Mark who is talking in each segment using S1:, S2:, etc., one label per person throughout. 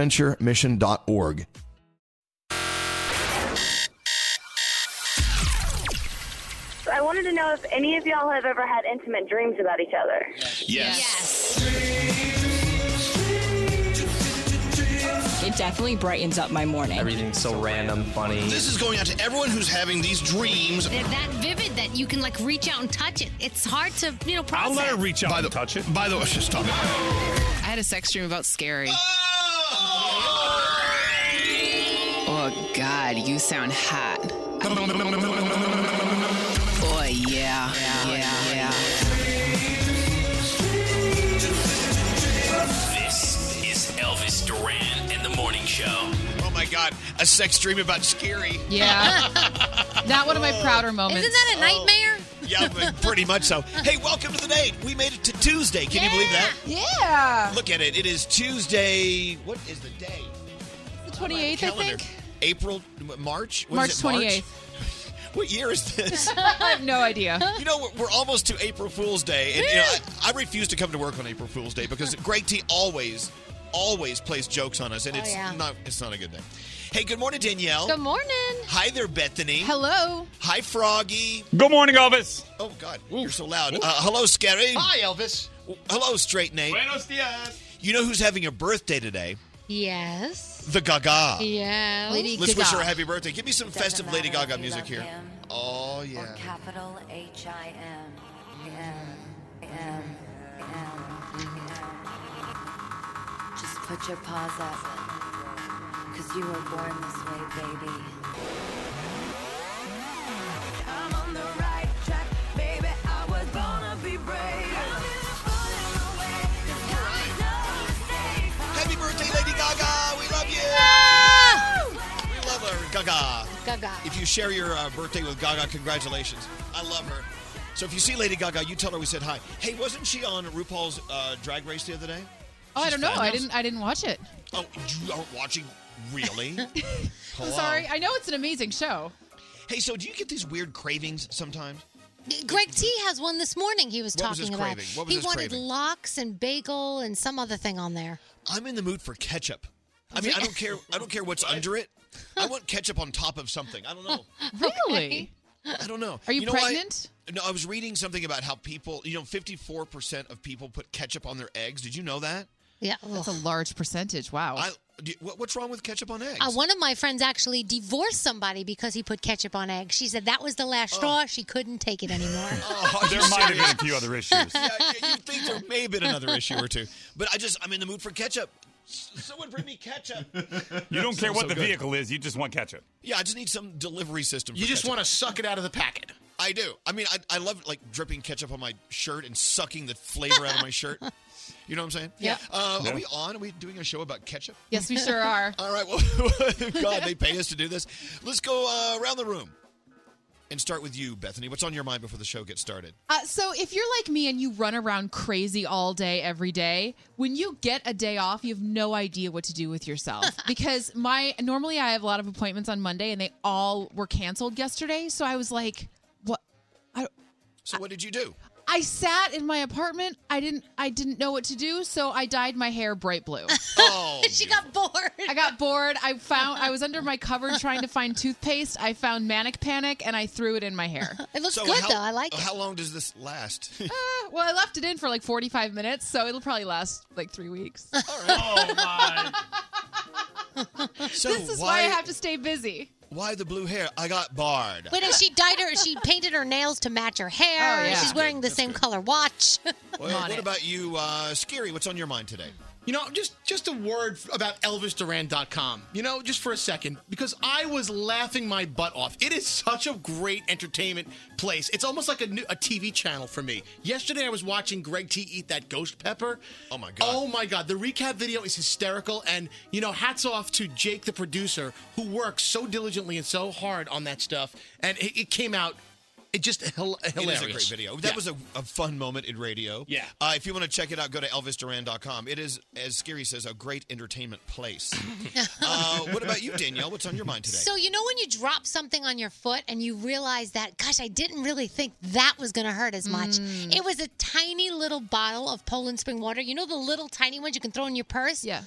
S1: adventuremission.org.
S2: I wanted to know if any of y'all have ever had intimate dreams about each other.
S3: Yes. It definitely brightens up my morning.
S4: Everything's so random, funny.
S5: This is going out to everyone who's having these dreams.
S6: They're that vivid that you can like reach out and touch it. It's hard to, you know, process.
S5: I'll let her reach out by the, and touch it. By the way, stop it.
S7: I had a sex dream about scary. Oh God, you sound hot. Oh yeah, yeah, yeah.
S8: This is Elvis Duran and the Morning Show.
S5: Oh my God, a sex dream about scary.
S7: Yeah. Not one of my prouder moments.
S6: Isn't that a nightmare?
S5: Oh. yeah, but pretty much so. Hey, welcome to the day. We made it to Tuesday. Can you believe that?
S7: Yeah.
S5: Look at it. It is Tuesday. What is the day?
S7: The 28th, I
S5: Calendar.
S7: think.
S5: April, M- March. What
S7: March
S5: is it,
S7: 28th.
S5: What year is this?
S7: I have no idea.
S5: you know, we're, we're almost to April Fool's Day, and you know, I, I refuse to come to work on April Fool's Day because Greg T always, always plays jokes on us, and
S6: Oh,
S5: it's
S6: yeah.
S5: not, it's not a good day. Hey, good morning, Danielle.
S6: Good morning.
S5: Hi there, Bethany.
S7: Hello.
S5: Hi, Froggy.
S4: Good morning, Elvis.
S5: Oh God, you're so loud. Uh, hello, Scary.
S9: Hi, Elvis.
S5: Hello, Straight Nate.
S9: Buenos dias.
S5: You know who's having a birthday today?
S6: Yes.
S5: The Gaga.
S6: Yeah.
S7: Lady
S5: Let's wish
S7: Gaga.
S5: her a happy birthday. Give me some festive Lady Gaga music here. Oh yeah.
S10: Capital H I M M M M. Just put your paws up, cause you were born this way, baby.
S3: I'm on the right track, baby. I was born to be brave.
S5: Happy birthday, Lady Gaga. We love you. We love her, Gaga.
S6: Gaga.
S5: If you share your uh, birthday with Gaga, congratulations. I love her. So if you see Lady Gaga, you tell her we said hi. Hey, wasn't she on RuPaul's uh, Drag Race the other day?
S7: Oh, I don't know. I
S5: fabulous.
S7: didn't. I didn't watch it.
S5: Oh, you aren't watching, really?
S7: I'm
S5: Hello?
S7: sorry. I know it's an amazing show.
S1: Hey, so do you get these weird cravings sometimes?
S11: Greg T has one this morning. He was
S1: What was
S11: talking
S1: his
S11: about.
S1: craving? What was
S11: he
S1: his
S11: wanted
S1: craving?
S11: lox and bagel and some other thing on there.
S1: I'm in the mood for ketchup. I mean, I don't care. I don't care what's under it. I want ketchup on top of something. I don't know.
S7: Really?
S1: I don't know.
S7: Are you,
S1: know why-
S7: pregnant?
S1: no, I was reading something about how people. You know, 54 percent of people put ketchup on their eggs. Did you know that?
S11: Yeah.
S7: That's a large percentage. Wow.
S1: I, do, what, what's wrong with ketchup on eggs?
S11: Uh, one of my friends actually divorced somebody because he put ketchup on eggs. She said that was the
S1: Oh.
S11: last straw. She couldn't take it anymore.
S12: there might have been a few other issues.
S1: yeah, you you'd think there may have been another issue or two, but I just I'm in the mood for ketchup. S- Someone bring me ketchup.
S12: You don't care
S1: Sounds
S12: what
S1: so
S12: the
S1: good.
S12: vehicle is, you just want ketchup.
S1: Yeah, I just need some delivery system. For
S5: You just
S1: ketchup.
S5: want to suck it out of the packet.
S1: I do. I mean, I, I love like dripping ketchup on my shirt and sucking the flavor out of my shirt. You know what I'm saying?
S7: Yeah.
S1: Uh,
S7: Yeah.
S1: Are we on? Are we doing a show about ketchup?
S7: Yes, we sure are.
S1: All right. Well, God, they pay us to do this. Let's go uh, around the room and start with you, Bethany. What's on your mind before the show gets started?
S7: Uh, so if you're like me and you run around crazy all day every day, when you get a day off, you have no idea what to do with yourself because my normally I have a lot of appointments on Monday and they all were canceled yesterday, so I was like, what
S1: So, what did you do?
S7: I sat in my apartment. I didn't I didn't know what to do, so I dyed my hair bright blue.
S1: Oh,
S7: she
S11: got bored.
S7: I got bored. I found I was under my cover trying to find toothpaste. I found manic panic and I threw it in my hair.
S11: It looks
S1: So
S11: good
S1: how-
S11: though. I like it.
S1: How long does this last?
S7: Uh, Well, I left it in for like 45 minutes, so it'll probably last like 3 weeks.
S1: so
S7: this is why, I have to stay busy.
S1: Why the blue hair? I got barred.
S11: Wait, no, she dyed her. She painted her nails to match her hair.
S1: Oh, yeah.
S11: She's wearing the same color watch.
S1: Well, what about you, uh, Scary? What's on your mind today?
S5: You know, just just a word f- about ElvisDuran.com. You know, just for a second, because I was laughing my butt off. It is such a great entertainment place. It's almost like a new a TV channel for me. Yesterday, I was watching Greg T eat that ghost pepper. Oh my god! Oh my god! The recap video is hysterical, and you know, hats off to Jake, the producer, who works so diligently and so hard on that stuff, and it, it came out. It just hil- hilarious.
S1: It is a great video. That
S5: Yeah.
S1: was a, a fun moment in radio. Yeah. Uh, if you want to check it out, go to ElvisDuran.com. It is, as Scary says, a great entertainment place. uh, what about you, Danielle? What's on your mind today?
S11: So you know when you drop something on your foot and you realize that, gosh, I didn't really think that was going to hurt as much. It was a tiny little bottle of Poland Spring water. You know the little tiny ones you can throw in your purse. Yeah.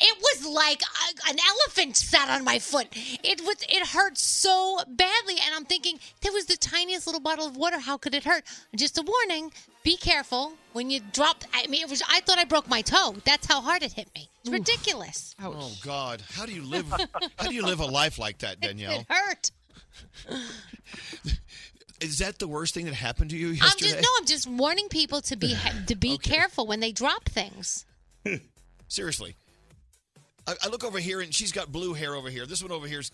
S11: It was like a, an elephant sat on my foot. It was it hurt so badly, and I'm thinking there was the tiniest little bottle of water. How could it hurt? Just a warning: be careful when you drop. I mean, it was. I thought I broke my toe. That's how hard it hit me. It's ridiculous.
S1: Oh God! How do you live? How do you live a life like that, Danielle?
S11: It hurt.
S1: Is that the worst thing that happened to you
S11: I'm
S1: yesterday?
S11: just no. I'm just warning people to be to be careful when they drop things.
S1: Seriously, I, I look over here and she's got blue hair over here. This one over here's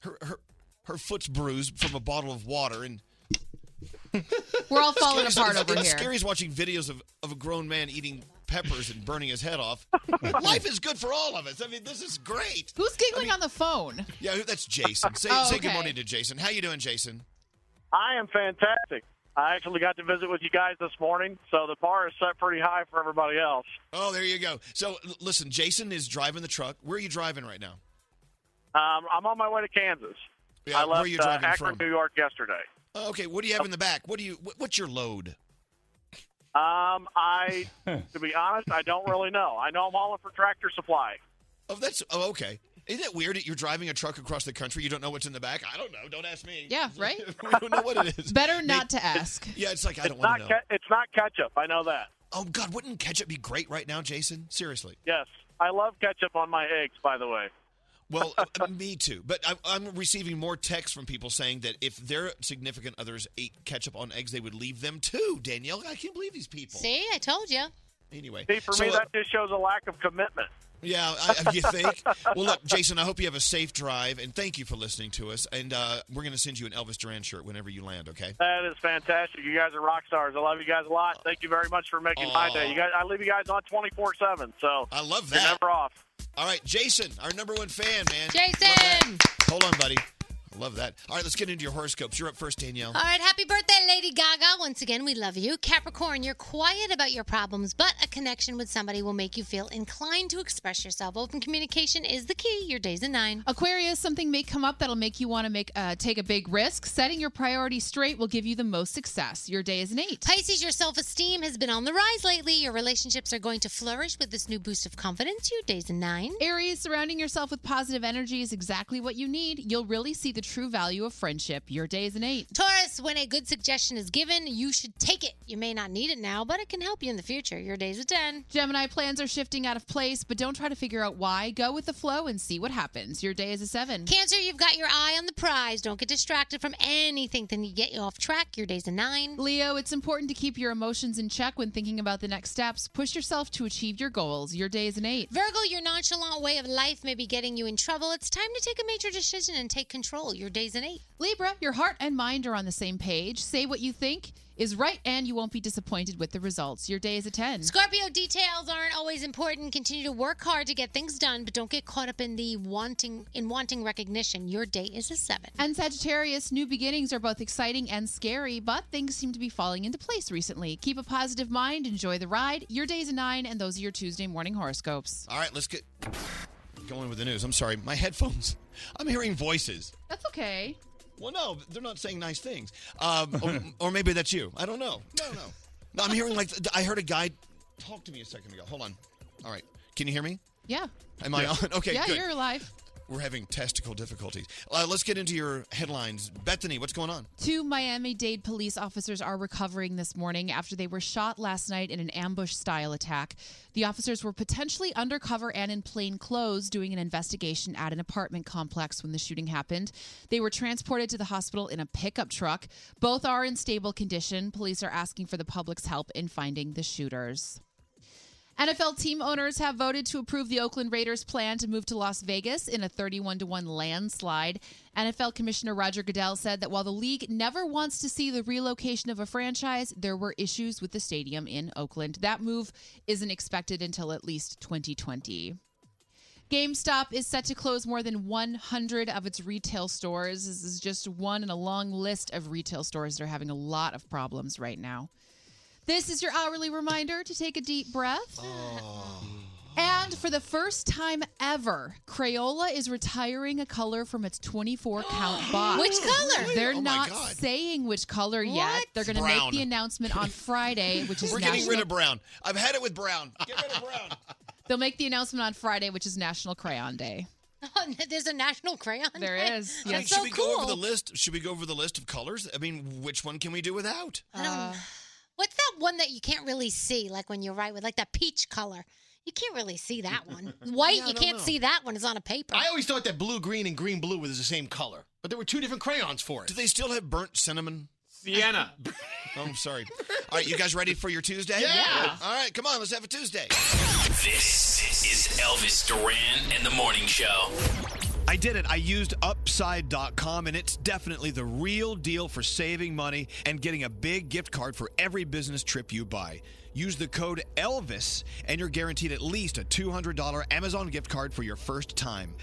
S1: her her her foot's bruised from a bottle of water, and
S7: We're all falling
S1: Scary's-
S7: apart over
S1: and
S7: here.
S1: Scary's watching videos of, of a grown man eating peppers and burning his head off.
S6: Oh.
S1: Life is good for all of us. I mean, this is great.
S7: Who's giggling on the phone?
S1: Yeah, that's Jason. Say,
S7: Oh,
S1: say good
S7: okay.
S1: morning to Jason. How you doing, Jason?
S13: I am fantastic. I actually got to visit with you guys this morning, so the bar is set pretty high for everybody else.
S1: Oh, there you go. So l- listen, Jason is driving the truck. Where are you driving right now?
S13: Um, I'm on my way to Kansas.
S1: Yeah,
S13: I
S1: where
S13: left
S1: are you
S13: uh,
S1: driving
S13: Akron,
S1: from?
S13: New York yesterday.
S1: Oh, okay, what do you have in the back? What do you? What, what's your load?
S13: Um, I, to be honest, I don't really know. I know I'm hauling for Tractor Supply.
S1: Oh, that's oh, okay. Isn't it weird that you're driving a truck across the country? You don't know what's in the back. I don't know. Don't ask me.
S7: Yeah, right?
S1: we don't know what it is.
S7: Better not to ask.
S1: Yeah, it's like I don't
S13: It's
S1: want
S13: not,
S1: to know.
S13: ke- it's not ketchup. I know that.
S1: oh God, wouldn't ketchup be great right now, Jason? Seriously.
S13: Yes, I love ketchup on my eggs. By the way,
S1: Well, uh, me too. But I, I'm receiving more texts from people saying that if their significant others ate ketchup on eggs, they would leave them too. Danielle, I can't believe these people.
S11: See, I told you.
S1: Anyway,
S13: see, for
S1: so,
S13: me,
S1: uh,
S13: that just shows a lack of commitment.
S1: Yeah, I, you think? well, look, Jason, I hope you have a safe drive, and thank you for listening to us. And uh, we're going to send you an Elvis Duran shirt whenever you land. Okay.
S13: That is fantastic. You guys are rock stars. I love you guys a lot. Thank you very much for making my day. You guys, I leave you guys on twenty four seven. So
S1: I love
S13: You're
S1: that.
S13: never off.
S1: All right, Jason, our number one fan, man.
S11: Jason.
S1: Hold on, buddy. Love that. All right, let's get into your horoscopes. You're up first, Danielle.
S11: All right, happy birthday, Lady Gaga. Once again, we love you. Capricorn, you're quiet about your problems, but a connection with somebody will make you feel inclined to express yourself. Open communication is the key. Your day's a nine.
S7: Aquarius, something may come up that'll make you want to make uh, take a big risk. Setting your priorities straight will give you the most success. Your day is an eight.
S11: Pisces, your self esteem has been on the rise lately. Your relationships are going to flourish with this new boost of confidence. Your day's a nine.
S7: Aries, surrounding yourself with positive energy is exactly what you need. You'll really see the true value of friendship. Your day is an eight.
S11: Taurus, when a good suggestion is given, you should take it. You may not need it now, but it can help you in the future. Your day's a 10.
S7: Gemini, plans are shifting out of place, but don't try to figure out why. Go with the flow and see what happens. Your day is a seven.
S11: Cancer, you've got your eye on the prize. Don't get distracted from anything that can get you off track. Your day's a 9.
S7: Leo, it's important to keep your emotions in check when thinking about the next steps. Push yourself to achieve your goals. Your day is an eight.
S11: Virgo, your nonchalant way of life may be getting you in trouble. It's time to take a major decision and take control. Your day's an 8.
S7: Libra, your heart and mind are on the same page. Say what you think is right and you won't be disappointed with the results. Your day is a 10.
S11: Scorpio details aren't always important. Continue to work hard to get things done, but don't get caught up in the wanting in wanting recognition. Your day is a 7.
S7: And Sagittarius, new beginnings are both exciting and scary, but things seem to be falling into place recently. Keep a positive mind, enjoy the ride. Your day's a 9 and those are your Tuesday morning horoscopes.
S1: All right, let's get going with the news. I'm sorry, my headphones. I'm hearing voices.
S7: That's okay.
S1: Well, no, they're not saying nice things. Um, or, or maybe that's you. I don't know. No, no. No, I'm hearing like I heard a guy talk to me a second ago. Hold on. All right. Can you hear me?
S7: Yeah.
S1: Am I on? Okay,
S7: Yeah,
S1: good.
S7: you're alive.
S1: We're having testicle difficulties. Uh, let's get into your headlines. Bethany, what's going on?
S7: Two Miami Dade police officers are recovering this morning after they were shot last night in an ambush style attack. The officers were potentially undercover and in plain clothes doing an investigation at an apartment complex when the shooting happened. They were transported to the hospital in a pickup truck. Both are in stable condition. Police are asking for the public's help in finding the shooters. NFL team owners have voted to approve the Oakland Raiders' plan to move to Las Vegas in a 31 to 1 landslide. NFL Commissioner Roger Goodell said that while the league never wants to see the relocation of a franchise, there were issues with the stadium in Oakland. That move isn't expected until at least 2020. GameStop is set to close more than 100 of its retail stores. This is just one in a long list of retail stores that are having a lot of problems right now. This is your hourly reminder to take a deep breath. Oh. And for the first time ever, Crayola is retiring a color from its 24 count box.
S11: Which color?
S7: They're
S11: Oh my
S7: not
S11: God.
S7: saying which color yet.
S11: What?
S7: They're going to
S1: Brown.
S7: make the announcement on Friday, which is
S1: We're
S7: National
S1: getting rid of Brown. I've had it with Brown. Get rid of Brown.
S7: They'll make the announcement on Friday, which is National Crayon Day.
S11: There's a national crayon.
S7: There
S11: Day.
S7: is.
S1: I mean,
S7: Yes.
S1: should
S7: So
S1: we go
S7: cool.
S1: over the list? Should we go over the list of colors? I mean, which one can we do without?
S11: I don't-
S7: Uh,
S11: What's that one that you can't really see, like when you write with like that peach color? You can't really see that one. White,
S5: Yeah, I
S11: you
S5: don't
S11: can't
S5: know.
S11: see that one. It's on a paper.
S5: I always thought that blue green and green blue was the same color, but there were two different crayons for it. Do
S1: they still have burnt cinnamon?
S5: Sienna.
S1: Oh, I'm sorry. All right, you guys ready for your Tuesday?
S8: Yeah. Yeah.
S1: All right, come on, let's have a Tuesday.
S8: This is Elvis Duran and the Morning Show.
S1: I did it. I used upside.com and it's definitely the real deal for saving money and getting a big gift card for every business trip you buy. Use the code Elvis and you're guaranteed at least a $200 Amazon gift card for your first time.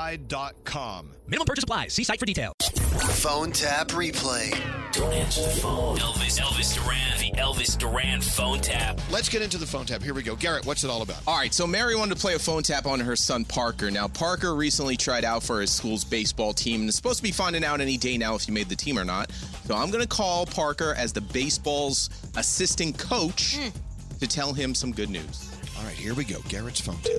S1: Upside.com.
S14: Minimum purchase applies. See site for details.
S8: Phone tap replay. Don't answer the phone. Elvis, Elvis Duran, the Elvis Duran phone tap.
S1: Let's get into the phone tap. Here we go. Garrett, what's it all about?
S15: All right, so Mary wanted to play a phone tap on her son Parker. Now, Parker recently tried out for his school's baseball team and is supposed to be finding out any day now if he made the team or not. So I'm going to call Parker as the baseball's assistant coach to tell him some good news.
S1: All right, here we go. Garrett's phone tap.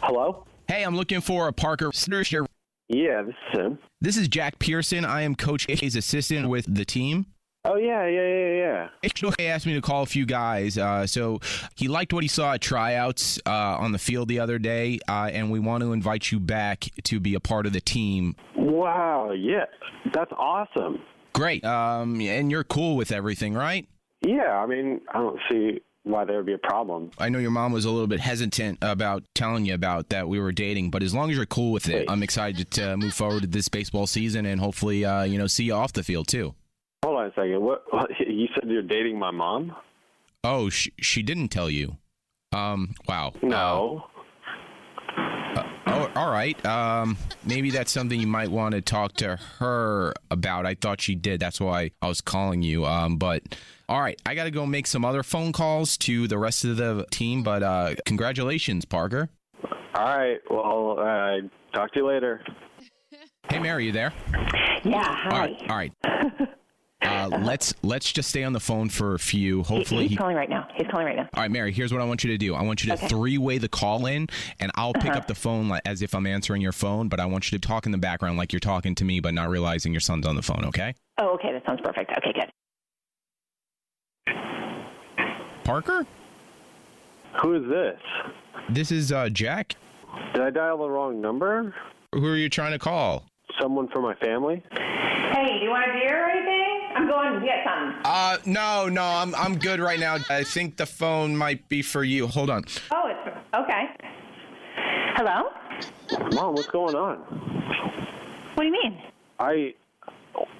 S15: Hello? Hey, I'm looking for a Parker Snoosh here.
S16: Yeah, this is him.
S15: This is Jack Pearson. I am Coach A's assistant with the team.
S16: Oh yeah, yeah, yeah, yeah.
S15: Actually, he asked me to call a few guys. Uh, so he liked what he saw at tryouts uh, on the field the other day, uh, and we want to invite you back to be a part of the team.
S16: Wow, yeah, that's awesome.
S15: Great. Um, and you're cool with everything, right?
S16: Yeah, I mean, I don't see why there would be a problem.
S15: I know your mom was a little bit hesitant about telling you about that we were dating, but as long as you're cool with it, I'm excited to uh, move forward to this baseball season and hopefully, uh, you know, see you off the field too.
S16: Hold on a second. What, what you said you're dating my mom?
S15: Oh, sh- she didn't tell you. Um, wow.
S16: No.
S15: Uh, oh, All right. Um, maybe that's something you might want to talk to her about. I thought she did. That's why I was calling you. Um, but all right, I got to go make some other phone calls to the rest of the team. But uh, congratulations, Parker.
S16: All right. Well, uh, talk to you later.
S15: Hey, Mary, you there?
S17: Yeah.
S15: All
S17: Hi.
S15: right. All right. Uh, let's let's just stay on the phone for a few.
S17: He-
S15: Hopefully,
S17: he's
S15: he-
S17: calling right now. He's calling right now.
S15: All right, Mary, here's what I want you to do. I want you to
S17: Okay.
S15: three way the call in, and I'll pick
S17: Uh-huh.
S15: up the phone like, as if I'm answering your phone, but I want you to talk in the background like you're talking to me, but not realizing your son's on the phone, okay?
S17: Oh, okay. That sounds perfect. Okay, good.
S15: Parker?
S16: Who is this?
S15: This is uh, Jack.
S16: Did I dial the wrong number?
S15: Who are you trying to call?
S16: Someone from my family?
S17: Hey, do you want a beer or anything? I'm going to get something.
S15: Uh, no, no, I'm, I'm good right now. I think the phone might be for you. Hold on.
S17: Oh, it's okay. Hello?
S16: Mom, what's going on?
S17: What do you mean?
S16: I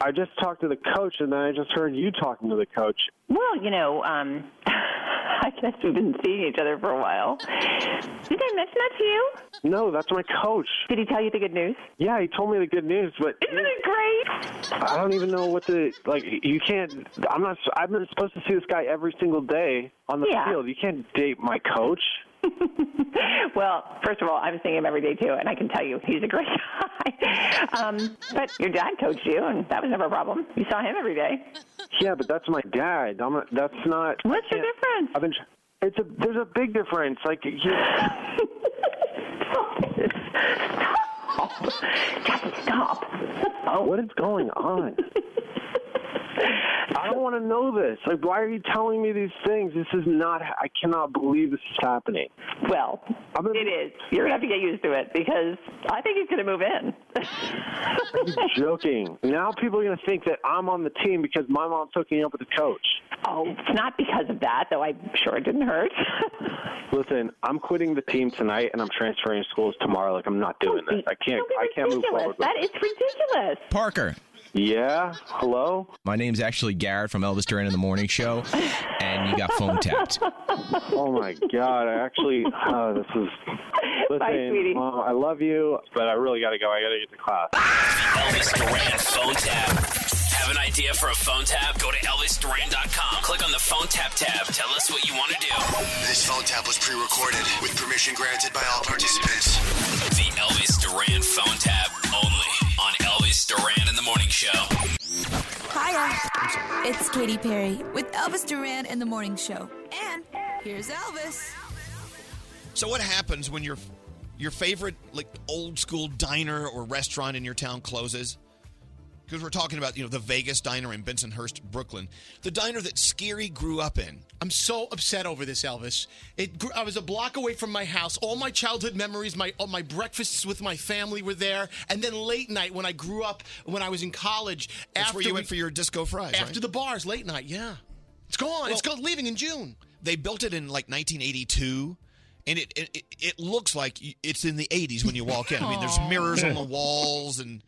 S16: I just talked to the coach and then I just heard you talking to the coach.
S17: Well, you know, um, I guess we've been seeing each other for a while. Did I mention that to you?
S16: No, that's my coach.
S17: Did he tell you the good news?
S16: Yeah, he told me the good news, but
S17: Isn't it great?
S16: I don't even know what the like. You can't. I'm not. I've been supposed to see this guy every single day on the
S17: Yeah.
S16: field. You can't date my coach.
S17: Well, first of all, I'm seeing him every day too, and I can tell you he's a great guy. um, but your dad coached you, and that was never a problem. You saw him every day.
S16: Yeah, but that's my dad. I'm not, that's not.
S17: What's the difference?
S16: I've been. tr- It's a. There's a big difference. Like he.
S17: Stop.
S16: What is going on? I don't want to know this. Like, why are you telling me these things? This is not. I cannot believe this is happening.
S17: Well, it is. You're gonna have to get used to it because I think he's gonna move in.
S16: Are you joking? Now people are going to think that I'm on the team because my mom's hooking up with the coach.
S17: Oh, it's not because of that, though. I'm sure it didn't hurt.
S16: Listen, I'm quitting the team tonight and I'm transferring schools tomorrow. Like I'm not doing this. I can't. I can't move forward.
S17: ridiculous. That is ridiculous.
S15: Parker.
S16: Yeah. Hello.
S15: My name's actually Garrett from Elvis Duran in the Morning Show, and you got phone tapped.
S16: Oh my God! I actually. Uh, this is. Listen,
S8: sweetie.
S16: Mom, I love you, but I really got to go. I got to get to class.
S8: Elvis Duran phone tap. Have an idea for a phone tap? Go to ElvisDuran.com. Click on the phone tap tab. Tell us what you want to do.
S18: This phone tap was pre-recorded with permission granted by all participants.
S8: The Elvis Duran phone tap only on Elvis Duran in the Morning Show.
S19: Hiya. It's Katy Perry with Elvis Duran and the Morning Show. And here's Elvis.
S1: So what happens when your your favorite like old school diner or restaurant in your town closes? Because we're talking about you know the Vegas diner in Bensonhurst, Brooklyn, the diner that Scary grew up in.
S5: I'm so upset over this, Elvis. It, gr- I was a block away from my house. All my childhood memories, my all my breakfasts with my family were there. And then late night when I grew up, when I was in college,
S1: That's
S5: after
S1: where you
S5: we-
S1: went for your disco fries.
S5: after
S1: right?
S5: the bars, late night. Yeah, it's gone. it's gone. Leaving in June.
S1: They built it in like 1982. And it, it it- it looks like y- it's in the 80s when you walk in. I mean, there's
S20: Aw.
S1: mirrors on the walls, and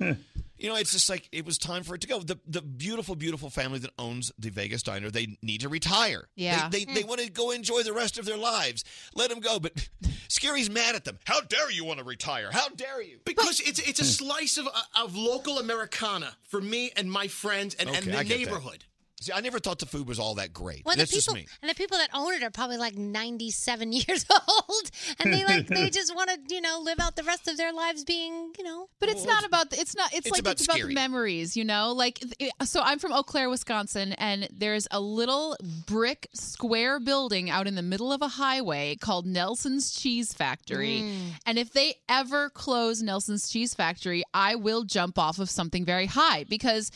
S1: you know it's just like it was time for it to go. The the beautiful, beautiful family that owns the Vegas diner they need to retire.
S20: Yeah.
S1: they they, they want to go enjoy the rest of their lives. Let them go, but Scary's mad at them. How dare you want to retire? How dare you?
S5: Because it's it's a
S1: Hmm.
S5: slice
S1: uh,
S5: of Uh, of local Americana for me and my friends and,
S1: Okay,
S5: and the
S1: I get that.
S5: neighborhood.
S1: See, I never thought the food was all that great.
S11: Well,
S1: That's
S11: the
S1: just
S11: people
S1: me.
S11: and the people that own it are probably like 97 years old, and they like they just want to you know live out the rest of their lives being you know.
S7: But it's not about the, it's not it's,
S11: It's
S7: like
S11: about
S7: it's about
S11: scary.
S7: the memories, you know. Like th- so, I'm from Eau Claire, Wisconsin, and there's a little brick square building out in the middle of a highway called Nelson's Cheese Factory.
S21: Mm.
S7: And if they ever close Nelson's Cheese Factory, I will jump off of something very high because.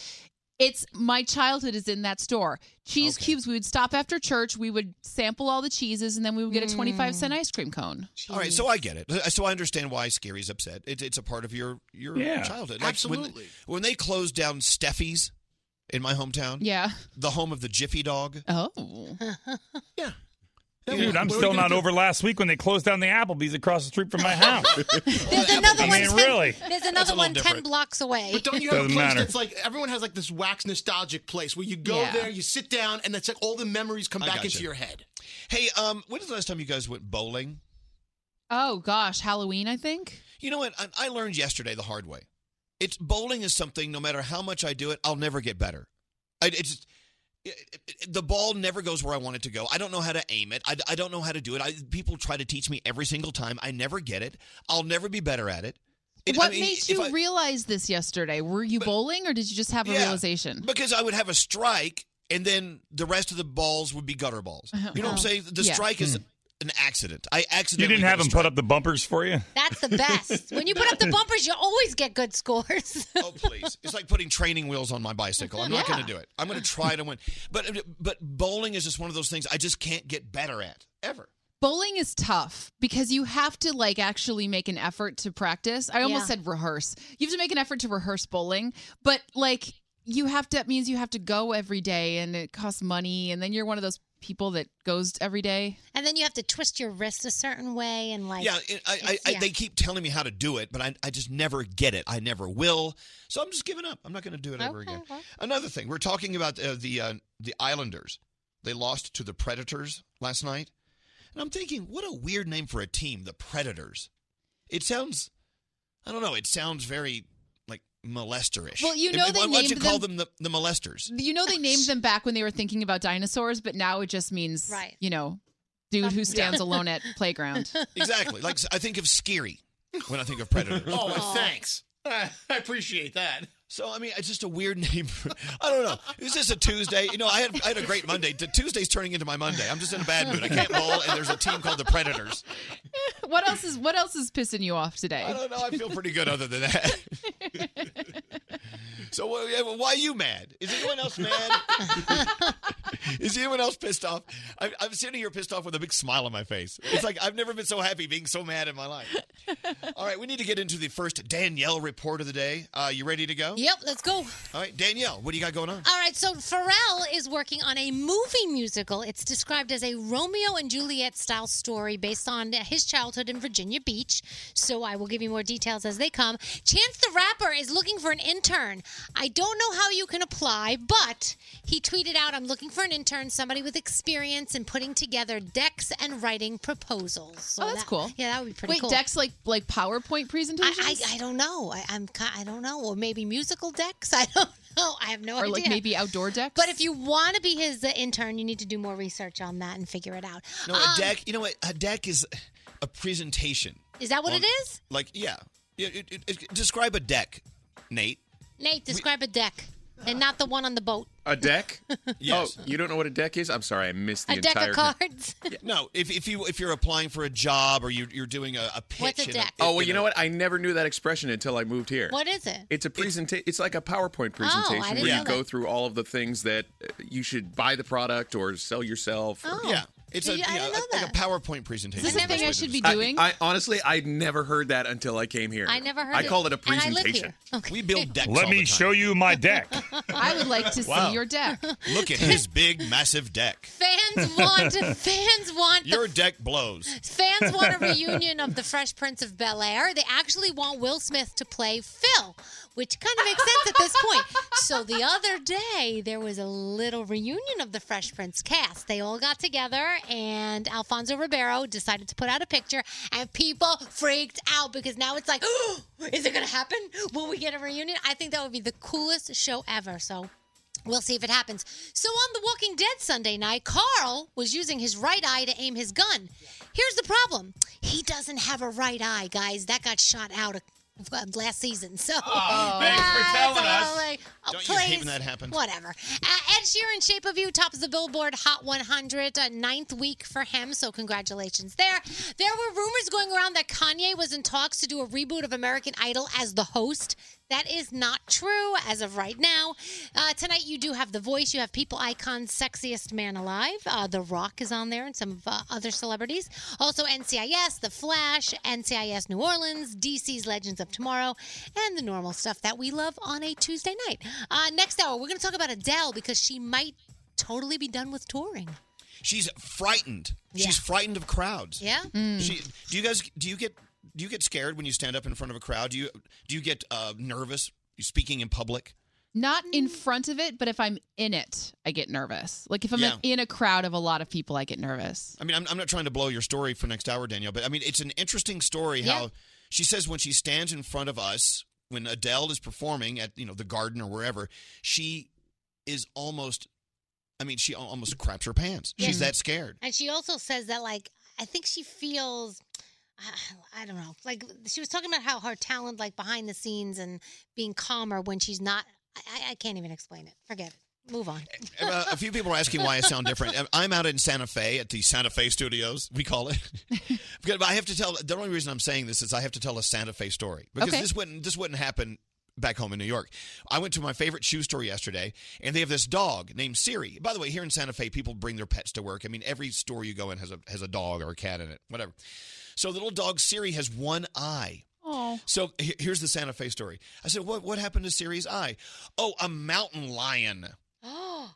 S7: It's my childhood is in that store. Cheese cubes. We would stop after church. We would sample all the cheeses, and then we would get a twenty-five
S11: Mm.
S7: cent ice cream cone.
S1: All right, so I get it. So I understand why Scary's upset. It, it's a part of your your
S7: Yeah.
S1: childhood.
S7: Absolutely.
S1: When, when they closed down Steffi's in my hometown,
S7: yeah,
S1: the home of the Jiffy Dog.
S7: Oh,
S12: Dude, I'm
S1: What are we
S12: still
S1: gonna
S12: not
S1: do?
S12: over last week when they closed down the Applebee's across the street from my house.
S11: There's another
S12: I
S11: one.
S12: mean,
S11: 10
S12: really.
S11: There's another one ten
S12: different.
S11: blocks away.
S5: But don't you have a
S12: Doesn't
S5: place
S12: matter.
S5: that's like everyone has like this wax nostalgic place where you go
S1: Yeah.
S5: there, you sit down, and that's like all the memories come
S1: I
S5: back
S1: gotcha.
S5: into your head.
S1: Hey, um, when is the last time you guys went bowling?
S7: oh gosh, Halloween. I think.
S1: You know what? I, I learned yesterday the hard way. It's bowling is something. No matter how much I do it, I'll never get better. I it just it- it- the ball never goes where I want it to go. I don't know how to aim it. I, I don't know how to do it. I, people try to teach me every single time. I never get it. I'll never be better at it. It- I
S7: what
S1: mean,
S7: made
S1: if
S7: you
S1: I-
S7: realize this yesterday? Were you bowling or did you just have a
S1: Yeah.
S7: realization?
S1: Because I would have a strike, and then the rest of the balls would be gutter balls. You know what I'm saying? The
S7: Uh-huh. Yeah.
S1: strike is an accident. I
S12: Hmm. You
S1: accidentally
S12: didn't have him put up the bumpers for you?
S11: That's the best. when you put up the bumpers, you always get good scores.
S1: oh please! It's like putting training wheels on my bicycle. I'm not
S11: Yeah.
S1: going to do it. I'm going to try to win. But but bowling is just one of those things I just can't get better at ever.
S7: Bowling is tough because you have to like actually make an effort to practice. I almost
S11: Yeah.
S7: said rehearse. You have to make an effort to rehearse bowling, but like you have to that means you have to go every day and it costs money and then you're one of those people that goes every day.
S11: And then you have to twist your wrist a certain way and like
S1: yeah, it- I, I, I,
S11: yeah.
S1: they keep telling me how to do it, but I, I just never get it. I never will. So I'm just giving up. I'm not going to do it ever
S11: Okay,
S1: again.
S11: well.
S1: Another thing, we're talking about uh, the uh, the Islanders. They lost to the Predators last night, and I'm thinking, what a weird name for a team, the Predators. It sounds, I don't know. It sounds very like molesterish.
S7: Well, you
S1: It-
S7: know
S1: why,
S7: they
S1: why don't you
S7: named
S1: call them
S7: them-
S1: the, the molesters?
S7: You know they named them back when they were thinking about dinosaurs, but now it just means
S11: Right.
S7: you know, dude who stands alone at playground.
S1: exactly. Like I think of Scary when I think of Predators.
S22: Oh, and thanks. I appreciate that.
S1: So I mean, it's just a weird name. for- I don't know. Is this a Tuesday? You know, I had I had a great Monday. The Tuesday's turning into my Monday. I'm just in a bad mood. I can't bowl, and there's a team called the Predators.
S7: what else is what else is pissing you off today?
S1: I don't know. I feel pretty good other than that. so wh- yeah, well, why are you mad? Is anyone else mad? Is anyone else pissed off? I'm, I'm sitting here pissed off with a big smile on my face. It's like I've never been so happy being so mad in my life. All right, we need to get into the first Danielle report of the day. Uh, you ready to go?
S11: Yep, let's go.
S1: All right, Danielle, what do you got going on?
S11: All right, so Pharrell is working on a movie musical. It's described as a Romeo and Juliet style story based on his childhood in Virginia Beach. So I will give you more details as they come. Chance the Rapper is looking for an intern. I don't know how you can apply, but he tweeted out, I'm looking for an intern, somebody with experience in putting together decks and writing proposals. So
S7: Oh, that's
S11: that-
S7: cool.
S11: Yeah, that would be pretty
S7: Wait,
S11: cool.
S7: decks like like PowerPoint
S11: I,
S7: presentations?
S11: I, I don't know. I, I'm ki- I don't know. Or maybe musical decks. I don't know. I have no
S7: or
S11: idea.
S7: like maybe outdoor decks.
S11: But if you want to be his uh, intern, you need to do more research on that and figure it out.
S1: No,
S11: Um,
S1: a deck. You know what? A deck is a presentation.
S11: Is that what it
S1: on-
S11: is?
S1: Like, yeah. Yeah, it- it- it- describe a deck, Nate.
S11: Nate, describe a deck, and not the one on the boat.
S23: A deck?
S1: Yes.
S23: Oh, you don't know what a deck is? I'm sorry, I missed the
S11: a deck
S23: entire.
S11: of cards.
S1: No, if, if you if you're applying for a job or you, you're doing a, a pitch.
S11: What's a
S1: in
S11: deck?
S23: Oh well, you know what? I never knew that expression until I moved here.
S11: What is it?
S23: It's a presentation. It's like a PowerPoint
S11: Oh, I
S23: presentation
S11: didn't
S23: where you
S11: know
S23: go
S11: that.
S23: through all of the things that uh, you should buy the product or sell yourself. or-
S11: Oh.
S1: Yeah, it's a,
S11: Did you- I
S1: yeah,
S11: didn't know
S1: a- like a PowerPoint presentation.
S11: Is this a thing I should be doing?
S23: I, I honestly, I never heard that until I came here.
S11: I never heard
S23: I
S11: it.
S23: call it a
S11: And I live
S23: presentation.
S11: here.
S1: We build decks.
S12: Let
S1: all
S12: me
S1: the time.
S12: show you my deck.
S7: I would like to
S1: Wow.
S7: see your deck.
S1: Look at his big, massive deck.
S11: Fans want. fans want. The,
S1: Your deck blows.
S11: fans want a reunion of the Fresh Prince of Bel Air. They actually want Will Smith to play Phil, which kind of makes sense at this point. So the other day there was a little reunion of the Fresh Prince cast. They all got together, and Alfonso Ribeiro decided to put out a picture, and people freaked out because now it's like, is it going to happen? Will we get a reunion? I think that would be the coolest show ever. So We'll see if it happens. So on The Walking Dead Sunday night, Carl was using his right eye to aim his gun. Here's the problem he doesn't have a right eye, guys. That got shot out of. of Last season, so
S1: thanks for telling
S11: it's a
S1: us.
S11: little like, oh,
S1: Don't you hate
S11: please.
S1: when that happens?
S11: Whatever. Uh, Ed Sheeran, Shape of You, tops the Billboard Hot 100, uh, ninth week for him, so congratulations there. There were rumors going around that Kanye was in talks to do a reboot of American Idol as the host. That is not true as of right now. Uh, tonight, you do have The Voice. You have People Icon's Sexiest Man Alive. Uh, the Rock is on there and some uh, other celebrities. Also, NCIS, The Flash, NCIS New Orleans, DC's Legends of Tomorrow, and the normal stuff that we love on a Tuesday night. Uh, next hour, we're going to talk about Adele because she might totally be done with touring.
S1: She's frightened. She's frightened of crowds.
S11: Yeah?
S1: She, do you guys do you get do you get scared when you stand up in front of a crowd? Do you do you get uh, nervous speaking in public?
S7: Not in front of it, but if I'm in it, I get nervous. Like if I'm
S1: Yeah.
S7: in a crowd of a lot of people, I get nervous.
S1: I mean, I'm, I'm not trying to blow your story for next hour, Danielle, but I mean, it's an interesting story how She says when she stands in front of us, when Adele is performing at you know the garden or wherever, she is almost. I mean, she al- almost craps her pants. She's
S11: Yeah.
S1: that scared.
S11: And she also says that, like, I think she feels, I- I don't know, like she was talking about how her talent, like behind the scenes and being calmer when she's not. I- I, I can't even explain it. Forget it. Move on.
S1: Uh, a few people are asking why I sound different. Uh, I'm out in Santa Fe at the Santa Fe Studios, we call it. because I have to tell the only reason I'm saying this is I have to tell a Santa Fe story because
S24: Okay.
S1: this wouldn't this wouldn't happen back home in New York. I went to my favorite shoe store yesterday and they have this dog named Siri. By the way, here in Santa Fe people bring their pets to work. I mean every store you go in has a has a dog or a cat in it, whatever. So the little dog Siri has one eye.
S7: Oh.
S1: So he- here's the Santa Fe story. I said, "What what happened to Siri's eye?" "Oh, a mountain lion."
S11: Oh.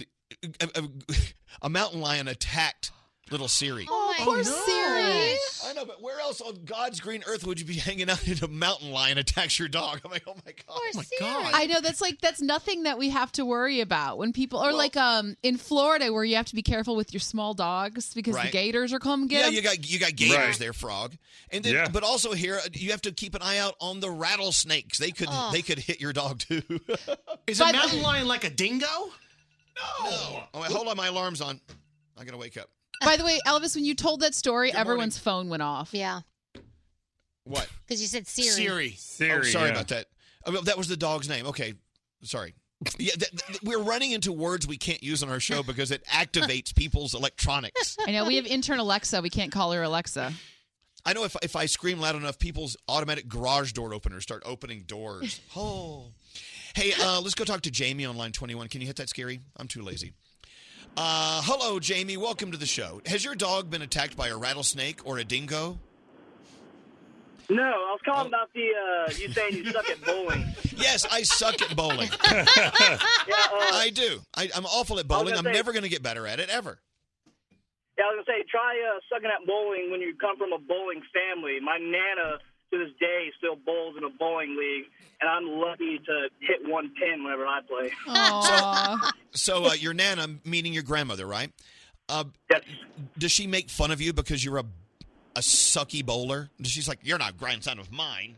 S1: a, a- a mountain lion attacked little Siri.
S11: Oh, my poor
S3: no.
S11: Siri.
S1: I know, but where else on God's green earth would you be hanging out and a mountain lion attacks your dog? I'm like, oh my god, oh my god.
S7: I know that's like that's nothing that we have to worry about when people or like um in Florida where you have to be careful with your small dogs because the
S1: Right.
S7: gators are come get
S1: Yeah,
S7: 'em.
S1: you got you got gators
S7: Right.
S1: there, frog, and then but also here uh, you have to keep an eye out on the rattlesnakes. They could
S5: Oh.
S1: they could hit your dog too.
S5: Is a mountain lion like a dingo?
S1: No. Oh, wait, hold on, my alarm's on. I gotta wake up.
S7: By the way, Elvis, when you told that story, everyone's phone went off.
S11: Yeah.
S1: What?
S11: Because you said Siri.
S1: Oh,
S12: Siri,
S1: sorry
S12: yeah.
S1: about that. Oh, well, that was the dog's name. Okay, sorry. Yeah, th- th- we're running into words we can't use on our show because it activates people's electronics.
S7: I know we have intern Alexa. We can't call her Alexa.
S1: I know if if I scream loud enough, people's automatic garage door openers start opening doors. Oh. Hey, uh, let's go talk to Jamie on line 21. Can you hit that, Scary? I'm too lazy. Uh, hello, Jamie. Welcome to the show. Has your dog been attacked by a rattlesnake or a dingo? Oh.
S25: No, I was calling about the uh, you saying you suck at bowling.
S1: Yes, I suck at bowling. I do. I, I'm awful at
S25: uh, I was
S1: bowling. I'm
S25: gonna say-
S1: never going to get better at it ever.
S25: Yeah, I was gonna say try uh, sucking at bowling when you come from a bowling family. My nana to this day still bowls in a bowling league, and I'm lucky to hit one pin whenever I play.
S1: So uh, your nana, meaning your grandmother, right? Uh, Does she make fun of you because you're a a sucky bowler? She's like, you're not grandson of mine.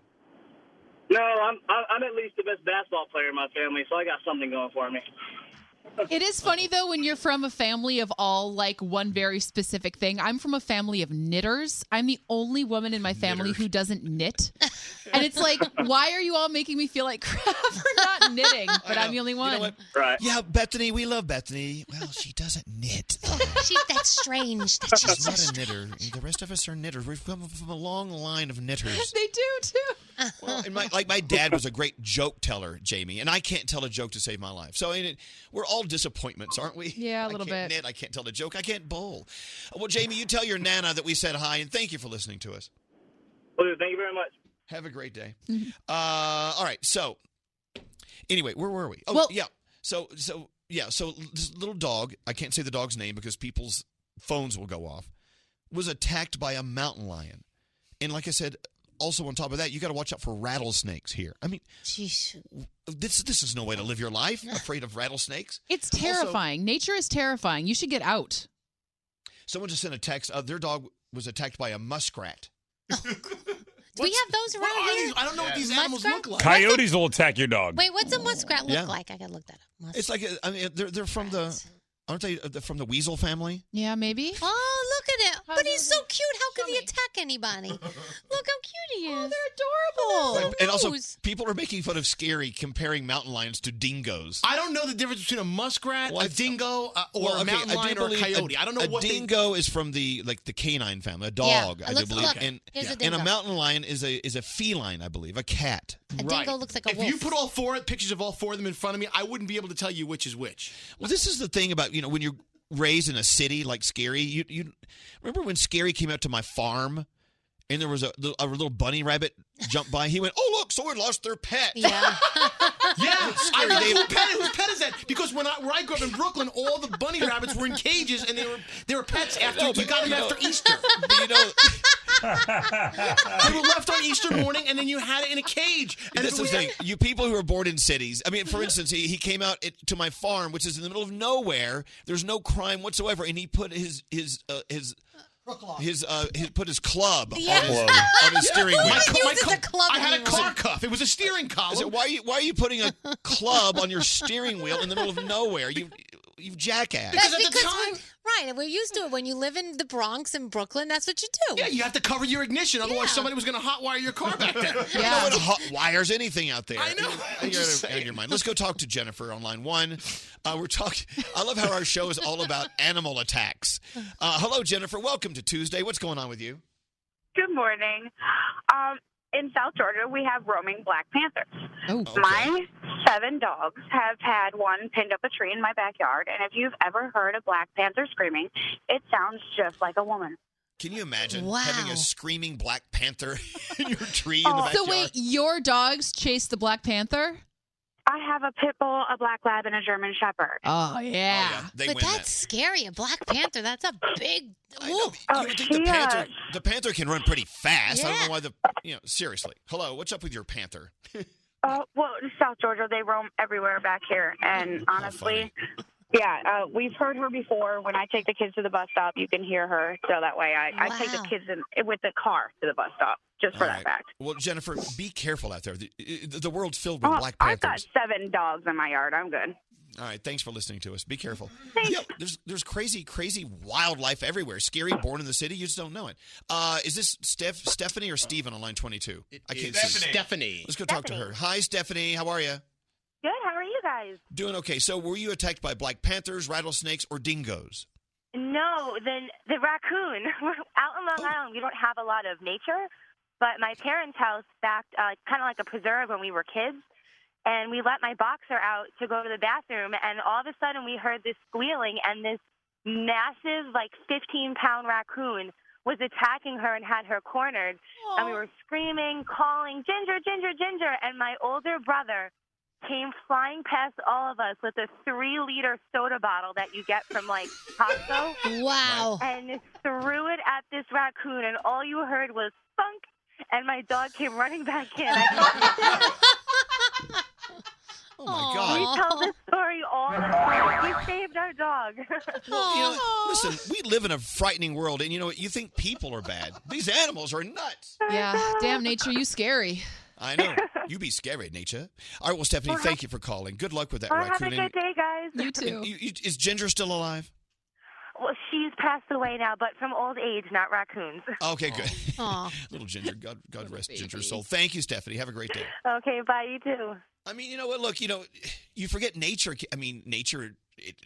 S25: No, I'm I- I'm at least the best basketball player in my family, so I got something going for me.
S7: It is funny though when you're from a family of all like one very specific thing. I'm from a family of knitters. I'm the only woman in my family who doesn't knit. And it's like, why are you all making me feel like crap for not knitting? But I'm the only one.
S25: Right.
S1: Yeah, Bethany, we love Bethany. Well, she doesn't knit.
S11: She's that's strange. That's
S1: She's
S11: just
S1: not a knitter. The rest of us are knitters. We've come from a long line of knitters.
S7: they do too.
S11: Uh,
S1: Well, and my, like my dad was a great joke teller, Jamie, and I can't tell a joke to save my life. So and it, we're all disappointments, aren't we?
S7: Yeah, a
S1: a
S7: little
S1: I can't
S7: bit.
S1: Knit, I can't tell a joke. I can't bowl. Well, Jamie, you tell your nana that we said hi, and thank you for listening to us.
S25: Well, thank you very much.
S1: Have a great day. Uh, all right. So, anyway, where were we? Oh, yeah. So, so yeah. So this little dog. I can't say the dog's name because people's phones will go off. Was attacked by a mountain lion, and like I said, also on top of that, you got to watch out for rattlesnakes here. I mean, this this is no way to live your life. Afraid of rattlesnakes.
S7: It's
S1: Also-
S7: terrifying. Nature is terrifying. You should get out.
S1: Someone just sent a text. Uh, their dog was attacked by a muskrat.
S11: Do we have those around here?
S5: I don't know what these animals
S11: Muskrat?
S5: look like.
S12: Coyotes will attack your dog.
S11: Wait, what's a muskrat look
S1: Yeah.
S11: like? I gotta look that up.
S1: It's like a, I mean, they're they're from the aren't they uh, they're from the weasel family?
S7: Yeah, maybe.
S11: Oh, look at it. but he's so cute. How could he attack anybody? Look how cute he is. Oh,
S7: they're
S1: Right, and also, people are making fun of Scary comparing mountain lions to dingoes.
S5: I don't know the difference between a muskrat, a dingo, uh, or
S1: Well,
S5: a
S1: okay,
S5: mountain
S1: I do
S5: lion, or a
S1: believe
S5: coyote. I I don't know
S1: a
S5: what they-
S1: dingo is from the like the canine family, a
S11: Yeah,
S1: dog.
S11: it
S1: I do
S11: looks-
S1: believe,
S11: look,
S1: and,
S11: here's a
S1: and a
S11: dingo.
S1: mountain lion is a is a feline, I believe, a cat.
S11: A dingo looks like a
S5: if
S11: wolf.
S5: you put all four pictures of all four of them in front of me, I wouldn't be able to tell you which is which.
S1: Well, this is the thing about you know when you're raised in a city like Scary. You you remember when Scary came out to my farm, and there was a, a little bunny rabbit jumped by. He went, "Oh look, someone lost their pet."
S11: Yeah.
S5: Yeah, I
S1: Scary,
S5: was like,
S1: Dave.
S5: who pet, whose pet is that? Because when I where I grew up in Brooklyn, all the bunny rabbits were in cages and they were they were pets after
S1: No,
S5: you
S1: but
S5: got them
S1: you know-
S5: after Easter.
S1: you know,
S5: they were left on Easter morning and then you had it in a cage. And
S1: That's
S5: if
S1: the
S5: it was-
S1: thing. You people who are born in cities. I mean, for instance, he, he came out it, to my farm, which is in the middle of nowhere. There's no crime whatsoever, and he put his his uh, his his uh, his put his club
S6: Yes.
S1: on his,
S6: Club.
S1: Oh, on his steering
S6: Who
S1: wheel.
S6: uses My cu- a club I had a
S1: anymore?
S6: car cuff. It was a steering column.
S1: I said, why are you why are you putting a club on your steering wheel in the middle of nowhere? You you jackass.
S11: That's because we, right, we're used to it. When you live in the Bronx and Brooklyn, that's what you do.
S6: Yeah, you have to cover your ignition, otherwise somebody was going to hotwire your car back then.
S1: No one hot wires anything out there. I know.
S6: I'm
S1: You're out
S6: just
S1: of- out of your mind. Let's go talk to Jennifer on line one. Uh, we're talking. I love how our show is all about animal attacks. Uh, hello, Jennifer. Welcome to Tuesday. What's going on with you?
S17: Good morning. Um, in South Georgia, we have roaming black panthers.
S1: Oh,
S17: My seven dogs have had one pinned up a tree in my backyard, and if you've ever heard a black panther screaming, it sounds just like a woman.
S1: Can you imagine
S17: Wow.
S1: having a screaming black panther in your tree
S17: Oh.
S1: in the
S7: Oh, So
S1: backyard?
S7: wait, your dogs chase the Black Panther?
S17: I have a pit bull, a black lab, and a German shepherd.
S7: Oh yeah.
S1: They
S11: but
S1: win
S11: that's scary. A Black Panther, that's a big. Ooh.
S17: Oh,
S1: You would think the panther, the panther can run pretty fast. I don't
S17: Yeah.
S1: know why the you know seriously. Hello, what's up with your panther?
S17: Uh, well, in South Georgia, they roam everywhere back here, and honestly, yeah, uh, we've heard her before. When I take the kids to the bus stop, you can hear her. So that way, I, I take the kids in, with the car to the bus stop just for
S1: All
S17: that
S1: right.
S17: fact.
S1: Well, Jennifer, be careful out there. The, the world's filled with
S17: Oh,
S1: black
S17: I've
S1: panthers.
S17: got seven dogs in my yard. I'm good.
S1: All right, thanks for listening to us. Be careful. Yeah, there's there's crazy, crazy wildlife everywhere. Scary, born in the city, you just don't know it. Uh, is this Steph, Stephanie or Steven on line 22? I
S6: is
S1: see.
S6: Stephanie.
S1: Let's go talk to her. Hi, Stephanie. How are you?
S2: Good. How are you guys?
S1: Doing okay. So, were you attacked by black panthers, rattlesnakes, or dingoes?
S2: No, the the raccoon. We're out in Long Island. We don't have a lot of nature, but my parents' house backed uh, kind of like a preserve when we were kids, and we let my boxer out to go to the bathroom, and all of a sudden we heard this squealing, and this massive, like 15 pound raccoon was attacking her and had her cornered, and we were screaming, calling, Ginger, Ginger, Ginger, and my older brother came flying past all of us with a three liter soda bottle that you get from like Costco.
S11: Wow.
S2: And threw it at this raccoon, and all you heard was thunk, and my dog came running back in. I
S1: oh
S2: my
S1: God.
S2: We tell this story all the time. We saved our dog.
S1: You know, listen, we live in a frightening world, and you know what? You think people are bad. These animals are nuts.
S7: Yeah. Damn nature, you scary.
S1: I know. You be scary, nature. All right, well, Stephanie,
S2: Well,
S1: thank you for calling. Good luck with that
S2: Well, have a
S1: raccoon.
S2: good day, guys. You
S1: And you- you- is Ginger still alive?
S2: Well, she's passed away now, but from old age, not raccoons.
S1: Oh, Okay, good. Little Ginger, God, God rest Ginger's soul. Thank you, Stephanie. Have a great day.
S2: Okay, bye. You too.
S1: I mean, you know what? Look, you know, you forget nature. ca- I mean, nature. It,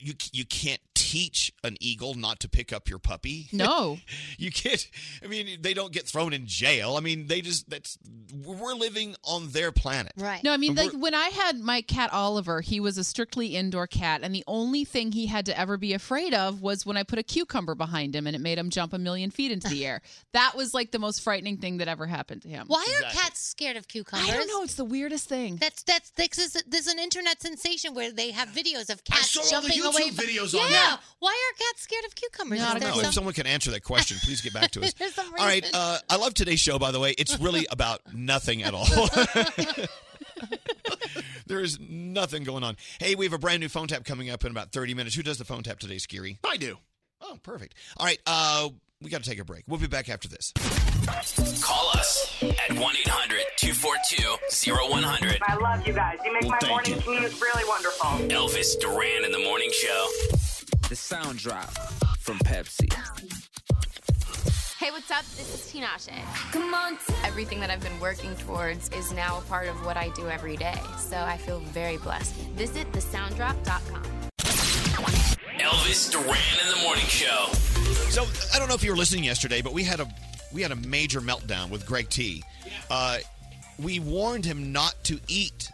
S1: you you can't teach an eagle not to pick up your puppy.
S7: No.
S1: you can't. I mean, they don't get thrown in jail. I mean, they just that's we're living on their planet.
S11: Right.
S7: No, I mean, like when I had my cat Oliver, he was a strictly indoor cat, and the only thing he had to ever be afraid of was when I put a cucumber behind him and it made him jump a million feet into the air. That was like the most frightening thing that ever happened to him.
S11: Why are cats scared of cucumbers? I don't know.
S7: It's the weirdest thing.
S11: That's that's this is there's an internet sensation where they have videos of cats
S6: saw all the
S11: jumping
S6: YouTube
S11: away. from-
S6: videos
S11: yeah.
S6: on that.
S11: Why are cats scared of cucumbers?
S1: I
S11: Is
S1: don't
S11: there
S1: know. If
S11: some-
S1: someone can answer that question, please get back to us.
S11: there's some
S1: All right,
S11: reason.
S1: uh, I love today's show. By the way, it's really about nothing at all. there is nothing going on. Hey, we have a brand new phone tap coming up in about thirty minutes. Who does the phone tap today, Skiri? I do. Oh, perfect. All right, uh, we got to take a break. We'll be back after this.
S8: Call us at 1 800 242 0100.
S17: I love you guys. You make
S8: Well,
S17: my
S8: thank
S17: morning
S8: you.
S17: commute really wonderful.
S8: Elvis Duran in the morning show. The sound drop from Pepsi.
S26: Hey, what's up? This is Tina Ashe. Come on. Everything that I've been working towards is now a part of what I do every day, so I feel very blessed. Visit thesounddrop.com.
S8: Elvis Duran in the morning show.
S1: So I don't know if you were listening yesterday, but we had a we had a major meltdown with Greg T. Uh, we warned him not to eat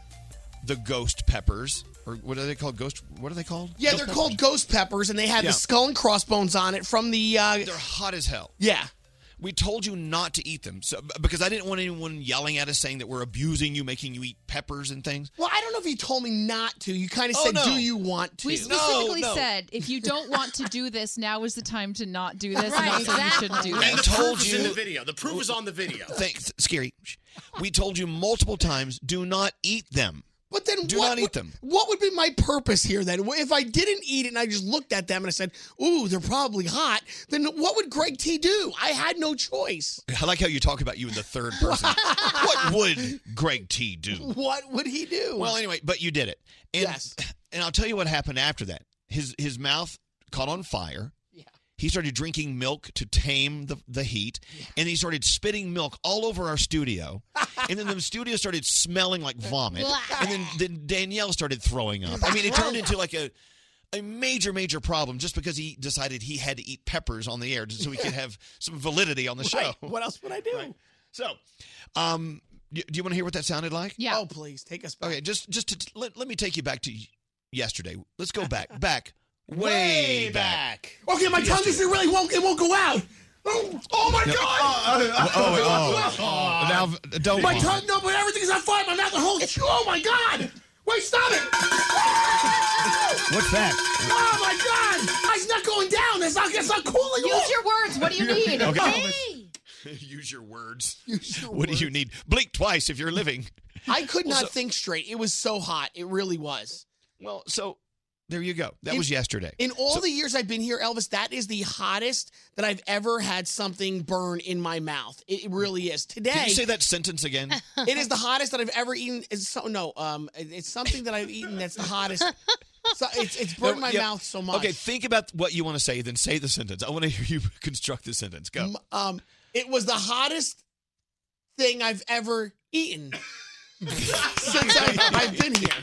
S1: the ghost peppers, or what are they called? Ghost? What are they called?
S6: Yeah,
S1: Ghost
S6: they're
S1: peppers?
S6: called ghost peppers, and they had
S1: Yeah.
S6: the skull and crossbones on it from the. Uh, they're
S1: hot as hell.
S6: Yeah.
S1: We told you not to eat them so, because I didn't want anyone yelling at us saying that we're abusing you, making you eat peppers and things.
S6: Well, I don't know if you told me not to. You kind of
S1: Oh,
S6: said,
S1: no.
S6: "Do you want to?"
S7: We specifically said if you don't want to do this, now is the time to not do this.
S6: Right,
S7: and also you shouldn't do
S1: I
S7: this.
S1: told
S6: is
S1: you
S6: in the video. The proof is on the video.
S1: Thanks, scary. We told you multiple times, do not eat them.
S6: But then
S1: Do
S6: what
S1: not eat
S6: would-
S1: them.
S6: What would be my purpose here then? If I didn't eat it and I just looked at them and I said, "Ooh, they're probably hot," then what would Greg T do? I had no choice.
S1: I like how you talk about you in the third person. what would Greg T do?
S6: What would he do?
S1: Well, anyway, but you did it. And, yes. And I'll tell you what happened after that. His his mouth caught on fire. Yeah. He started drinking milk to tame the, the heat, and he started spitting milk all over our studio. and then the studio started smelling like vomit. and then, then Danielle started throwing up. I mean, it turned into like a a major, major problem just because he decided he had to eat peppers on the air so he could have some validity on the show.
S6: Right. What else would I do?
S1: So, um, y- do you want to hear what that sounded like?
S7: Yeah.
S6: Oh, please take us back.
S1: Okay, just just to, let, let me take you back to y- yesterday. Let's go back, back, way,
S6: Way
S1: back.
S6: Okay, my tongue just really won't it won't go out. Oh, oh my
S1: No.
S6: god!
S1: Oh, oh, wait, oh.
S6: Oh.
S1: Now, don't
S6: My
S1: vomit.
S6: tongue, no, but everything's on fire. My mouth, the whole. Oh my god! Wait, stop it!
S1: What's that?
S6: Oh my god! It's not going down. It's not. It's not cooling.
S1: Use
S6: off.
S1: your words. What do you need? Okay.
S6: Hey.
S1: Use your words. what do you need? Blink twice if you're living.
S6: I could
S1: Well,
S6: not
S1: so-
S6: think straight. It was so hot. It really was.
S1: Well, so there you go. That was yesterday.
S6: In all
S1: So-
S6: the years I've been here, Elvis, that is the hottest that I've ever had something burn in my mouth. It it really is. Today,
S1: Can you say that sentence again?
S6: it is the hottest that I've ever eaten. It's so, no, um, it- it's something that I've eaten that's the hottest. So it's it's burned
S1: No,
S6: my
S1: yeah.
S6: mouth so much.
S1: Okay, think about what you want to say, then say the sentence. I want to hear you construct the sentence. Go.
S6: Um, it was the hottest thing I've ever eaten since I, I've been here.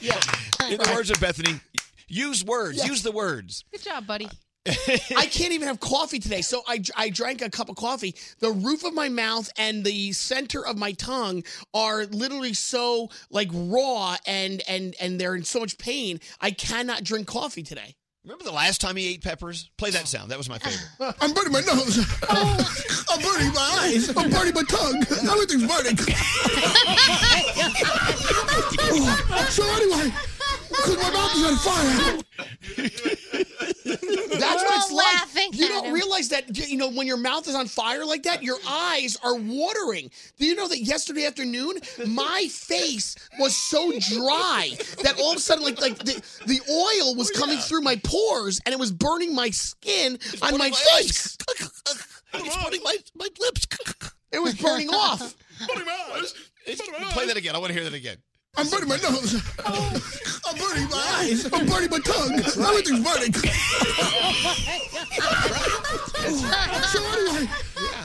S6: Yeah.
S1: In the words of Bethany, use words. Use the words.
S7: Good job, buddy.
S6: I can't even have coffee today. So I, I drank a cup of coffee. The roof of my mouth and the center of my tongue are literally so like raw and and and they're in so much pain. I cannot drink coffee today.
S1: Remember the last time he ate peppers? Play that sound. That was my favorite.
S6: I'm burning my nose. I'm burning my eyes. I'm burning my tongue. Everything's burning.
S5: so anyway, because my mouth is on fire.
S6: That's
S5: We're
S6: what
S5: all
S6: it's like.
S5: laughing
S6: you
S5: at
S6: don't
S5: him.
S6: realize that you know when your mouth is on fire like that, your eyes are watering. Do you know that yesterday afternoon my face was so dry that all of a sudden like like the, the oil
S5: Oh,
S6: was coming through my pores and it was burning my skin on my,
S1: burning my
S6: face. it's burning my, my lips. it was burning off.
S1: Play that again. I want to hear that again.
S5: I'm burning my nose.
S1: Oh.
S5: I'm burning my eyes. I'm burning my tongue. Everything's burning.
S6: so anyway,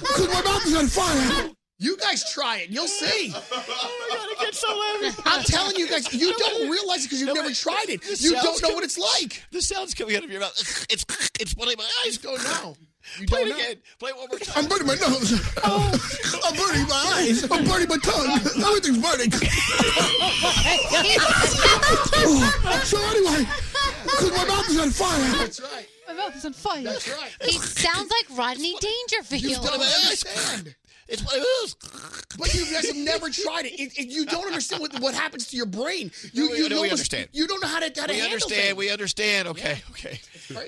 S6: because my mouth is on fire. You guys try it. You'll see.
S1: Oh
S6: I'm telling you guys, you don't realize it because you've never tried it.
S1: This
S6: You
S1: sounds
S6: don't know
S1: com-
S6: what it's like.
S1: The sound's coming out of your mouth. It's it's one of my eyes.
S6: Go now. You
S1: Play
S6: don't
S1: it
S6: know.
S1: again. Play it one more time. Oh.
S5: I'm burning my nose. I'm burning my eyes. I'm burning my tongue. Everything's burning. so anyway, because my mouth is on fire.
S6: That's right.
S7: My mouth is on fire. That's
S6: right.
S11: He sounds like Rodney Dangerfield.
S6: It's what it is. But you guys have never tried it. It- it- You don't understand what, what happens to your brain. You,
S1: No, we- no,
S6: you know
S1: we
S6: what's-
S1: understand.
S6: You don't know how to, how to
S1: we
S6: handle
S1: understand.
S6: things.
S1: We understand. Okay. Okay.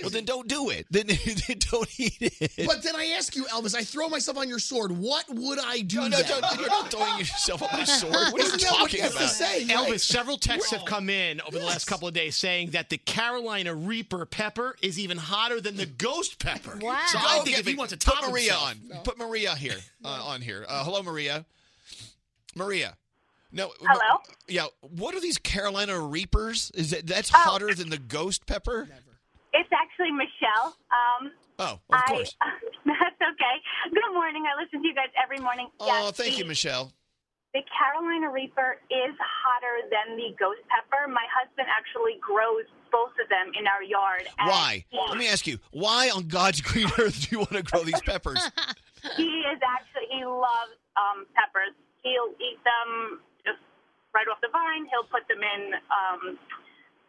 S1: Well, then don't do it. Then, then don't eat it.
S6: But then I ask you, Elvis, I throw myself on your sword. What would I do?
S1: No, no,
S6: then?
S1: don't, you're not throwing yourself on my sword. What are you
S6: Isn't that what
S1: talking
S6: that's
S1: about?
S6: the same, right?
S27: Elvis, several texts have come in over the last couple of days saying that the Carolina Reaper pepper is even hotter than the ghost pepper.
S1: Wow.
S27: So I think if he wants to top
S1: Put Maria
S27: himself-
S1: on. Put Maria here. Uh, on here. Uh, hello, Maria. Maria. No.
S28: Hello?
S1: Yeah. What are these Carolina Reapers? Is that that's hotter than the ghost pepper?
S17: It's actually Michelle. Um,
S1: Oh, of
S17: I,
S1: course.
S17: That's okay. Good morning. I listen to you guys every morning.
S1: oh, thank you, Michelle.
S17: The Carolina Reaper is hotter than the ghost pepper. My husband actually grows both of them in our yard. and
S1: Why? Let me ask you. Why on God's green earth do you want to grow these peppers?
S17: He is actually he loves um, peppers. He'll eat them just right off the vine. He'll put them in um,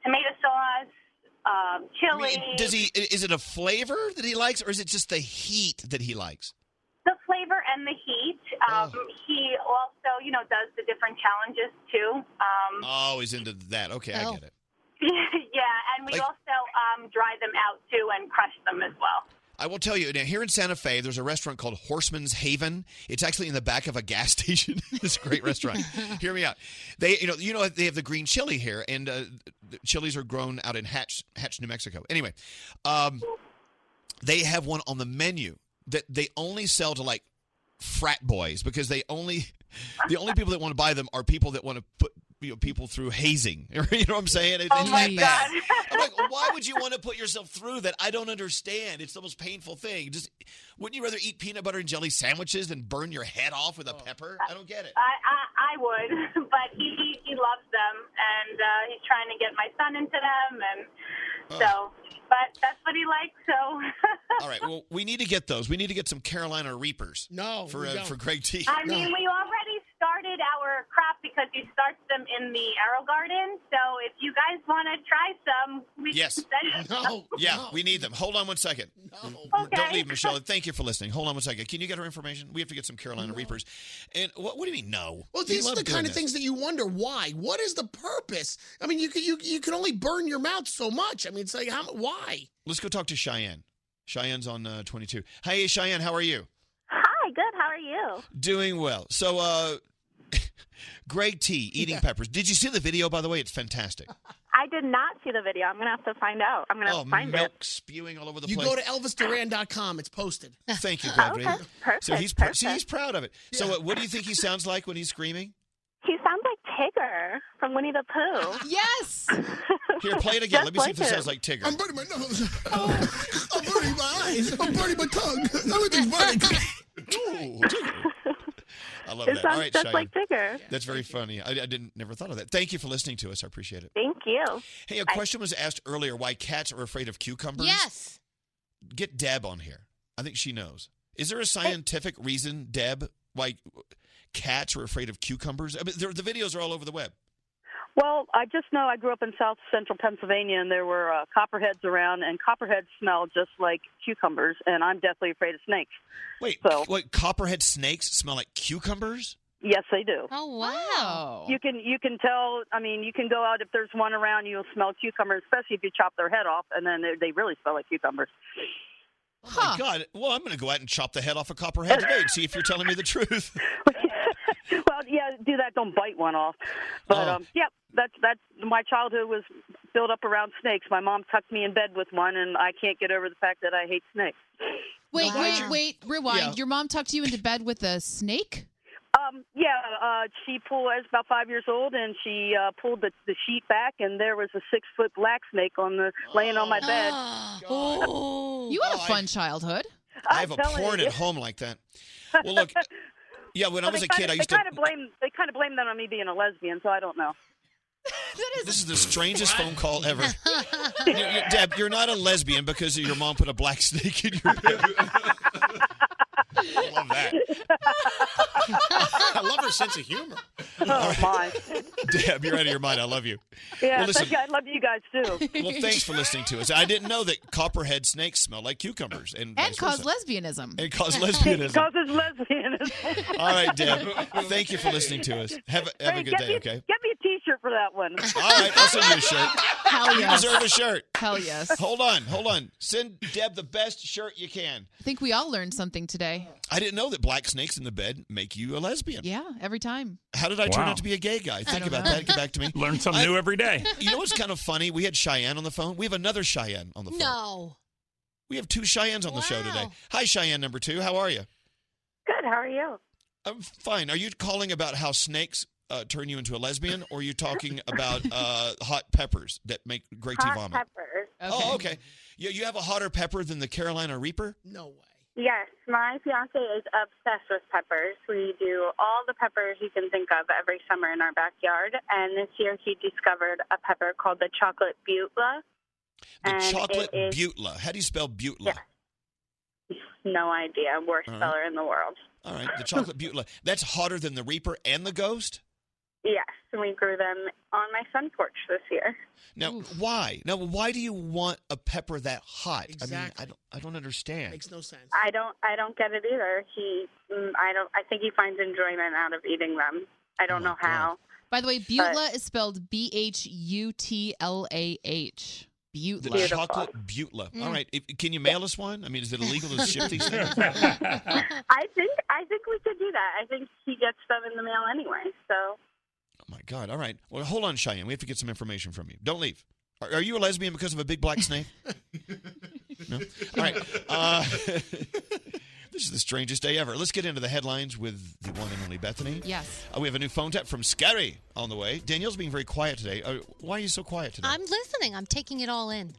S17: tomato sauce, um,
S1: I
S17: chili.
S1: mean, does he? Is it a flavor that he likes, or is it just the heat that he likes?
S17: the flavor and the heat. Um,
S1: Oh.
S17: He also, you know, does the diffent challenges too. Um,
S1: Oh, he's into that. Okay, I get it.
S17: yeah, and we
S1: Like-
S17: also um, dry them out too and crush them as well.
S1: I will tell you now. Here in Santa Fe, there's a restaurant called Horseman's Haven. It's actually in the back of a gas station. it's a great restaurant. Hear me out. They, you know, you know, they have the green chili here, and uh, the chilies are grown out in Hatch, Hatch, New Mexico. Anyway, um, they have one on the menu that they only sell to like frat boys because they only the only people that want to buy them are people that want to put you know, people through hazing. you know what I'm saying? It-
S29: Oh
S1: it's
S29: my
S1: that bad. I'm like, why would you want to put yourself through that? I don't understand. It's the most painful thing. Just wouldn't you rather eat peanut butter and jelly sandwiches than burn your head off
S30: Oh.
S1: with a pepper? I don't get it.
S30: I, I, I would, but he, he- he loves them, and uh, he's trying to get my son into them, and so. But that's what he likes, so.
S1: All right. Well, we need to get those. We need to get some Carolina Reapers. No, for
S30: we
S1: uh,
S30: don't.
S1: for Greg T.
S30: I mean, we already started our crop because you start them in the Arrow Garden. So if you guys want to try some, we
S1: Yes.
S30: can send you some.
S1: Yeah, we need them. Hold on one second. Don't leave, Michelle. Thank you for listening. Hold on one second. Can you get her information? We have to get some Carolina Reapers. And what, what do you mean, no?
S6: Well,
S1: They
S6: these are
S1: love
S6: the
S1: doing
S6: kind of
S1: this.
S6: things that you wonder why. What is the purpose? I mean, you can, you you can only burn your mouth so much. I mean, it's like how why?
S1: Let's go talk to Cheyenne. Cheyenne's on uh, 22. Hey, Cheyenne, how are you?
S17: Hi, good. How are you?
S1: Doing well. So, uh, Greg T, eating peppers. Did you see the video, by the way? It's fantastic.
S17: I did not see the video. I'm gonna have to find out. I'm gonna
S1: Oh,
S17: find
S1: milk
S17: it.
S1: spewing all over the
S6: You
S1: place.
S6: go to ElvisDuran.com. It's posted.
S1: Thank you, Gregory.
S17: Okay, perfect,
S1: so he's see, he's
S17: perfect.
S1: proud of it. So, uh, what do you think he sounds like when he's screaming?
S17: He sounds like Tigger from Winnie the Pooh.
S7: Yes.
S1: Here, play it again. Let me see if this
S17: like
S1: sounds like Tigger.
S5: I'm burning my nose. I'm burning my eyes. I'm burning my tongue. Everything's burning.
S1: I love
S17: It
S1: that.
S17: sounds
S1: All right,
S17: just
S1: Cheyenne.
S17: like Tigger.
S1: That's very funny. I, I didn't never thought of that. Thank you for listening to us. I appreciate it.
S17: Thank you.
S1: Hey, a question was asked earlier why cats are afraid of cucumbers.
S17: Yes.
S1: Get Deb on here. I think she knows. Is there a scientific reason, Deb, why cats are afraid of cucumbers? I mean, there- the videos are all over the web.
S31: Well, I just know I grew up in South Central Pennsylvania, and there were uh, copperheads around, and copperheads smell just like cucumbers, and I'm deathly afraid of snakes.
S1: Wait, what? Copperhead snakes smell like cucumbers?
S31: Yes, they do.
S11: Oh wow!
S31: You can you can tell. I mean, you can go out if there's one around, you'll smell cucumbers, especially if you chop their head off, and then they, they really smell like cucumbers.
S1: Oh my God! Well, I'm going to go out and chop the head off a copperhead today and see if you're telling me the truth.
S31: well, yeah, do that. Don't bite one off. But um, yeah, that's that's my childhood was built up around snakes. My mom tucked me in bed with one, and I can't get over the fact that I hate snakes.
S7: Wait, wait, wait. Rewind.
S31: Yeah.
S7: Your mom tucked you into bed with a snake?
S31: Um, yeah, uh, she pulled. I was about five years old, and she uh, pulled the, the sheet back, and there was a six foot black snake on the laying on my bed.
S7: Oh. You had a fun childhood.
S1: I have a porn at home like that. Well, look. Yeah, when I was a kid, I used
S31: they
S1: to.
S31: kind of blame they kind of blame that on me being a lesbian, so I don't know.
S1: This is the strangest phone call ever. You- you- Deb, you're not a lesbian because your mom put a black snake in your bed. I love that.
S6: I love her sense of humor.
S31: Oh my!
S1: Deb, you're out of your mind. I love you.
S31: Yeah,
S1: Well, listen.
S31: thank you. I love you guys too.
S1: Well, thanks for listening to us. I didn't know that copperhead snakes smell like cucumbers and
S7: And
S1: vice
S7: caused
S1: versa.
S7: lesbianism.
S1: And caused lesbianism.
S31: Causes lesbianism.
S1: All right, Deb. Thank you for listening to us. Have a, have
S31: Hey,
S1: a good
S31: get
S1: day,
S31: me-
S1: okay?
S31: Get me a T-shirt for that one.
S1: All right, I'll send you a shirt.
S7: Hell
S1: you
S7: yes.
S1: deserve a shirt.
S7: Hell yes.
S1: Hold on, hold on. Send Deb the best shirt you can.
S7: I think we all learned something today.
S1: I didn't know that black snakes in the bed make you a lesbian.
S7: Yeah, every time.
S1: How did I turn
S7: Wow.
S1: out to be a gay guy? Think
S7: don't
S1: about
S7: know.
S1: that. Get back to me.
S12: Learn something new every day.
S1: You know what's kind of funny? We had Cheyenne on the phone. We have another Cheyenne on the phone.
S11: No.
S1: We have two Cheyennes on the show today. Hi, Cheyenne number two. How are you?
S17: Good. How are you?
S1: I'm fine. Are you calling about how snakes uh, turn you into a lesbian, or are you talking about uh, hot peppers that make great tea
S17: Hot
S1: vomit?
S17: peppers.
S1: Oh, okay. You, you have a hotter pepper than the Carolina Reaper?
S6: No way.
S17: Yes, my fiance is obsessed with peppers. We do all the peppers you can think of every summer in our backyard. And this year he discovered a pepper called the chocolate butla.
S1: The
S17: and
S1: chocolate
S17: Um, it is
S1: butla. How do you spell butla?
S17: no idea. Worst
S1: All right.
S17: seller in the world.
S1: All right, the chocolate butla. That's hotter than the Reaper and the Ghost?
S17: Yes, we grew them on my sun porch this year.
S1: Now, why? Now, why do you want a pepper that hot? I mean, I don't, I don't understand.
S6: Makes no sense.
S17: I don't I don't get it either. He mm, I don't I think he finds enjoyment out of eating them. I
S1: Oh
S17: don't know how.
S7: By the way, butla is spelled B H U T L A H. Butte.
S1: The
S7: Lab.
S1: chocolate butla.
S7: Mm.
S1: All right. If, can you mail us one? I mean, is it illegal to ship these things?
S17: I think I think we could do that. I think he gets them in the mail anyway. So
S1: My God. All right. Well, hold on, Cheyenne. We have to get some information from you. Don't leave. Are, are you a lesbian because of a big black snake? no. All right. Uh, this is the strangest day ever. Let's get into the headlines with the one and only Bethany.
S7: Yes.
S1: Uh, we have a new phone tap from Scary on the way. Danielle's being very quiet today. Uh, why are you so quiet today?
S7: I'm listening. I'm taking it all in.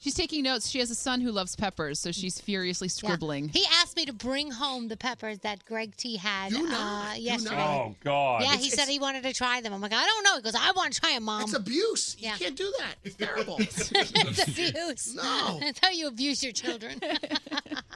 S11: She's
S7: taking notes. She has a son who loves peppers, so she's furiously scribbling.
S11: He asked me to bring home the peppers that Greg T had uh, yesterday.
S12: Oh God.
S11: Yeah, he said he wanted to try them. I'm like, I don't know. He goes, I want to try them, mom. It's
S5: abuse.
S11: Yeah. You
S5: can't do that. It's terrible.
S11: it's abuse.
S5: No.
S11: That's how you abuse your children.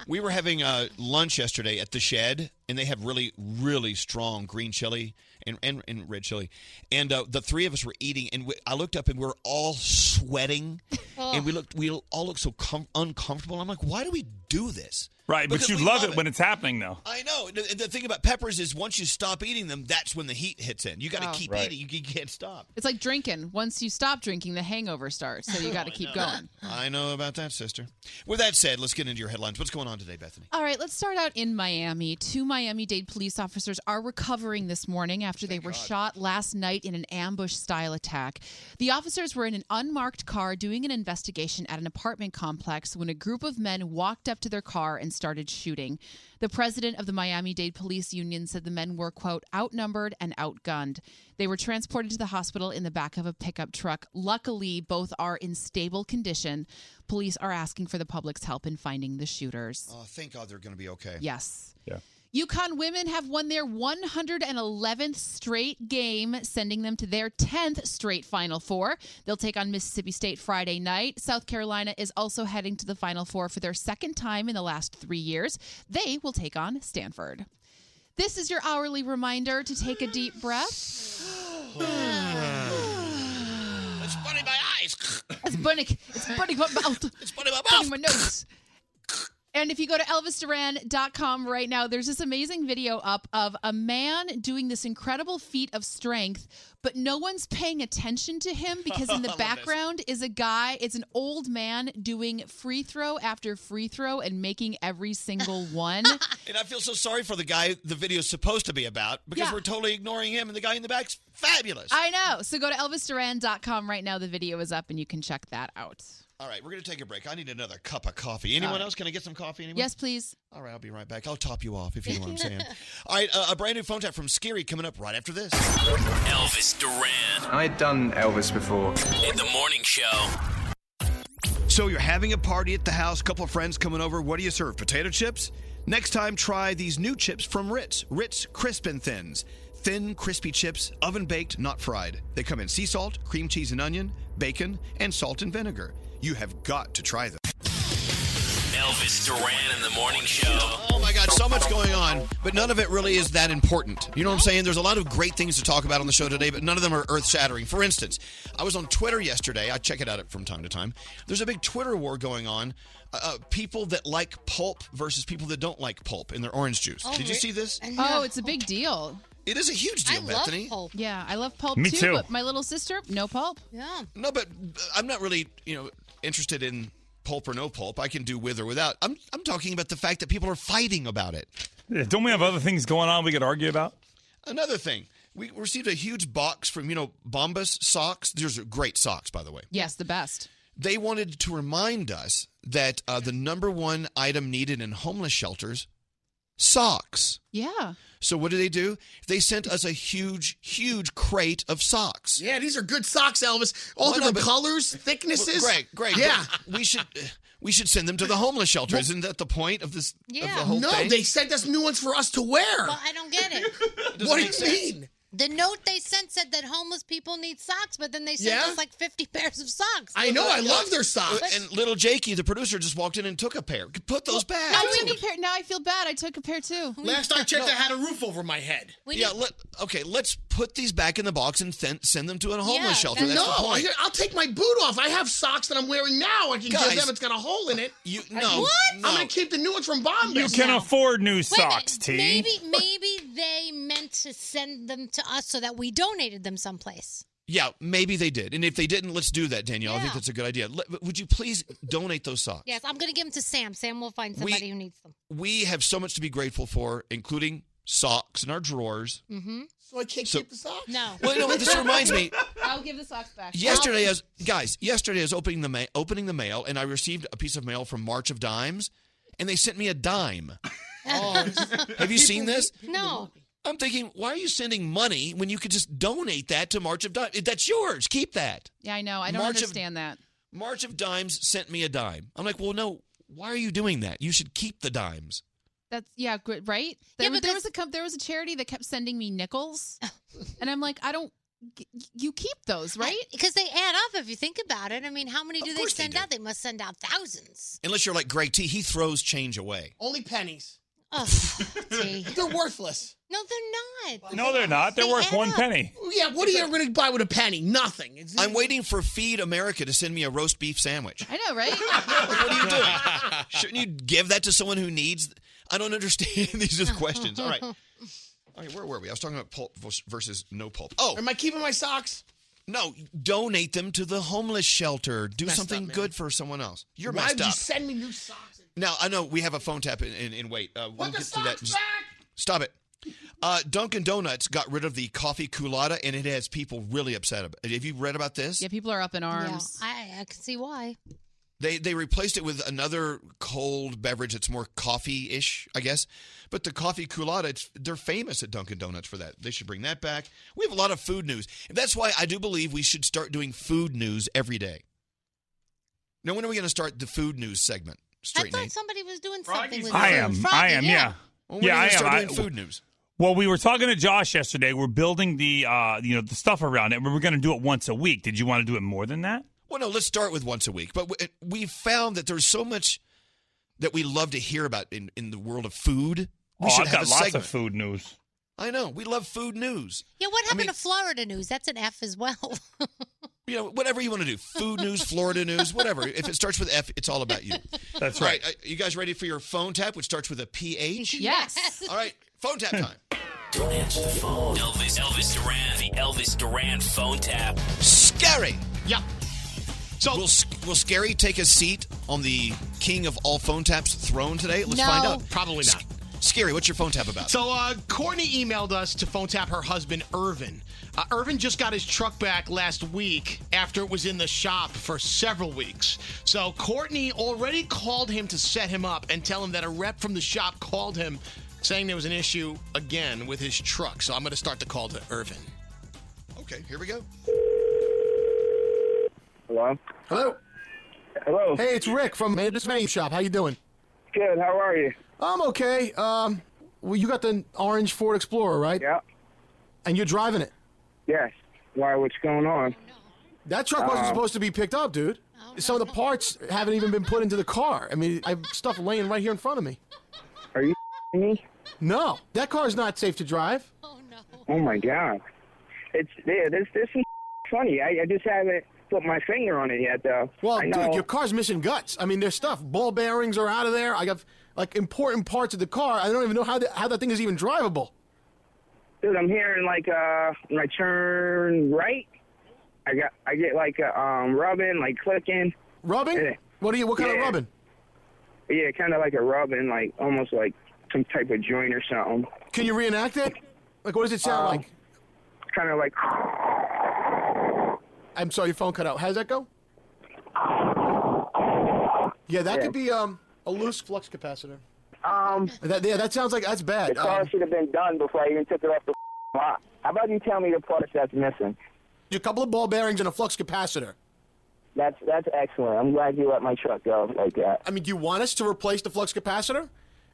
S1: We were having uh, lunch yesterday at the shed, and they have really, really strong green chili and and, and red chili. And uh, the three of us were eating, and we, I looked up, and we are all sweating, and we looked, we all looked so com- uncomfortable. I'm like, why do we do this?
S12: Right, but
S1: Because
S12: you
S1: we
S12: love, it when it's happening, though.
S1: I know. And The, and the thing about peppers is once you stop eating them, that's when the heat hits in. You got to
S7: Oh.
S1: keep
S7: Right.
S1: eating. You, you can't stop.
S7: It's like drinking. Once you stop drinking, the hangover starts, so you got to keep going.
S1: I Oh, know about that, sister. With that said, let's get into your headlines. What's going on today, Bethany?
S7: All right, let's start out in Miami. Two Miami Dade police officers are recovering this morning after they were shot last night in an ambush style attack. The officers were in an unmarked car doing an investigation at an apartment complex when a group of men walked up to their car and started shooting. The president of the Miami Dade Police Union said the men were, quote, outnumbered and outgunned. They were transported to the hospital in the back of a pickup truck. Luckily, both are in stable condition. Police are asking for the public's help in finding the shooters.
S1: Oh, thank God they're going to be okay.
S7: Yes.
S12: Yeah.
S7: Yukon women have won their 111th straight game, sending them to their 10th straight Final Four. They'll take on Mississippi State Friday night. South Carolina is also heading to the Final Four for their second time in the last three years. They will take on Stanford. This is your hourly reminder to take a deep breath.
S1: It's burning my eyes.
S7: It's burning. It's burning my mouth. It's
S1: burning my
S7: mouth. my nose. And if you go to ElvisDuran.com right now, there's this amazing video up of a man doing this incredible feat of strength, but no one's paying attention to him because in
S4: I
S7: the
S4: love this.
S7: background is a guy, it's an old man doing free throw after free throw and making every single one.
S1: And I feel so sorry for the guy the video's supposed to be about because
S7: Yeah.
S1: we're totally ignoring him, and the guy in the back's fabulous.
S7: I know. So go to ElvisDuran.com right now. The video is up and you can check that out.
S1: All right, we're going to take a break. I need another cup of coffee. Anyone
S7: All right.
S1: else? Can I get some coffee? Anyone?
S7: Yes, please.
S1: All right, I'll be right back. I'll top you off if you know what I'm saying. All right, uh, a brand new phone tap from Scary coming up right after this.
S8: Elvis Duran
S15: I'd done Elvis before.
S8: in the morning show.
S32: So you're having a party at the house, couple of friends coming over. What do you serve? Potato chips? Next time, try these new chips from Ritz. Ritz Crisp and Thins. Thin, crispy chips, oven baked, not fried. They come in sea salt, cream cheese and onion, bacon, and salt and vinegar. You have got to try them.
S8: Elvis Duran in the morning show.
S1: Oh my God, so much going on, but none of it really is that important. You know what I'm saying? There's a lot of great things to talk about on the show today, but none of them are earth shattering. For instance, I was on Twitter yesterday. I check it out from time to time. There's a big Twitter war going on. Uh, uh, people that like pulp versus people that don't like pulp in their orange juice. Did you see this?
S7: Oh, it's a big deal.
S1: It is a huge deal,
S7: I
S1: Bethany.
S7: Love pulp. Yeah, I love pulp
S1: Me
S7: too,
S1: too.
S7: But my little sister, no pulp.
S11: Yeah.
S1: No, but uh, I'm not really, you know, interested in pulp or no pulp. I can do with or without. I'm I'm talking about the fact that people are fighting about it.
S12: Yeah, Don't we have other things going on we could argue about?
S1: Another thing, we received a huge box from, you know, Bombas socks. These are great socks, by the way.
S7: Yes, the best.
S1: They wanted to remind us that uh, the number one item needed in homeless shelters socks.
S7: Yeah.
S1: So what did they do? They sent us a huge, huge crate of socks.
S5: Yeah, these are good socks, Elvis. All
S1: Well, no,
S5: different
S1: but-
S5: colors, thicknesses.
S1: Well, Greg, Greg,
S5: Yeah.
S1: but we should we should send them to the homeless shelter. Isn't that the point of this? Of the whole
S5: no,
S1: thing?
S5: they sent us new ones for us to wear.
S11: Well, I don't get it.
S5: Doesn't What do make you sense. mean?
S11: The note they sent said that homeless people need socks, but then they sent
S1: Yeah?
S11: us like 50 pairs of socks.
S1: And little Jakey, the producer, just walked in and took a pair. Put those back.
S7: Now, we need a pair. now I feel bad. I took a pair too.
S5: Last I checked, I had a roof over my head.
S7: We
S1: yeah,
S7: need-
S1: let, okay, let's put these back in the box and th- send them to a homeless shelter. That's
S5: no,
S1: the point.
S5: I- I'll take my boot off. I have socks that I'm wearing now. I can
S1: Guys,
S5: give them. It's got a hole in it.
S1: You
S12: no, What? no.
S5: I'm gonna keep the new ones from
S1: Oh,
S5: Bombas.
S12: You can afford new socks, T.
S11: Maybe maybe they meant to send them to us so that we donated them someplace.
S1: Yeah, maybe they did. And if they didn't, let's do that, Danielle. I think that's a good idea. Let- Would you please donate those socks?
S11: Yes, I'm going to give them to Sam. Sam will find somebody who needs them.
S1: We have so much to be grateful for, including socks in our drawers.
S11: Mm-hmm.
S33: So I can't
S1: So-
S33: keep the socks?
S11: No.
S1: Well, no, this reminds me.
S7: I'll give the socks back.
S1: Yesterday, I was guys, yesterday I was opening the ma- opening the mail, and I received a piece of mail from March of Dimes, and they sent me a dime.
S7: Oh.
S1: Oh, Have you seen this?
S11: No.
S1: I'm thinking, why are you sending money when you could just donate that to March of Dimes? That's yours. Keep that.
S7: Yeah, I know. I don't
S1: March of-
S7: understand that.
S1: March of Dimes sent me a dime. I'm like, well, no. Why are you doing that? You should keep the dimes.
S7: That's yeah, gr- right. There,
S11: Yeah, but
S7: there was a com- there was a charity that kept sending me nickels, and I'm like, I don't. g- You keep those, right?
S11: Because they add up if you think about it. I mean, how many do they send out? They must send out thousands.
S1: Unless you're like Greg T, he throws change away.
S5: Only pennies.
S11: Ugh,
S5: They're worthless.
S11: No, they're not.
S12: No, they're not. They're worth one penny.
S5: Yeah, what are you ever going to buy with a penny? Nothing. It's-
S1: I'm waiting for Feed America to send me a roast beef sandwich.
S7: I know, right?
S1: what are you doing? Shouldn't you give that to someone who needs? I don't understand these just questions. All right. Okay, where were we? I was talking about pulp vers- versus no pulp. Oh,
S5: Am I keeping my socks?
S1: no, donate them to the homeless shelter. Do
S5: Messed
S1: something
S5: up, man.
S1: good for someone else. You're
S5: Why
S1: messed
S5: would you
S1: up.
S5: send me new socks?
S1: now I know we have a phone tap in, in, in wait. Uh, we'll get to that. Just- Stop it. Uh, Dunkin' Donuts got rid of the coffee culotta, and it has people really upset. About. Have you read about this?
S7: Yeah, people are up in
S11: Yeah,
S7: arms.
S11: I, I can see why.
S1: They they replaced it with another cold beverage that's more coffee ish, I guess. But the coffee culotta, it's, they're famous at Dunkin' Donuts for that. They should bring that back. We have a lot of food news. And that's why I do believe we should start doing food news every day. Now, when are we going to start the food news segment? Straight
S11: I
S1: Nate?
S11: thought somebody was doing something with
S12: I
S11: food.
S12: am. I
S11: Froggy,
S12: am. Yeah.
S1: When
S12: yeah,
S1: are
S12: I
S1: we
S12: am.
S1: gonna start
S12: I-
S1: doing food news?
S12: Well, we were talking to Josh yesterday. We're building the uh, you know the stuff around it. We were going to do it once a week. Did you want to do it more than that?
S1: Well, no, let's start with once a week. But we- we found that there's so much that we love to hear about in, in the world of food. We
S12: oh, I've
S1: should have
S12: got
S1: a
S12: lots
S1: segment.
S12: of food news.
S1: I know. We love food news.
S11: Yeah, what happened
S1: mean-
S11: to Florida news? That's an F as well.
S1: you know, whatever you want to do. Food news, Florida news, whatever. If it starts with F, it's all about you.
S12: That's
S1: right. uh, you guys ready for your phone tap, which starts with a PH?
S7: Yes.
S1: All right, phone tap time.
S8: Don't answer the phone. Elvis, Elvis Duran, the Elvis Duran phone tap.
S1: Scary.
S5: Yeah. So
S1: will Sc- will Scary take a seat on the king of all phone taps throne today? Let's
S5: No.
S1: find out.
S5: Probably not.
S1: Scary, what's your phone tap about?
S5: So uh, Courtney emailed us to phone tap her husband Irvin. Uh, Irvin just got his truck back last week after it was in the shop for several weeks. So Courtney already called him to set him up and tell him that a rep from the shop called him saying there was an issue again with his truck. So I'm going to start the call to Irvin.
S1: okay, here we go.
S25: Hello.
S5: Hello.
S25: Hello.
S5: Hey, it's Rick from Mantis Name Shop. How you doing?
S25: Good. How are you?
S5: I'm okay. Um, well, you got the orange Ford Explorer, right? Yeah. And you're driving it.
S25: Yes. Why? What's going on?
S5: That truck wasn't
S25: Um,
S5: supposed to be picked up, dude. Some of the parts haven't even been put into the car. I mean, I have stuff laying right here in front of me.
S25: Are you me?
S5: No, that car's not safe to drive.
S25: Oh my God. It's yeah. This this is funny. I, I just haven't put my finger on it yet, though.
S5: Well,
S25: I
S5: dude,
S25: know.
S5: your car's missing guts. I mean, there's stuff. Ball bearings are out of there. I got like important parts of the car. I don't even know how the, how that thing is even drivable.
S25: dude, I'm hearing like uh, when I turn right, I got I get like a um rubbing, like clicking.
S5: Rubbing? What are you? What kind of
S25: Yeah.
S5: rubbing?
S25: Yeah, kind of like a rubbing, like almost like some type of joint or something.
S5: Can you reenact it? Like, what does it sound like?
S25: Kind of Um, like.
S5: I'm sorry, your phone cut out. How does that go? Yeah, that
S25: Yeah.
S5: could be um, a loose flux capacitor.
S25: Um.
S5: That, yeah, that sounds like that's bad.
S25: The car
S5: Um,
S25: should have been done before I even took it off the lot. How about you tell me the parts that's missing?
S5: a couple of ball bearings and a flux capacitor.
S25: That's that's excellent. I'm glad you let my truck go like that.
S5: I mean, do you want us to replace the flux capacitor?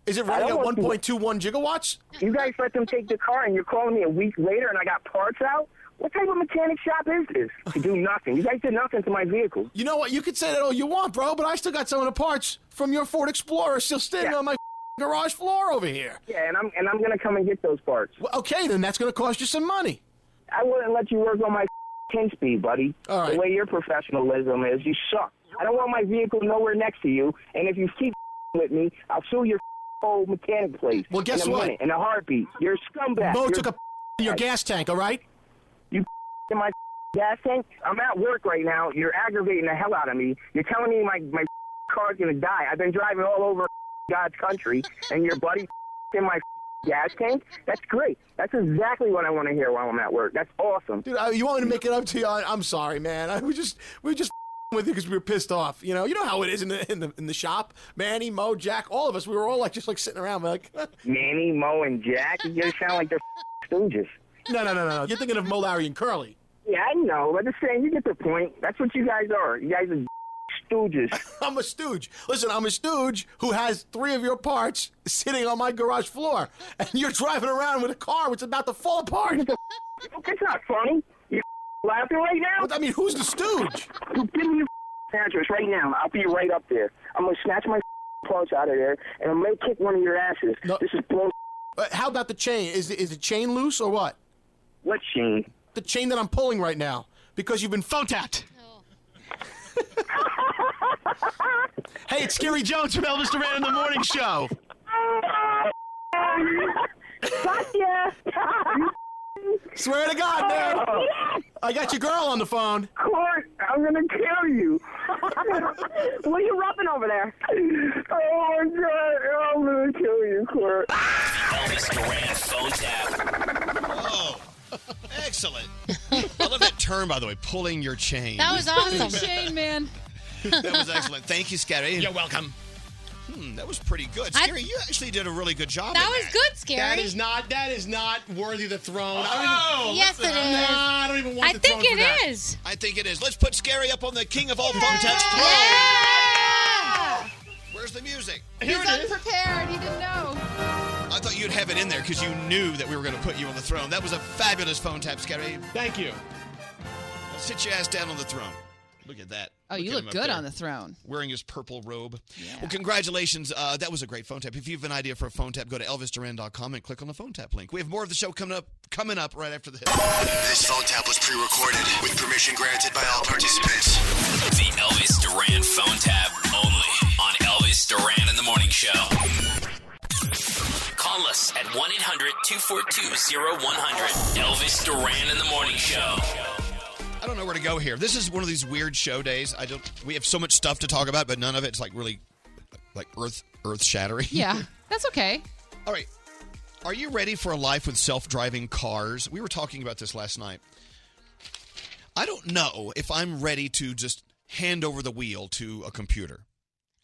S5: Is it
S25: I
S5: running at
S25: don't want to-
S5: 1.21 gigawatts?
S25: You guys let them take the car, and you're calling me a week later, and I got parts out. What type of mechanic shop is this? To do nothing. You guys did nothing to my vehicle.
S5: You know what? You could say that all you want, bro, but I still got some of the parts from your Ford Explorer still standing on my garage floor over here.
S25: Yeah, and I'm and I'm gonna come and get those parts.
S5: Well, okay, then that's going to cost you some money.
S25: I wouldn't let you work on my 10 speed, buddy. The way your professionalism is, you suck. I don't want my vehicle nowhere next to you, and if you keep with me, I'll sue your whole mechanic place.
S5: Well, guess
S25: in a
S5: what?
S25: Minute, in a heartbeat. You're a scumbag.
S5: Mo
S25: You're
S5: took a in your gas tank, all right?
S25: You in my
S4: gassing. I'm at work right now. You're aggravating the hell out of me. You're telling me my my car's gonna die. I've been driving all over God's country, and your buddy in my gas tank. That's great. That's exactly what I want to hear while I'm at work. That's awesome.
S5: Dude, I, you want me to make it up to you? I, I'm sorry, man. I was just we were just with you because we were pissed off. You know, you know how it is in the in the in the shop. Manny, Mo, Jack, all of us. We were all like just like sitting around like.
S4: Manny, Mo, and Jack. You guys sound like they're stooges.
S5: No, no, no, no. You're thinking of Mo, Larry, and Curly.
S4: Yeah, I know. But just saying, you get the point. That's what you guys are. You guys are stooges.
S5: I'm a stooge. Listen, I'm a stooge who has three of your parts sitting on my garage floor, and you're driving around with a car which is about to fall apart.
S4: It's not funny. You're laughing right now.
S5: I mean, who's the stooge?
S4: Give me your address right now. I'll be right up there. I'm gonna snatch my parts out of there, and I'm gonna kick one of your asses. This is bull.
S5: Uh, how about the chain? Is is the chain loose or what?
S4: What chain?
S5: The chain that I'm pulling right now because you've been phone tapped. hey, it's Scary Jones from Elvis Duran in the Morning Show.
S4: Gotcha.
S5: Swear to God, man. I got your girl on the phone.
S4: Court, Oh, I'm gonna kill you.
S16: what are you rubbing over there?
S4: Oh my God, I'm gonna kill you, Court.
S8: Elvis Duran phone tap.
S1: Oh, Excellent. I love that term, by the way, pulling your chain.
S11: That was awesome.
S7: man.
S1: that was excellent. Thank you, Scary. You're
S5: welcome.
S1: Hmm, that was pretty good.
S11: I-
S1: Scary, you actually did a really good job.
S11: That
S1: in
S11: was good, Scary.
S5: That is not that is not worthy of the throne.
S1: Oh,
S5: I don't even,
S1: Yes,
S5: listen,
S1: it
S5: I'm
S1: is.
S5: not- I don't even want
S1: I
S5: the
S1: think
S5: throne
S1: it
S5: for
S11: is.
S1: I think it is. Let's put Scary up on the king of all phone taps throne. Where's the music?
S7: He's unprepared. He didn't know.
S1: I thought you'd have it in there because you knew that we were going to put you on the throne. That was a fabulous phone tap, Scary.
S5: Thank you.
S1: Well, sit your ass down on the throne. Look at that.
S7: Oh, you
S1: at
S7: look
S1: him up
S7: good
S1: there.
S7: on the throne.
S1: Wearing his purple robe. Well, congratulations. Uh, that was a great phone tap. If you have an idea for a phone tap, go to elvisduran.com and click on the phone tap link. We have more of the show coming up coming up right after this.
S34: This phone tap was pre-recorded with permission granted by all participants.
S8: The Elvis Duran phone tap only on Elvis Duran in the Morning Show. Call us at 1 800 242 0100. Elvis Duran in the Morning Show.
S1: I don't know where to go here. This is one of these weird show days. I don't. We have so much stuff to talk about, but none of it's like really, like earth earth shattering.
S7: Yeah, that's okay.
S1: All right. Are you ready for a life with self driving cars? We were talking about this last night. I don't know if I'm ready to just hand over the wheel to a computer.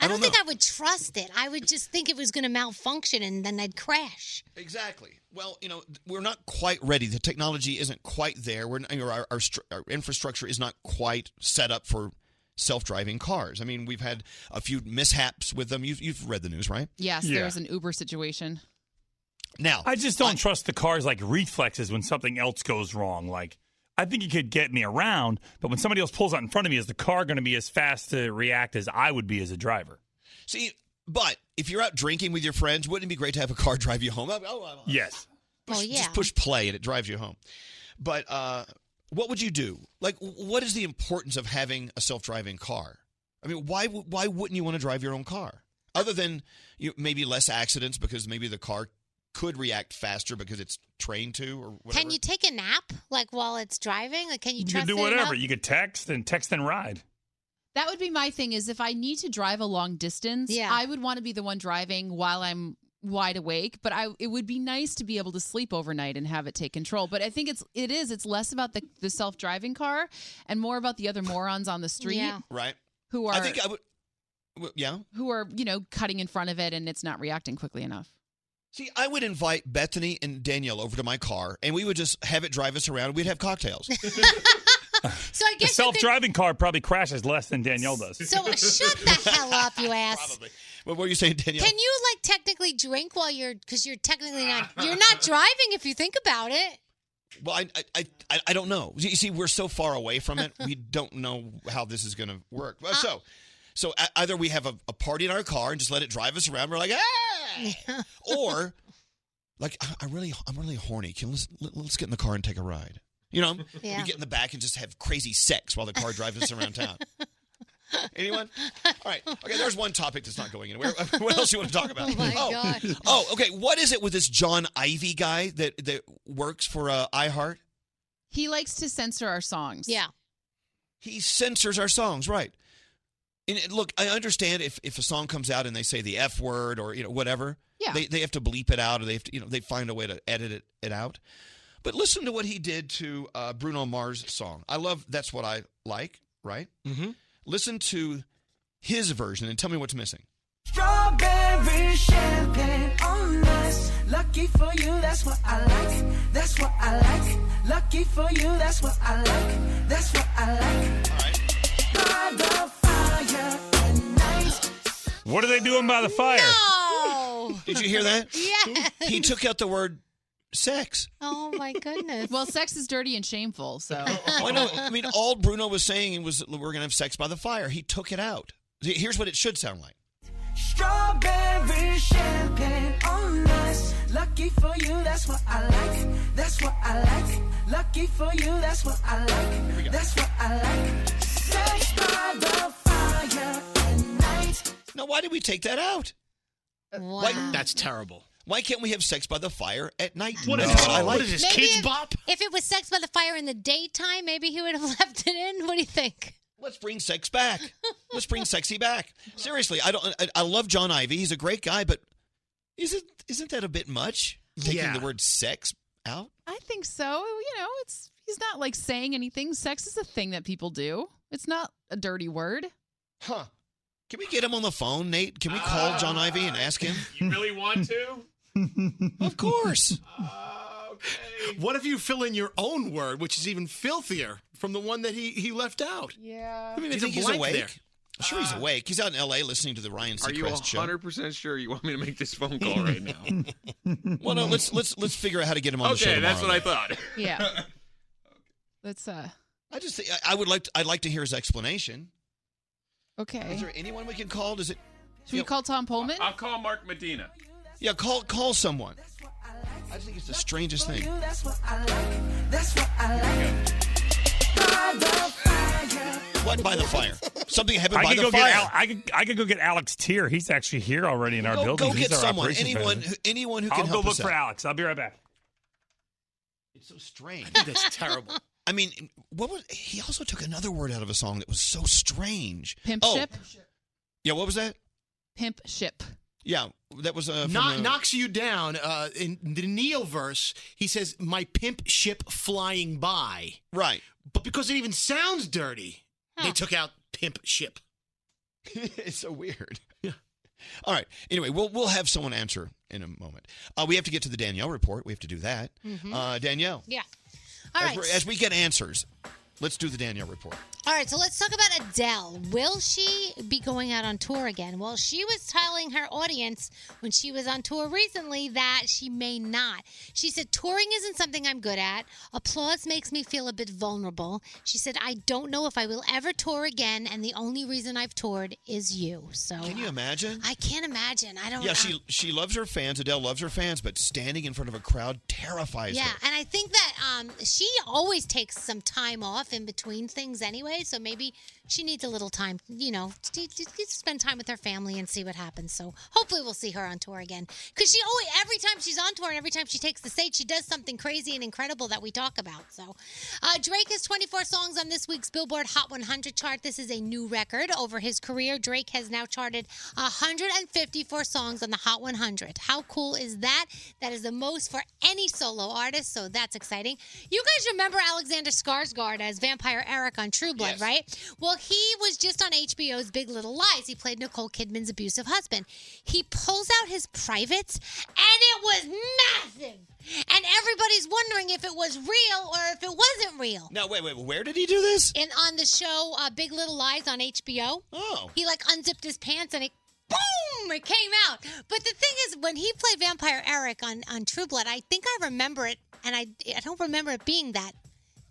S11: I don't, think I would trust it. I would just think it was going to malfunction and then I'd crash.
S1: Exactly. Well, you know, we're not quite ready. The technology isn't quite there. We're you know, our, our stru- our infrastructure is not quite set up for self-driving cars. I mean, we've had a few mishaps with them. You've, you've read the news, right?
S7: Yes, there was an Uber situation.
S1: Now,
S12: I just don't trust the car's like reflexes when something else goes wrong. Like, I think it could get me around, but when somebody else pulls out in front of me, is the car going to be as fast to react as I would be as a driver?
S1: See, but if you're out drinking with your friends, wouldn't it be great to have a car drive you home? Oh, oh, oh.
S12: Yes.
S1: Push,
S11: Well, yeah.
S1: Just push play and it drives you home. But uh, what would you do? Like, what is the importance of having a self-driving car? I mean, why w- why wouldn't you want to drive your own car? Other than you maybe less accidents because maybe the car could react faster because it's trained to or whatever.
S11: Can you take a nap like while it's driving? Like, can you
S12: You
S11: trust
S12: could do
S11: it enough?
S12: whatever. You could text and text and ride.
S7: That would be my thing is if I need to drive a long distance, yeah. I would want to be the one driving while I'm wide awake, but I it would be nice to be able to sleep overnight and have it take control. But I think it's it is it's less about the, the self-driving car and more about the other morons on the street
S11: Yeah.
S1: right?
S7: who are
S1: I think I would. w- Yeah.
S7: who are, you know, cutting in front of it and it's not reacting quickly enough.
S1: See, I would invite Bethany and Danielle over to my car, and we would just have it drive us around. We'd have cocktails.
S11: so I
S12: The
S11: guess you
S12: self driving car probably crashes less than Danielle does.
S11: could, So uh, shut the hell up, you ass.
S1: what were you saying, Danielle?
S11: Can you like technically drink while you're because you're technically not you're not driving if you think about it.
S1: Well, I, I- I, I, I don't know. You see, we're so far away from it. We don't know how this is going to work. Well, so, so e- either we have a, a party in our car and just let it drive us around. We're like, ah, or like I, I really, I'm really horny. Can let's let, let's get in the car and take a ride. You know,
S11: Yeah.
S1: we get in the back and just have crazy sex while the car drives us around town. Anyone? All right. Okay. There's one topic that's not going anywhere. What else you want to talk about?
S11: Oh, my God.
S1: Oh, okay. What is it with this John Ivy guy that that works for uh, iHeart?
S7: He likes to censor our songs.
S11: Yeah.
S1: He censors our songs, right? And it- look, I understand if, if a song comes out and they say the F word or you know whatever,
S19: Yeah.
S1: they they have to bleep it out or they have to you know they find a way to edit it, it out. But listen to what he did to uh, Bruno Mars' song. I love that's what I like, right? Mm-hmm. Listen to his version and tell me what's missing.
S25: Strawberry champagne on us. Lucky for you, that's what I like. That's what I like. Lucky for you, that's what I like. That's what I like. By the fire at night.
S12: What are they doing by the fire?
S11: Oh.
S1: Did you hear that?
S11: Yes.
S1: He took out the word sex.
S11: Oh my goodness.
S7: well, sex is dirty and shameful, so
S1: Oh, I know. I mean, all Bruno was saying was we're going to have sex by the fire. He took it out. Here's what it should sound like.
S25: Strawberry champagne on us. Lucky for you, that's what I like. That's what I like. Lucky for you, that's what I like. That's what I like. Sex by the fire at night.
S1: Now, why did we take that out?
S11: Wow.
S1: That's terrible. Why can't we have sex by the fire at night?
S6: What is
S1: No.
S6: this?
S1: I like
S6: What is this,
S1: it.
S6: Kids
S11: if,
S6: Bop?
S11: If it was sex by the fire in the daytime, maybe he would have left it in. What do you think?
S1: Let's bring sex back. Let's bring sexy back. Seriously, I don't. I, I love John Ivy. He's a great guy, but isn't isn't that a bit much? Taking
S7: Yeah.
S1: the word sex out.
S7: I think so. You know, it's he's not like saying anything. Sex is a thing that people do. It's not a dirty word.
S1: Huh. Can we get him on the phone, Nate? Can we call John Ivy and ask him?
S6: You really want to?
S1: Of course.
S5: What if you fill in your own word, which is even filthier from the one that he, he left out?
S7: Yeah.
S5: I
S1: Do
S5: mean,
S1: you
S5: it's a
S1: think he's
S5: blank
S1: awake?
S5: there.
S1: I'm sure he's awake. He's out in L.A. listening to the Ryan Seacrest
S23: Uh, Are you
S1: show.
S23: 100 percent sure you want me to make this phone call right now?
S1: Well, no. Let's let's let's figure out how to get him on the show.
S23: Okay, that's
S1: tomorrow.
S23: what I thought.
S7: Yeah. That's uh
S1: I just think, I- I would like to, I'd like to hear his explanation.
S7: okay.
S1: Is there anyone we can call? Does it?
S7: Should we call Tom Pullman?
S23: I'll call Mark Medina.
S1: Yeah, call call someone. I just think it's the strangest thing.
S25: You, that's what I like. That's what I like. By the fire.
S1: What by the fire? Something happened
S12: I
S1: by
S12: could
S1: the
S12: go
S1: fire.
S12: get Al- I could I could go get Alex Tier. He's actually here already in our
S1: Go- go
S12: building. He's
S1: get
S12: our
S1: someone,
S12: operations
S1: anyone
S12: manager.
S1: who- anyone who can
S12: I'll
S1: help
S12: go
S1: us
S12: look for
S1: out.
S12: Alex. I'll be right back.
S1: It's so strange.
S5: That's terrible.
S1: I mean, what was he also took another word out of a song that was so strange.
S7: Pimp
S1: oh,
S7: ship.
S1: Yeah, what was that?
S7: Pimp ship.
S1: Yeah, that was uh, from
S5: Knock,
S1: the-
S5: knocks you down. Uh, in the Neoverse, he says, "My pimp ship flying by."
S1: Right.
S5: But because it even sounds dirty, they took out pimp ship.
S1: it's so weird. All right. Anyway, we'll we'll have someone answer in a moment. Uh, we have to get to the Danielle report. We have to do that.
S11: Mhm.
S1: Uh, Danielle.
S11: Yeah. All
S1: as,
S11: right.
S1: we're- as we get answers, let's do the Danielle report.
S11: All right, so let's talk about Adele. Will she be going out on tour again? Well, she was telling her audience when she was on tour recently that she may not. She said, Touring isn't something I'm good at. Applause makes me feel a bit vulnerable. She said, I don't know if I will ever tour again, and the only reason I've toured is you. So
S1: Can you imagine?
S11: I can't imagine. Oh, I don't
S1: yeah, she she loves her fans. Adele loves her fans, but standing in front of a crowd terrifies
S11: yeah,
S1: her.
S11: and I think that um, she always takes some time off in between things anyway, so maybe she needs a little time, you know, to, to, to spend time with her family and see what happens. So hopefully we'll see her on tour again. Because she always, every time she's on tour and every time she takes the stage, she does something crazy and incredible that we talk about. So uh, Drake has 24 songs on this week's Billboard Hot 100 chart. This is a new record over his career. Drake has now charted 154 songs on the Hot 100. How cool is that? That is the most for any solo artist, so that's exciting. You guys remember Alexander Skarsgård as Vampire Eric on True Blood,
S35: Yes.
S11: right? Well, he was just on HBO's Big Little Lies. He played Nicole Kidman's abusive husband. He pulls out his privates, and it was massive. And everybody's wondering if it was real or if it wasn't real.
S1: Now wait, wait, where did he do this?
S11: And on the show uh, Big Little Lies on HBO.
S1: Oh.
S11: He like unzipped his pants and it boom, it came out. But the thing is, when he played Vampire Eric on, on True Blood, I think I remember it, and I, I don't remember it being that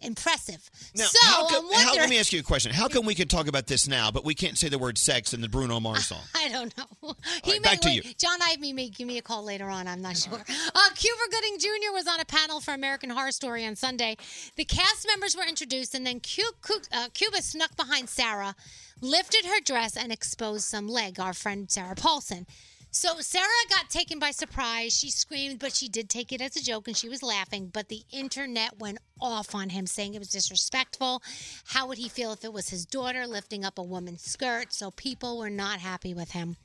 S11: impressive.
S1: Now,
S11: so
S1: how
S11: I'm
S1: come,
S11: wondering.
S1: how, let me ask you a question. How come we can talk about this now, but we can't say the word sex in the Bruno Mars song?
S11: I don't know.
S1: right, back to
S11: wait.
S1: you.
S11: John Ivey may give me a call later on. I'm not sure. Uh, Cuba Gooding Jr. was on a panel for American Horror Story on Sunday. The cast members were introduced, and then Cu- Cu- uh, Cuba snuck behind Sarah, lifted her dress, and exposed some leg. Our friend Sarah Paulson. So Sarah got taken by surprise. She screamed, but she did take it as a joke and she was laughing. But the internet went off on him, saying it was disrespectful. How would he feel if it was his daughter lifting up a woman's skirt? So people were not happy with him.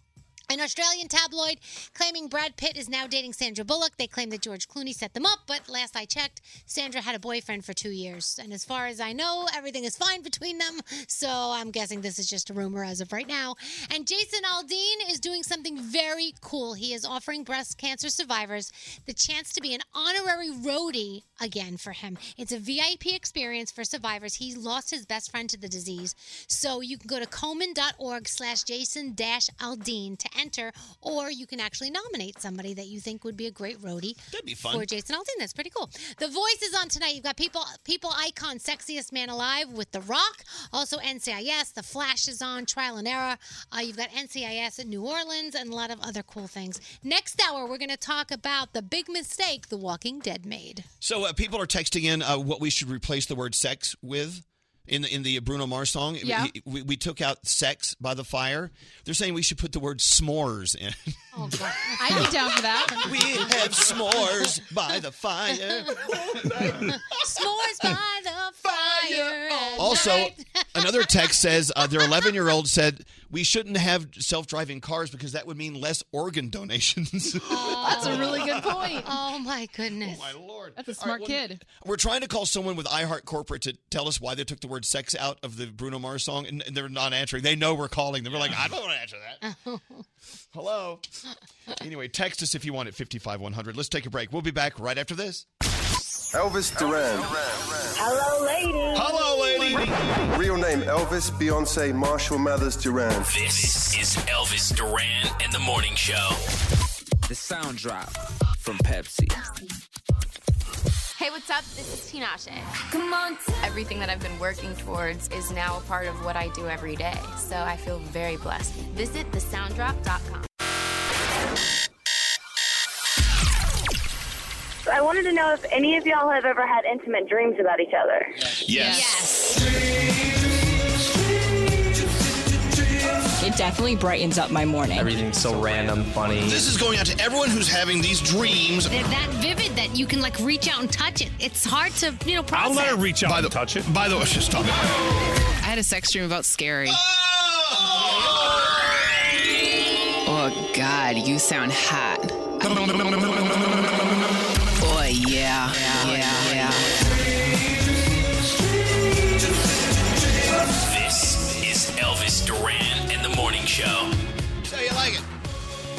S11: An Australian tabloid claiming Brad Pitt is now dating Sandra Bullock. They claim that George Clooney set them up, but last I checked, Sandra had a boyfriend for two years. And as far as I know, everything is fine between them. So I'm guessing this is just a rumor as of right now. And Jason Aldean is doing something very cool. He is offering breast cancer survivors the chance to be an honorary roadie again for him. It's a VIP experience for survivors. He lost his best friend to the disease. So you can go to Komen.org slash Jason dash Aldean to enter, or you can actually nominate somebody that you think would be a great roadie
S1: That'd be fun.
S11: for Jason Aldean. That's pretty cool. The Voice is on tonight. You've got people people icon Sexiest Man Alive with The Rock. Also NCIS, The Flash is on, Trial and Error. Uh, you've got NCIS in New Orleans and a lot of other cool things. Next hour, we're going to talk about the big mistake The Walking Dead made.
S1: So uh, people are texting in uh, what we should replace the word sex with. In the, in the Bruno Mars song,
S11: Yeah.
S1: He- we, we took out sex by the fire. They're saying we should put the word s'mores in.
S7: I'd be down for that.
S1: we have s'mores by the fire.
S11: S'mores by the fire. at
S1: Also,
S11: night.
S1: another text says uh, their 11 year old said we shouldn't have self driving cars because that would mean less organ donations.
S7: That's a really good point.
S11: Oh my goodness.
S1: Oh my lord.
S7: That's a smart kid.
S1: We're trying to call someone with iHeart Corporate to tell us why they took the word sex out of the Bruno Mars song, and and they're not answering. They know we're calling them. We're like, I don't want to answer that. Hello. Anyway, text us if you want at 55100. Let's take a break. We'll be back right after this.
S19: Elvis Duran.
S16: Hello, lady.
S1: Hello, lady.
S19: Real name Elvis Beyonce Marshall Mathers Duran.
S8: This is Elvis Duran and the Morning Show. The sound drop from Pepsi.
S26: Hey, what's up? This is Tina Ashe. Come on. Everything that I've been working towards is now a part of what I do every day, so I feel very blessed. Visit thesounddrop.com.
S16: I wanted to know if any of y'all have ever had intimate dreams about each other.
S2: It definitely brightens up my morning.
S36: Everything's so random, funny.
S1: This is going out to everyone who's having these dreams.
S11: They're that vivid that you can like reach out and touch it. It's hard to, you know, process.
S1: reach out by the, touch it. By the way, just stop it.
S35: I had a sex dream about scary. Oh God, you sound hot. Boy, Oh, yeah, yeah, yeah.
S8: This is Elvis Duran and the Morning Show.
S1: So you like it?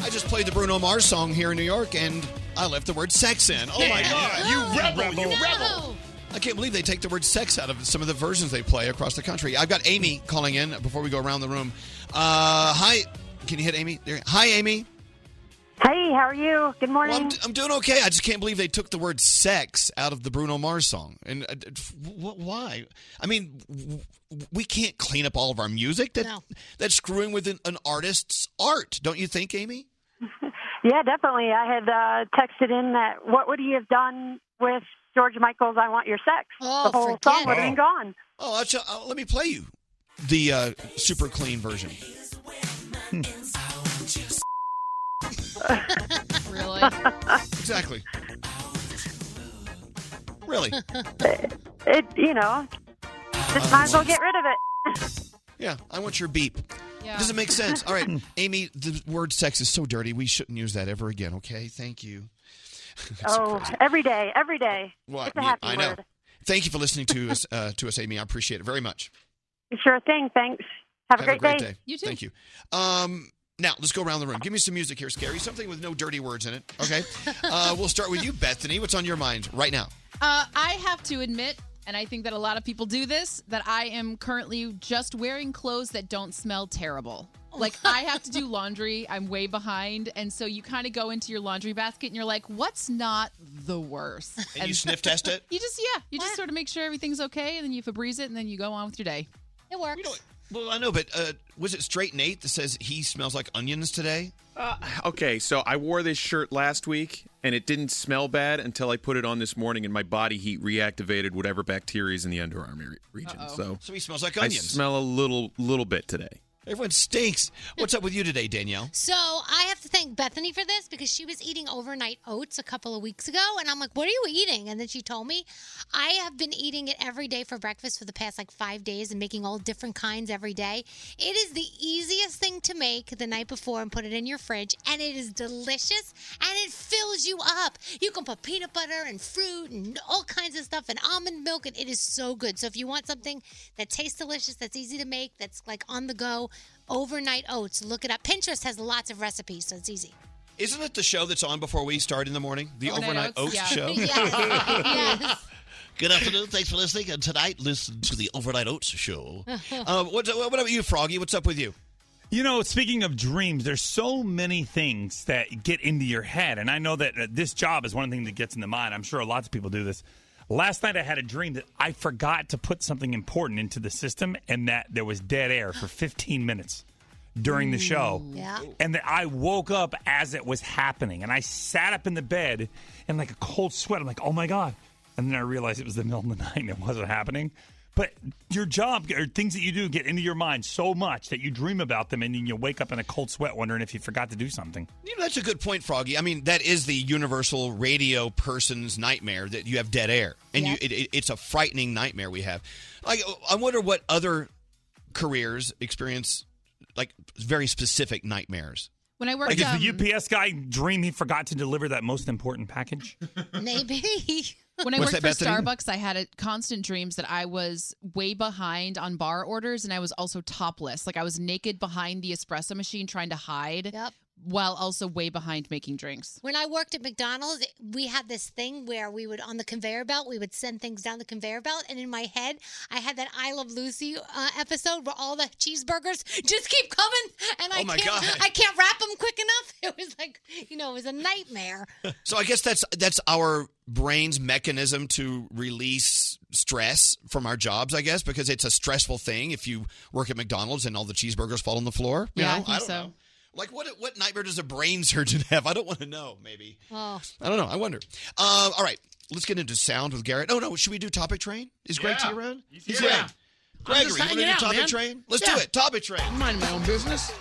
S1: I just played the Bruno Mars song here in New York, and I left the word sex in. Oh my
S8: Yeah.
S1: god, you rebel, you
S8: No.
S1: rebel! I can't believe they take the word sex out of some of the versions they play across the country. I've got Amy calling in before we go around the room. Uh, hi, can you hit Amy? There- Hi, Amy.
S16: Hey, how are you? Good morning.
S1: I'm, I'm doing okay. I just can't believe they took the word sex out of the Bruno Mars song. And uh, wh- wh- why? I mean, w- w- we can't clean up all of our music. That, That's screwing with an, an artist's art, don't you think, Amy?
S16: Yeah, definitely. I had uh, texted in that. What would he have done with George Michael's "I Want Your Sex"?
S11: Oh,
S16: the whole
S11: forget
S16: song would
S1: it.
S16: have been gone.
S1: Oh, I'll, ch- I'll- let me play you the uh, super clean version. Hmm.
S7: Really?
S1: exactly. Really?
S16: It, you know, just might as well get rid of it.
S1: Yeah, I want your beep.
S16: Yeah.
S1: Doesn't make sense. All right, Amy, the word sex is so dirty. We shouldn't use that ever again, okay? Thank you.
S16: Oh, every day, every day.
S1: Well,
S16: it's a
S1: yeah,
S16: happy
S1: I know.
S16: word.
S1: Thank you for listening to us, uh, to us, Amy. I appreciate it very much.
S16: Sure thing. Thanks. Have,
S1: a great day.
S16: You
S1: Thank you. Um, now let's go around the room. Give me some music here, Scary. Something with no dirty words in it. Okay. Uh, we'll start with you, Bethany. What's on your mind right now?
S7: Uh, I have to admit, and I think that a lot of people do this, that I am currently just wearing clothes that don't smell terrible. Like I have to do laundry, I'm way behind, and so you kind of go into your laundry basket and you're like, "What's not the worst?"
S1: And you sniff test it.
S7: You just yeah, you just sort of make sure everything's okay, and then you Febreze it, and then you go on with your day.
S11: It works.
S1: Well, I know, but uh, was it straight Nate that says he smells like onions today?
S23: Uh, Okay, so I wore this shirt last week and it didn't smell bad until I put it on this morning and my body heat reactivated whatever bacteria is in the underarm re- region. So
S1: so he smells like
S23: I
S1: onions.
S23: smell a little little bit today.
S1: Everyone stinks. What's up with you today, Danielle?
S11: So I have to thank Bethany for this because she was eating overnight oats a couple of weeks ago, and I'm like, "What are you eating?" And then she told me, "I have been eating it every day for breakfast for the past like five days, and making all different kinds every day. It is the easiest thing to make the night before and put it in your fridge, and it is delicious, and it fills you up. You can put peanut butter and fruit and all kinds of stuff, and almond milk, and it is so good. So if you want something that tastes delicious, that's easy to make, that's like on the go." overnight oats. Look it up. Pinterest has lots of recipes, so it's easy.
S1: Isn't it the show that's on before we start in the morning? The Overnight,
S11: Overnight Oats?
S1: Oats,
S11: Yeah.
S1: show?
S3: Good afternoon. Thanks for listening. And tonight, listen to the Overnight Oats Show.
S1: Uh, what, what about you, Froggy? What's up with you?
S12: You know, speaking of dreams, there's so many things that get into your head, and I know that uh, this job is one thing that gets in the mind. I'm sure lots of people do this. Last night I had a dream that I forgot to put something important into the system, and that there was dead air for 15 minutes during the show.
S25: Yeah.
S12: And that I woke up as it was happening, and I sat up in the bed in like a cold sweat. I'm like, oh my god! And then I realized it was the middle of the night and it wasn't happening. But your job or things that you do get into your mind so much that you dream about them, and then you wake up in a cold sweat wondering if you forgot to do something.
S1: You know, that's a good point, Froggy. I mean, that is the universal radio person's nightmare that you have dead air, and you, it, it, it's a frightening nightmare we have. Like, I wonder what other careers experience like very specific nightmares.
S7: When I worked,
S12: Like, does
S7: um,
S12: the UPS guy dream he forgot to deliver that most important package?
S11: Maybe.
S7: When I
S12: What's
S7: worked for
S12: that, Bethany?
S7: Starbucks, I had a constant dreams that I was way behind on bar orders and I was also topless. Like I was naked behind the espresso machine trying to hide while also way behind making drinks.
S11: When I worked at McDonald's, it- we had this thing where we would on the conveyor belt, we would send things down the conveyor belt, and in my head, I had that "I Love Lucy" uh, episode where all the cheeseburgers just keep coming, and I
S1: Oh, my
S11: can't,
S1: God.
S11: I can't wrap them quick enough. It was like, you know, it was a nightmare.
S1: So I guess that's that's our brain's mechanism to release stress from our jobs, I guess, because it's a stressful thing if you work at McDonald's and all the cheeseburgers fall on the floor. you know? don't know. Like what what nightmare does a brain surgeon have? I don't want to know, maybe.
S11: Oh.
S1: I don't know. I wonder. Um, all right, let's get into sound with Garrett. Oh no, should we do topic train? Is Greg
S6: Yeah.
S1: T around?
S6: He's
S1: He's
S6: here.
S1: Greg. Gregory, you
S6: just
S1: want to
S6: hanging
S1: do
S6: out,
S1: topic
S6: man.
S1: train? Let's
S6: Yeah.
S1: do it. Topic train.
S6: Mind my own business.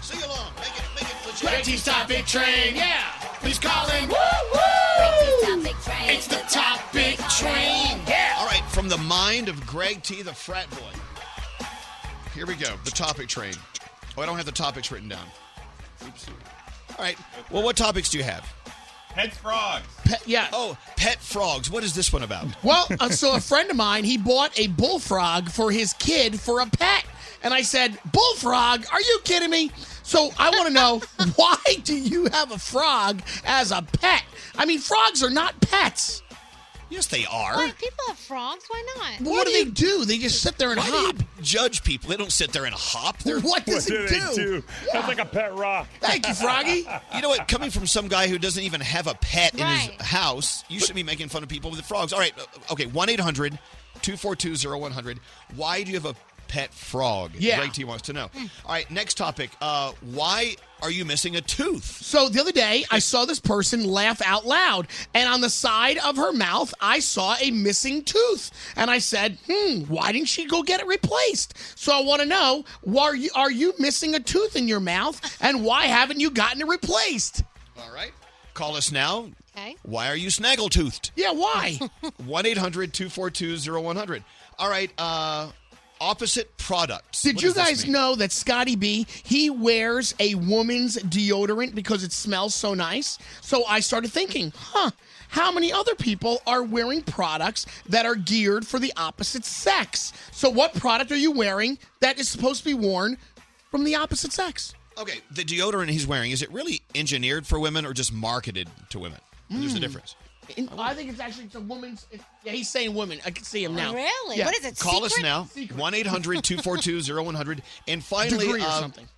S1: Sing along. Make it, make it legit.
S6: Greg topic train. Yeah. Please call in. Woo
S1: woo.
S6: It's the topic train.
S1: Yeah. All right, from the mind of Greg T, the frat boy. Here we go. The topic train. Oh, I don't have the topics written down. Oops. All right. Well, what topics do you have?
S37: Pet frogs.
S6: yeah.
S1: Oh, pet frogs. What is this one about?
S6: Well, uh, so a friend of mine, he bought a bullfrog for his kid for a pet. And I said, Bullfrog, are you kidding me? So I want to know why do you have a frog as a pet? I mean, frogs are not pets.
S1: Yes, they are.
S11: Why people have frogs? Why not?
S6: What, do they do? They just sit there and
S1: Why do
S6: hop.
S1: you judge people? They don't sit there and hop. They're,
S6: What does What it do they do? do?
S12: That's like a pet rock.
S6: Thank you, Froggy.
S1: you know what? Coming from some guy who doesn't even have a pet in
S11: Right.
S1: his house, you should be making fun of people with frogs. All right. uh, Okay. 1 800 242 0100. Why do you have a pet frog?
S6: Yeah.
S1: Greg T wants to know. All right. Next topic. Uh, why are you missing a tooth?
S6: So the other day, I saw this person laugh out loud, and on the side of her mouth, I saw a missing tooth, and I said, "Hmm, why didn't she go get it replaced?" So I want to know, why are you are you missing a tooth in your mouth, and why haven't you gotten it replaced?
S1: All right. Call us now.
S11: Okay.
S1: Why are you snaggletooth?
S6: Yeah, why?
S1: 1 800 242 0100. All right. Uh, opposite products.
S6: Did
S1: What
S6: you
S1: does this
S6: guys
S1: mean?
S6: know that Scotty B he wears a woman's deodorant because it smells so nice? So I started thinking, huh, how many other people are wearing products that are geared for the opposite sex? So what product are you wearing that is supposed to be worn from the opposite sex?
S1: Okay, the deodorant he's wearing, is it really engineered for women or just marketed to women? There's a
S6: Mm.
S1: difference.
S6: In- I think it's actually it's a woman's. It, yeah, he's saying women. I can see him now.
S11: Oh, Really?
S6: Yeah.
S11: What is it?
S1: Call us now, 1 800 242 0100. And finally,
S6: Degree or
S1: uh,
S6: something.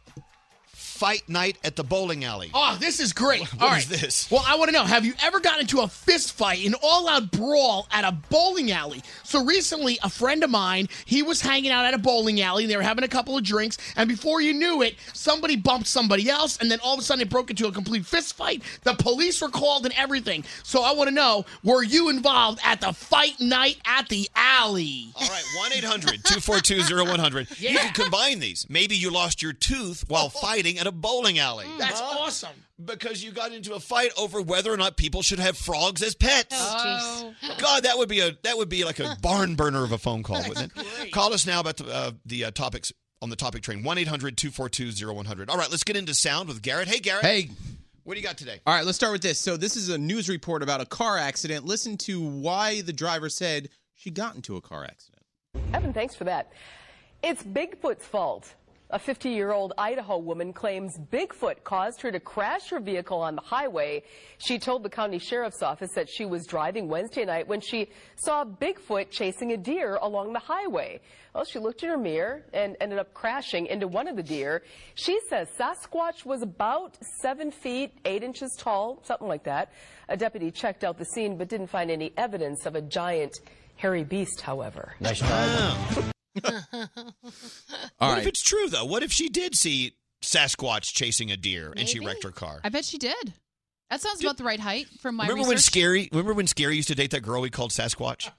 S1: fight night at the bowling alley.
S6: Oh, this is great.
S1: What
S6: all right.
S1: is this?
S6: Well, I want to know have you ever gotten into a fist fight, an all out brawl at a bowling alley? So recently, a friend of mine, he was hanging out at a bowling alley and they were having a couple of drinks. And before you knew it, somebody bumped somebody else. And then all of a sudden, it broke into a complete fist fight. The police were called and everything. So I want to know were you involved at the fight night at the alley?
S1: All right, 1 800 242 100. You can combine these. Maybe you lost your tooth while fighting at a bowling alley.
S6: That's awesome.
S1: Because you got into a fight over whether or not people should have frogs as pets.
S11: Oh,
S1: God, that would be a that would be like a barn burner of a phone call, wouldn't it? Call us now about the uh, the uh, topics on the topic train 1-800-242-0100. All right, let's get into sound with Garrett. Hey Garrett.
S15: Hey.
S1: What do you got today?
S15: All right, let's start with this. So, this is a news report about a car accident. Listen to why the driver said she got into a car accident.
S38: Evan, thanks for that. It's Bigfoot's fault. A 50 year old Idaho woman claims Bigfoot caused her to crash her vehicle on the highway. She told the county sheriff's office that she was driving Wednesday night when she saw Bigfoot chasing a deer along the highway. Well, she looked in her mirror and ended up crashing into one of the deer. She says Sasquatch was about seven feet, eight inches tall, something like that. A deputy checked out the scene but didn't find any evidence of a giant hairy beast, however.
S1: Nice try.
S15: All
S1: what if
S15: right.
S1: it's true though? What if she did see Sasquatch chasing a deer and she
S7: Maybe.
S1: wrecked her car?
S7: I bet she did. That sounds about the right height from my
S1: remember when
S7: research.
S1: scary? Remember when scary used to date that girl we called Sasquatch?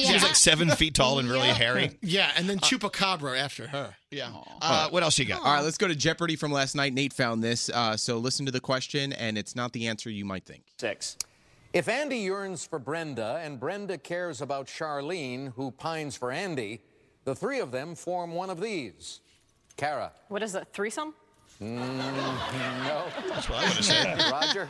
S1: She was like seven feet tall and really hairy.
S5: Yeah, and then Chupacabra after her.
S1: Uh, Yeah. Uh, what else you got?
S15: All right, let's go to Jeopardy from last night. Nate found this. Uh, so, listen to the question, and it's not the answer you might think.
S16: Six. If Andy yearns for Brenda and Brenda cares about Charlene, who pines for Andy, the three of them form one of these. Kara.
S36: What is a threesome?
S16: Mm, no. That's what I
S36: would've said.
S16: Roger.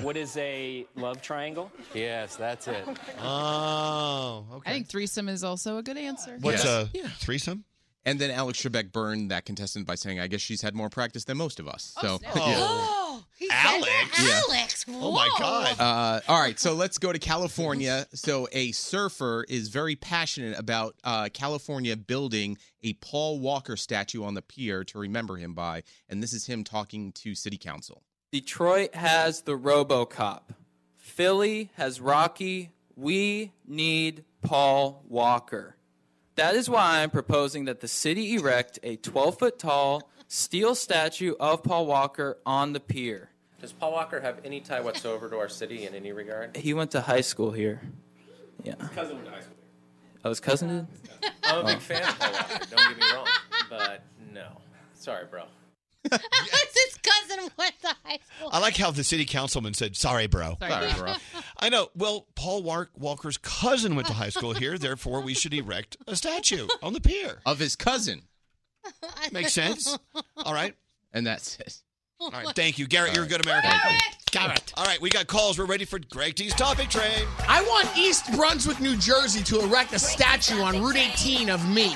S36: What is a love triangle?
S16: Yes, that's it.
S1: Oh,
S7: I think threesome is also a good answer.
S1: a threesome?
S15: And then Alex Trebek burned that contestant by saying, "I guess she's had more practice than most of us." so,
S11: Oh, he said
S15: Alex? Yeah.
S11: Alex.
S15: Oh
S11: whoa.
S15: Uh, all right, so let's go to California. So a surfer is very passionate about uh, California building a Paul Walker statue on the pier to remember him by, and this is him talking to City Council.
S39: Detroit has the RoboCop. Philly has Rocky. We need Paul Walker. That is why I'm proposing that the city erect a 12 foot tall steel statue of Paul Walker on the pier.
S40: Does Paul Walker have any tie whatsoever to our city in any regard?
S39: He went to high school here. Yeah.
S40: cousin went to high school.
S39: Oh, his cousin did?
S40: I'm a
S39: Oh.
S40: big fan of Paul Walker. Don't get me wrong, but no. Sorry, bro.
S11: His cousin went to high school.
S1: I like how the city councilman said, "Sorry, bro."
S11: Sorry, bro.
S1: I know. Well, Paul War- Walker's cousin went to high school here, therefore we should erect a statue on the pier
S15: of his cousin.
S1: Makes sense. All right.
S15: And that's it.
S1: All right. Thank you, Garrett. You're a good American. Garrett. All right, we got calls. We're ready for Greg T's topic train.
S6: I want East Brunswick, New Jersey to erect a statue on Route 18 of me.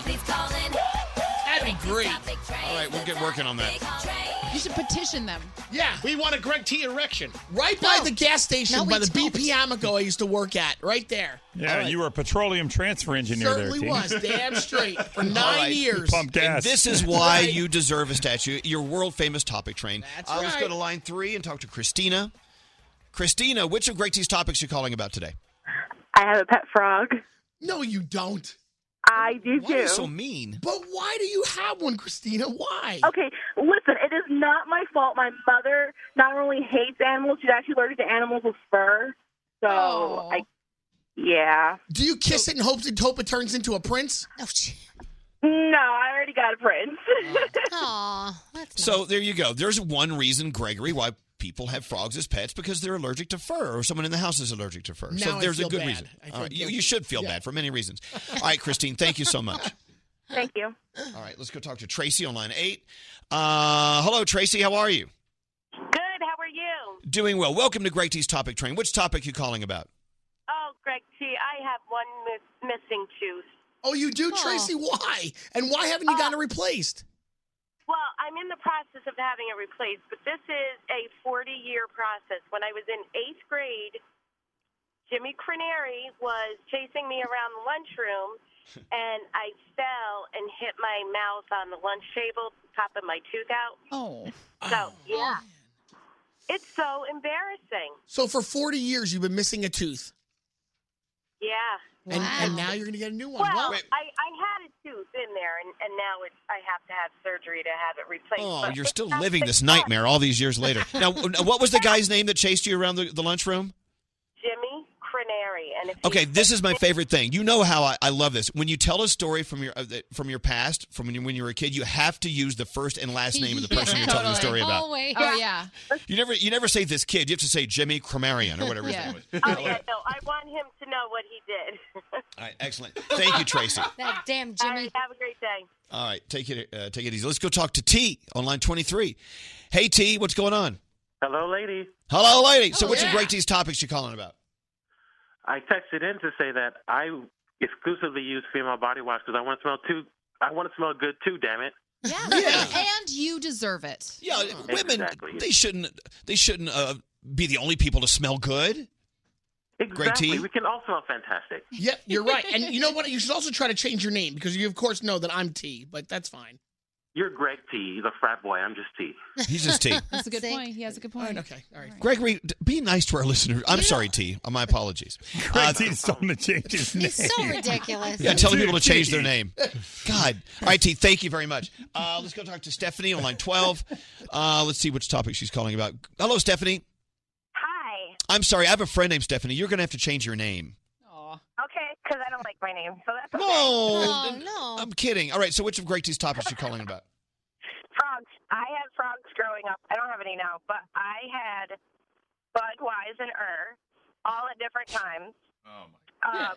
S6: That'd be great.
S1: All right, we'll get working on that.
S7: You should petition them.
S6: Yeah. We want a Greg T erection. Right by the gas station,
S7: No, we
S6: by the BP Amico I used to work at, right there.
S12: Yeah, you were a petroleum transfer engineer
S6: Certainly
S12: there. T.
S6: was, damn straight, for
S12: All
S6: nine
S12: right.
S6: years.
S12: Pump gas.
S1: And this is why you deserve a statue. Your world famous topic train.
S6: That's
S1: Uh, Let's
S6: right.
S1: go to line three and talk to Christina. Christina, which of Greg T's topics are you calling about today?
S6: I have a pet frog. No, you don't.
S36: I do
S1: Why are you so mean?
S6: But why do you have one, Christina? Why?
S36: Okay, listen, it is not my fault. My mother not only hates animals, she's actually allergic to animals with fur. So I Yeah.
S6: Do you kiss it and hope it, hope it turns into a prince?
S36: No, I already got a prince.
S11: Aw.
S1: So there you go. There's one reason, Gregory, why people have frogs as pets because they're allergic to fur or someone in the house is allergic to fur.
S6: Now
S1: so
S6: I
S1: there's
S6: feel
S1: a good
S6: bad.
S1: reason.
S6: I feel
S1: All right, you,
S6: guilty.
S1: you should feel bad for many reasons. All right, Christine, thank you so much.
S36: Thank you.
S1: All right, let's go talk to Tracy on line eight. Uh, hello, Tracy. How are you?
S36: Good, how are you?
S1: Doing well. Welcome to Greg T's Topic Train. Which topic you calling about?
S36: Oh, Greg T, I have one miss- missing tooth. Uh,
S6: Oh, you do, Tracy? Why? And why haven't you gotten it replaced?
S36: Well, I'm in the process of having it replaced, but this is a 40 year process. When I was in eighth grade, Jimmy Craneri was chasing me around the lunchroom and I fell and hit my mouth on the lunch table, popping my tooth out.
S7: Oh.
S36: So, yeah. It's so embarrassing.
S6: So for 40 years, you've been missing a tooth.
S36: Yeah.
S6: And, and now you're going to get a new one.
S36: Well, I, I had a tooth in there, and, and now it's, I have to have surgery to have it replaced.
S1: Oh,
S36: but
S1: you're
S36: it's
S1: still
S36: not
S1: living
S36: the
S1: this nightmare all these years later. Now, what was the guy's name that chased you around the, the lunchroom?
S36: Jimmy Cranary, and if
S1: Okay, this is my favorite thing. You know how I, I love this. When you tell a story from your uh, that- from your past, from when you, when you were a kid, you have to use the first and last name of the person you're telling the story about.
S7: Always. Oh, yeah.
S1: You never you never say this kid. You have to say Jimmy Cromarion or whatever
S7: Yeah.
S1: his name was.
S36: Oh yeah, no, I want him to know what he did.
S1: All right, excellent. Thank you, Tracy.
S36: that damn Jimmy. have a great day.
S1: All right, take it uh, take it easy. Let's go talk to T on line 23. Hey T, what's going on?
S19: Hello, lady.
S1: Hello, lady. so
S19: Oh,
S1: what's
S19: yeah.
S1: your great T's topics you calling about?
S19: I texted in to say that I exclusively use female body wash because I want to smell too. I want to smell good too. Damn it.
S7: And you deserve it.
S1: Yeah, Women, they shouldn't they shouldn't uh, be the only people to smell good. Great
S19: Exactly.
S1: T.
S19: We can all smell fantastic.
S6: Yep, you're right. And you know what? You should also try to change your name because you, of course, know that I'm T, but that's fine.
S19: You're Greg T, the frat boy. I'm just T.
S1: He's just T.
S7: That's a good point. He has a good point. okay. All right.
S1: Gregory, d- be nice to our listeners. I'm sorry, T. Uh, My apologies. Great
S12: T's told to change his name.
S11: He's so ridiculous.
S1: Yeah, telling people to
S12: T.
S1: change their name. God. All right, T, thank you very much. Uh, let's go talk to Stephanie on line 12. Uh, let's see which topic she's calling about. Hello, Stephanie.
S41: Hi.
S1: I'm sorry. I have a friend named Stephanie. You're going to have to change your name.
S41: Okay, because I don't like my name, so that's
S1: No.
S41: okay.
S11: Oh,
S7: Oh,
S1: no. I'm kidding. All right, so which of Great T's topics are you calling about?
S41: Frogs. I had frogs growing up. I don't have any now, but I had Budweiser and Ur all at different times.
S25: Oh my.
S41: Um,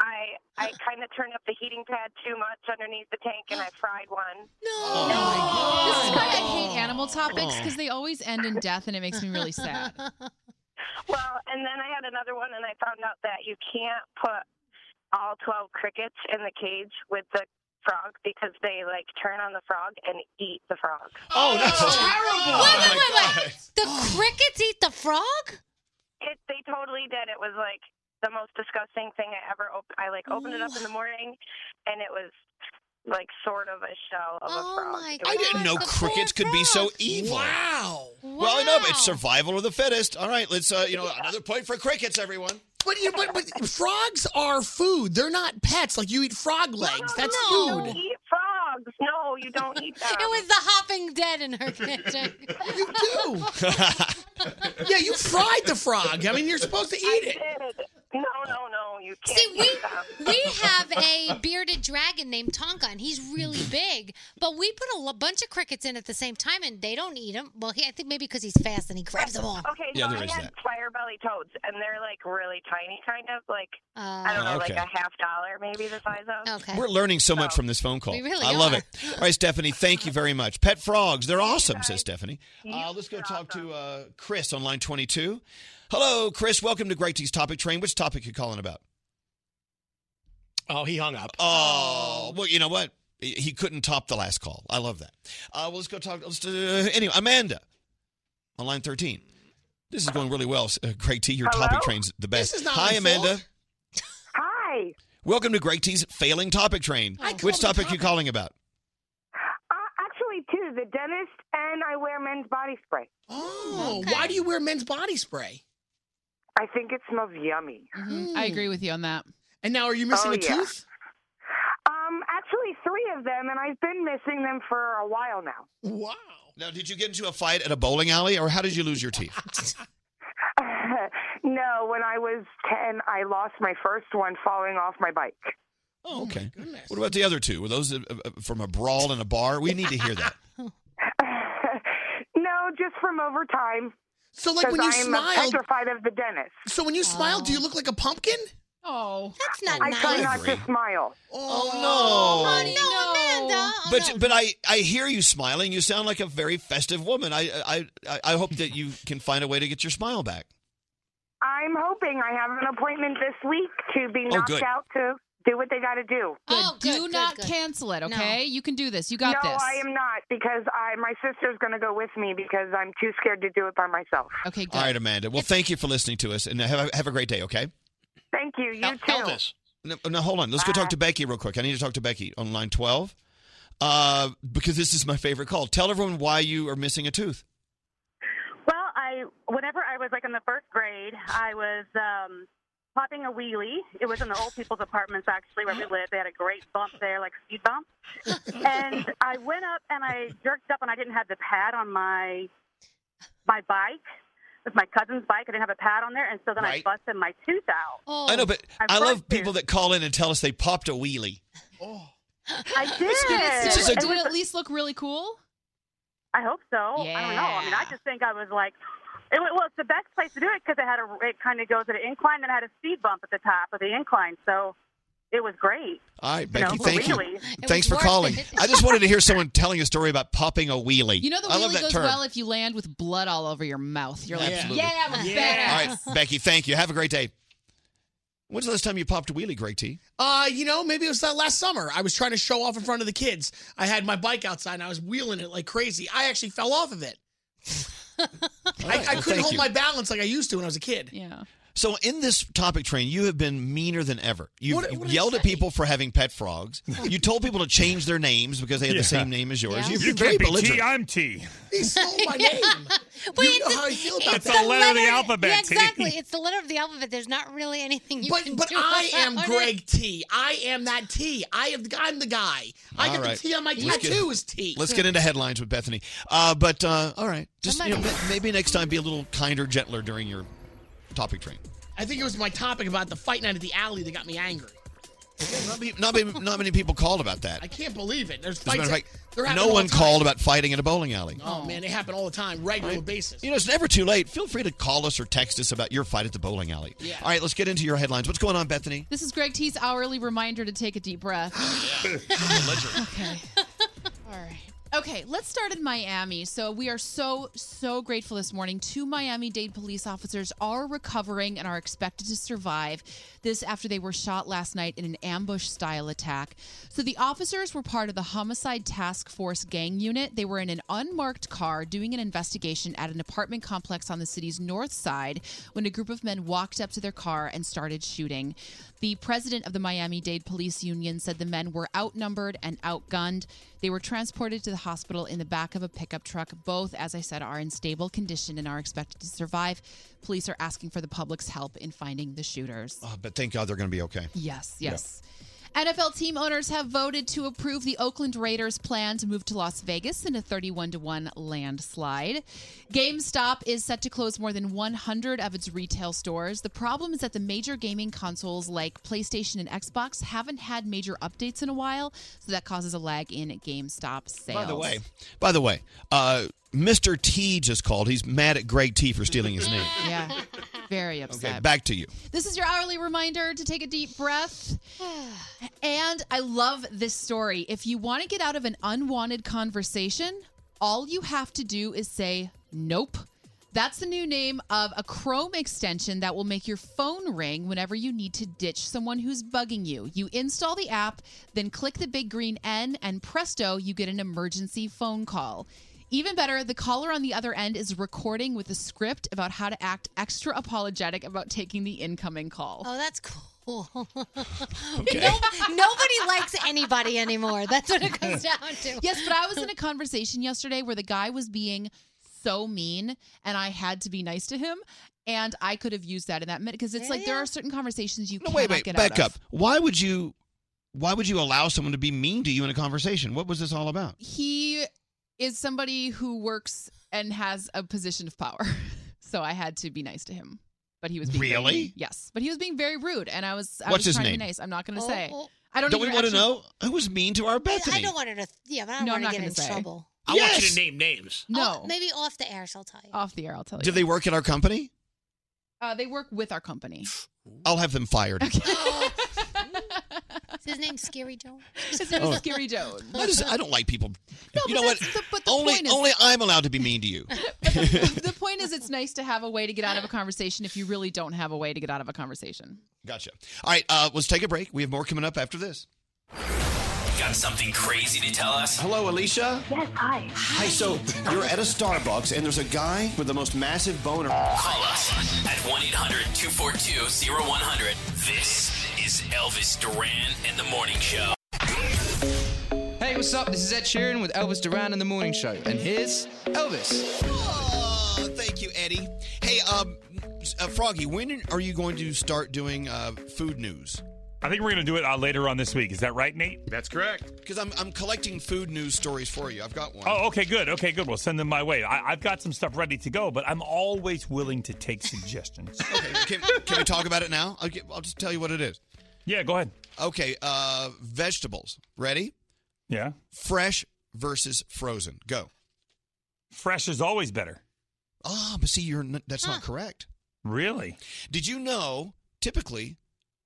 S41: I I kind of turned up the heating pad too much underneath the tank, and I fried one.
S15: Oh
S2: Oh
S7: This is why I hate animal topics because they always end in death and it makes me really sad.
S41: Well, and then I had another one, and I found out that you can't put all 12 crickets in the cage with the frog because they like turn on the frog and eat the frog.
S1: Oh, that's Oh,
S41: terrible!
S11: Wait, wait, wait, wait. The crickets eat the frog?
S41: It, they totally did. It was like the most disgusting thing I ever opened. I like opened it up in the morning, and it was like sort of a shell of
S11: Oh
S41: a frog. It
S1: I
S41: was-
S1: didn't know crickets could be so evil.
S41: Wow.
S1: Oh. Well, I know, but it's survival of the fittest. All right, let's, uh, you know, another point for crickets, everyone.
S6: But, you, but, but frogs are food. They're not pets. Like, you eat frog legs. That's
S41: no,
S6: food.
S41: You eat frogs. No, you don't eat them.
S11: It was the hopping dead in her kitchen.
S6: you do. yeah, you fried the frog. I mean, you're supposed to eat it.
S41: No, no, no, you can't.
S11: See, we we have a bearded dragon named Tonka, and he's really big. But we put a l- bunch of crickets in at the same time, and they don't eat them. Well, he, I think maybe because he's fast and he grabs them all.
S41: Okay,
S1: Yeah,
S41: so
S1: there
S41: I
S1: is
S41: had
S1: that.
S41: fire belly toads, and they're like really tiny, kind of like I don't know,
S1: Okay.
S41: like a half dollar maybe the size of.
S11: Okay.
S1: We're learning so much from this phone call.
S41: We really
S1: I love
S41: are.
S1: it. All right, Stephanie, thank you very much. Pet frogs, they're awesome, says Stephanie. Uh, let's go talk to uh, Chris on line 22. Hello, Chris. Welcome to Great T's Topic Train. Which topic you calling about?
S5: Oh, he hung up.
S1: Oh, well, you know what? He- He couldn't top the last call. I love that. Uh, well, let's go talk. Let's, uh, anyway, Amanda on line 13. This is going really well. Uh, Greg T, your
S32: Hello?
S1: topic train's the best.
S32: This is not
S1: Hi,
S32: my
S1: Amanda.
S32: fault. Hi.
S1: Welcome to Greg T's failing topic train. Which topic are you calling about?
S32: Actually, too, the dentist and I wear men's body spray.
S6: Oh, why do you wear men's body spray?
S32: I think it smells yummy.
S7: Mm-hmm. I
S32: Mm.
S7: agree with you on that.
S6: And now, are you missing
S32: Oh,
S6: a
S32: yeah.
S6: tooth?
S32: Um, actually, three of them, and I've been missing them for a while now.
S6: Wow.
S1: Now, did you get into a fight at a bowling alley, or how did you lose your teeth?
S32: no, when I was 10, I lost my first one falling off my bike.
S1: Oh, okay. What about the other two? Were those uh, uh, from a brawl in a bar? We need to hear that.
S32: No, just from over time.
S6: So, like, when
S32: 'cause
S6: you
S32: I am uh,
S6: smiled-
S32: petrified of the dentist.
S6: So, when you smile, do you look like a pumpkin?
S7: Oh,
S11: that's not
S32: I try not to smile.
S1: Oh, no.
S11: honey, no, Amanda.
S1: But but I, I hear you smiling. You sound like a very festive woman. I I I- I hope that you can find a way to get your smile back.
S32: I'm hoping I have an appointment this week to be
S1: Oh,
S32: knocked
S1: good.
S32: out to do what they got to do.
S7: Oh, do not cancel it, okay? You can do this. You got
S32: no,
S7: this.
S32: I am not because I my sister's going to go with me because I'm too scared to do it by myself.
S7: Okay,
S1: All right, Amanda. Well, thank you for listening to us, and have a, have a great day. Okay.
S32: Thank you. You too.
S1: Elvis. No, no, hold on. Let's go talk to Becky real quick. I need to talk to Becky on line 12 uh, because this is my favorite call. Tell everyone why you are missing a tooth.
S2: Well, I whenever I was like in the first grade, I was um, popping a wheelie. It was in the old people's apartments actually where we lived. They had a great bump there, like speed bump. And I went up and I jerked up, and I didn't have the pad on my my bike. It was my cousin's bike. I didn't have a pad on there, and so then
S1: Right.
S2: I busted my tooth out.
S7: Oh.
S1: I know, but I love people that call in and tell us they popped a wheelie.
S2: I did.
S7: Did it,
S2: It was
S7: still, did
S2: a-
S7: it at least look really cool?
S2: I hope so. I don't know. I mean, I just think I was like, it, wa- well, it's the best place to do it because it had a, it kind of goes at an incline, then it had a speed bump at the top of the incline, so it was great.
S1: All right,
S2: You know,
S1: Becky, thank
S2: really.
S1: you.
S2: It was
S1: Thanks for
S2: worth
S1: calling.
S2: it.
S1: I just wanted to hear someone telling a story about popping a wheelie.
S7: You know the
S1: I love
S7: wheelie
S1: that
S7: goes
S1: term.
S7: well if you land with blood all over your mouth. You're like,
S1: Absolutely.
S7: yeah, I'm
S1: All right, Becky, thank you. Have a great day. When's the last time you popped a wheelie, Greg T?
S6: Uh, you know, maybe it was that last summer. I was trying to show off in front of the kids. I had my bike outside and I was wheeling it like crazy. I actually fell off of it. I, I
S1: well,
S6: couldn't
S1: thank
S6: hold
S1: you.
S6: my balance like I used to when I was a kid.
S7: Yeah.
S1: So in this topic train, you have been meaner than ever. You've
S6: What- what did I
S1: yelled at people for having pet frogs. you told people to change their names because they had
S12: Yeah.
S1: the same name as yours.
S12: Yeah.
S1: You've
S12: You
S1: been very
S12: can't be T,
S1: belligerent.
S12: I'm T.
S6: He stole my name.
S11: Wait,
S6: you know how I feel about
S12: It's
S6: that.
S12: a letter of the alphabet.
S11: Yeah,
S12: T.
S11: exactly. It's the letter of the alphabet. There's not really anything you
S6: But
S11: can
S6: but
S11: do.
S6: I am
S11: about it.
S6: Greg T. I am that T. I am the, I'm the guy. I
S1: All
S6: got
S1: right.
S6: the T on my
S1: Let's get-
S6: tattoo is T.
S1: Let's get into headlines with Bethany. Uh, but uh, all right, just you know, ma- maybe next time be a little kinder, gentler during your topic train.
S6: I think it was my topic about the fight night at the alley that got me angry.
S1: Not, be, not, be, not many people called about that.
S6: I
S1: As
S6: can't believe it. There's
S1: a matter
S6: fights.
S1: of
S6: that-
S1: fact,
S6: they're happening
S1: no
S6: all
S1: one
S6: the time.
S1: called about fighting at a bowling alley.
S6: Oh man, they happen all the time, regular basis.
S1: You know, it's never too late. Feel free to call us or text us about your fight at the bowling alley. All right, let's get into your headlines. What's going on, Bethany?
S7: This is Greg T's hourly reminder to take a deep breath. okay. All right. Okay, let's start in Miami. So, we are so, so grateful this morning. Two Miami Dade police officers are recovering and are expected to survive. This after they were shot last night in an ambush style attack. So, the officers were part of the Homicide Task Force gang unit. They were in an unmarked car doing an investigation at an apartment complex on the city's north side when a group of men walked up to their car and started shooting. The president of the Miami Dade Police Union said the men were outnumbered and outgunned. They were transported to the hospital in the back of a pickup truck. Both, as I said, are in stable condition and are expected to survive. Police are asking for the public's help in finding the shooters.
S1: Oh, but thank God they're going to be okay.
S7: Yes, yes. NFL team owners have voted to approve the Oakland Raiders' plan to move to Las Vegas in a 31 to 1 landslide. GameStop is set to close more than 100 of its retail stores. The problem is that the major gaming consoles like PlayStation and Xbox haven't had major updates in a while, so that causes a lag in GameStop sales.
S1: By the way, by the way, uh, Mr. T just called. He's mad at Greg T for stealing his name.
S7: yeah, very upset.
S1: Okay, back to you.
S7: This is your hourly reminder to take a deep breath. And I love this story. If you want to get out of an unwanted conversation, all you have to do is say nope. That's the new name of a Chrome extension that will make your phone ring whenever you need to ditch someone who's bugging you. You install the app, then click the big green N, and presto, you get an emergency phone call. Even better, the caller on the other end is recording with a script about how to act extra apologetic about taking the incoming call.
S11: Oh, that's cool. No, nobody likes anybody anymore. That's what it comes down to.
S7: Yes, but I was in a conversation yesterday where the guy was being so mean and I had to be nice to him. And I could have used that in that minute because it's like there are certain conversations you
S1: No,
S7: cannot
S1: wait, wait,
S7: get
S1: back
S7: out
S1: up.
S7: of.
S1: Why would you? Why would you allow someone to be mean to you in a conversation? What was this all about?
S7: He is somebody who works and has a position of power. So I had to be nice to him. But he was being very
S1: Really?
S7: mean. yes, but he was being very rude, and I was I
S1: What's
S7: was
S1: his
S7: trying to
S1: name?
S7: be nice. I'm not going to
S11: Oh,
S7: say.
S11: oh.
S7: I don't.
S1: Don't we
S7: even
S1: want to
S7: actually-
S1: know who was mean to our Bethany?
S11: I don't want her to. Yeah, but I don't
S7: No,
S11: want
S7: I'm not
S11: to get
S7: gonna
S11: in
S7: say.
S11: trouble. Oh,
S5: I want you to name names.
S7: No,
S11: Maybe off the air, she'll tell you.
S7: off the air. I'll tell you.
S1: Do they work at our company?
S7: Uh, they work with our company.
S1: I'll have them fired.
S11: Is his name Scary Joe?
S7: His
S1: name is Oh.
S7: Scary Jones.
S1: I just I don't like people.
S7: No,
S1: you
S7: but
S1: know what? only
S7: point is-
S1: only I'm allowed to be mean to you.
S7: the point is, it's nice to have a way to get out of a conversation if you really don't have a way to get out of a conversation.
S1: Gotcha. All right, uh, let's take a break. We have more coming up after this.
S8: Got something crazy to tell us?
S1: Hello, Alicia.
S8: Yes, hi.
S1: Hi. So you're at a Starbucks and there's a guy with the most massive boner.
S8: Call us at 1 800 242 0100. This is is Elvis Duran and the Morning Show.
S15: Hey, what's up? This is Ed Sheeran with Elvis Duran and the Morning Show, and here's Elvis.
S1: Oh, thank you, Eddie. Hey, um, uh, Froggy, when are you going to start doing uh, food news?
S12: I think we're going to do it uh, later on this week. Is that right, Nate?
S23: That's correct.
S1: Because I'm, I'm collecting food news stories for you. I've got one.
S12: Oh, okay, good. Okay, good. Well, send them my way. I, I've got some stuff ready to go, but I'm always willing to take suggestions.
S1: Can, can we talk about it now? I'll, get, I'll just tell you what it is.
S12: Yeah, go ahead.
S1: Okay, uh, vegetables. Ready?
S12: Yeah.
S1: Fresh versus frozen. Go.
S12: Fresh is always better.
S1: Ah, but see, you're n- that's not correct.
S12: Really?
S1: Did you know? Typically,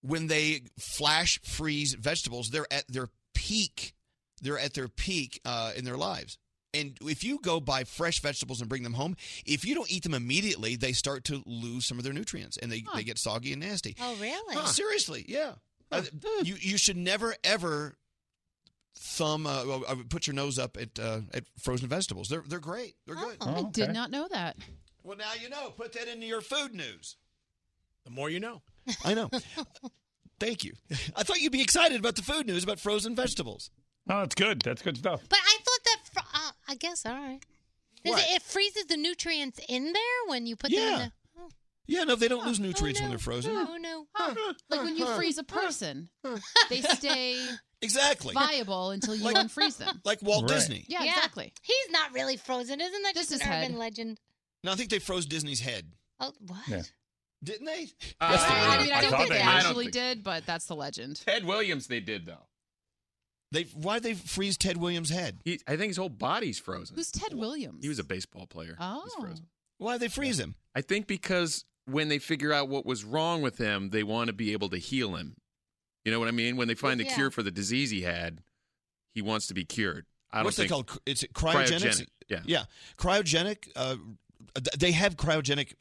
S1: when they flash freeze vegetables, they're at their peak. They're at their peak uh, in their lives. And if you go buy fresh vegetables and bring them home, if you don't eat them immediately, they start to lose some of their nutrients and they, they get soggy and nasty.
S11: Oh, really?
S1: Huh. Seriously, yeah. Uh, you you should never ever thumb uh, well, uh, put your nose up at uh, at frozen vegetables. They're they're great. They're good.
S11: Oh,
S7: Oh, I
S12: Oh,
S7: did not know that.
S1: Well, now you know. Put that into your food news.
S5: The more you know.
S1: I know. Thank you. I thought you'd be excited about the food news about frozen vegetables.
S12: Oh, that's good. That's good stuff.
S11: But I thought that. Fr- uh, I guess all right. Does
S1: What?
S11: It, it freezes the nutrients in there when you put them.
S1: Yeah.
S11: in
S1: Yeah, no, they don't
S7: Oh,
S1: lose nutrients when they're
S11: the...
S1: frozen.
S11: Oh no!
S7: Like when you freeze a person, they stay
S1: Exactly.
S7: viable until you
S1: Like-
S7: unfreeze them.
S1: Like Walt Disney.
S7: Yeah, exactly.
S11: He's not really frozen, isn't that just, an
S7: his head.
S11: urban legend?
S1: No, I think they froze Disney's head.
S11: Oh, what?
S1: Yeah. Didn't they?
S7: I mean, I, don't think they actually
S23: think-
S7: did, but that's the legend.
S23: Ted Williams, they did though.
S1: They why they freeze Ted Williams' head?
S23: He, I think his whole body's frozen.
S7: Who's Ted Williams?
S23: He was a baseball player.
S7: Oh,
S1: Why they freeze him?
S23: I think because when they figure out what was wrong with him, they want to be able to heal him. You know what I mean? When they find the
S1: Yeah.
S23: cure for the disease he had, he wants to be cured. I don't
S1: What's
S23: think
S1: they called? It's cryogenics.
S23: Cryogenic, Yeah.
S1: yeah. Cryogenic. Uh, th- they have cryogenic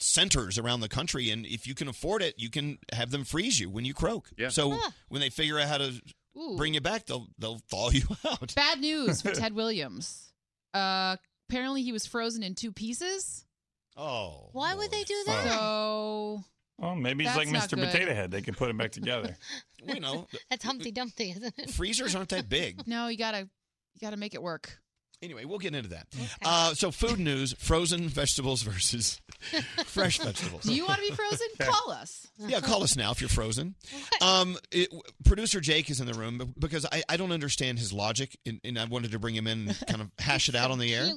S1: centers around the country, and if you can afford it, you can have them freeze you when you croak. Yeah. So when they figure out how to
S7: Ooh.
S1: bring you back, they'll they'll thaw you out.
S7: Bad news for Ted Williams. Uh, apparently, he was frozen in two pieces.
S1: Oh.
S11: Why would they do
S7: So,
S11: that?
S12: Well, maybe he's
S7: That's
S12: like
S7: not
S12: Mr.
S7: good.
S12: Potato Head. They can put him back together.
S1: you know,
S11: That's Humpty Dumpty, isn't it?
S1: freezers aren't that big.
S7: no, you gotta, you gotta make it work.
S1: Anyway, we'll get into that. Uh, so food news: frozen vegetables versus fresh vegetables.
S7: Do you want to be frozen? Call us.
S1: Yeah, call us now if you're frozen. Um, it, producer Jake is in the room be- because I, I don't understand his logic, and, and I wanted to bring him in and kind of hash it out on the air.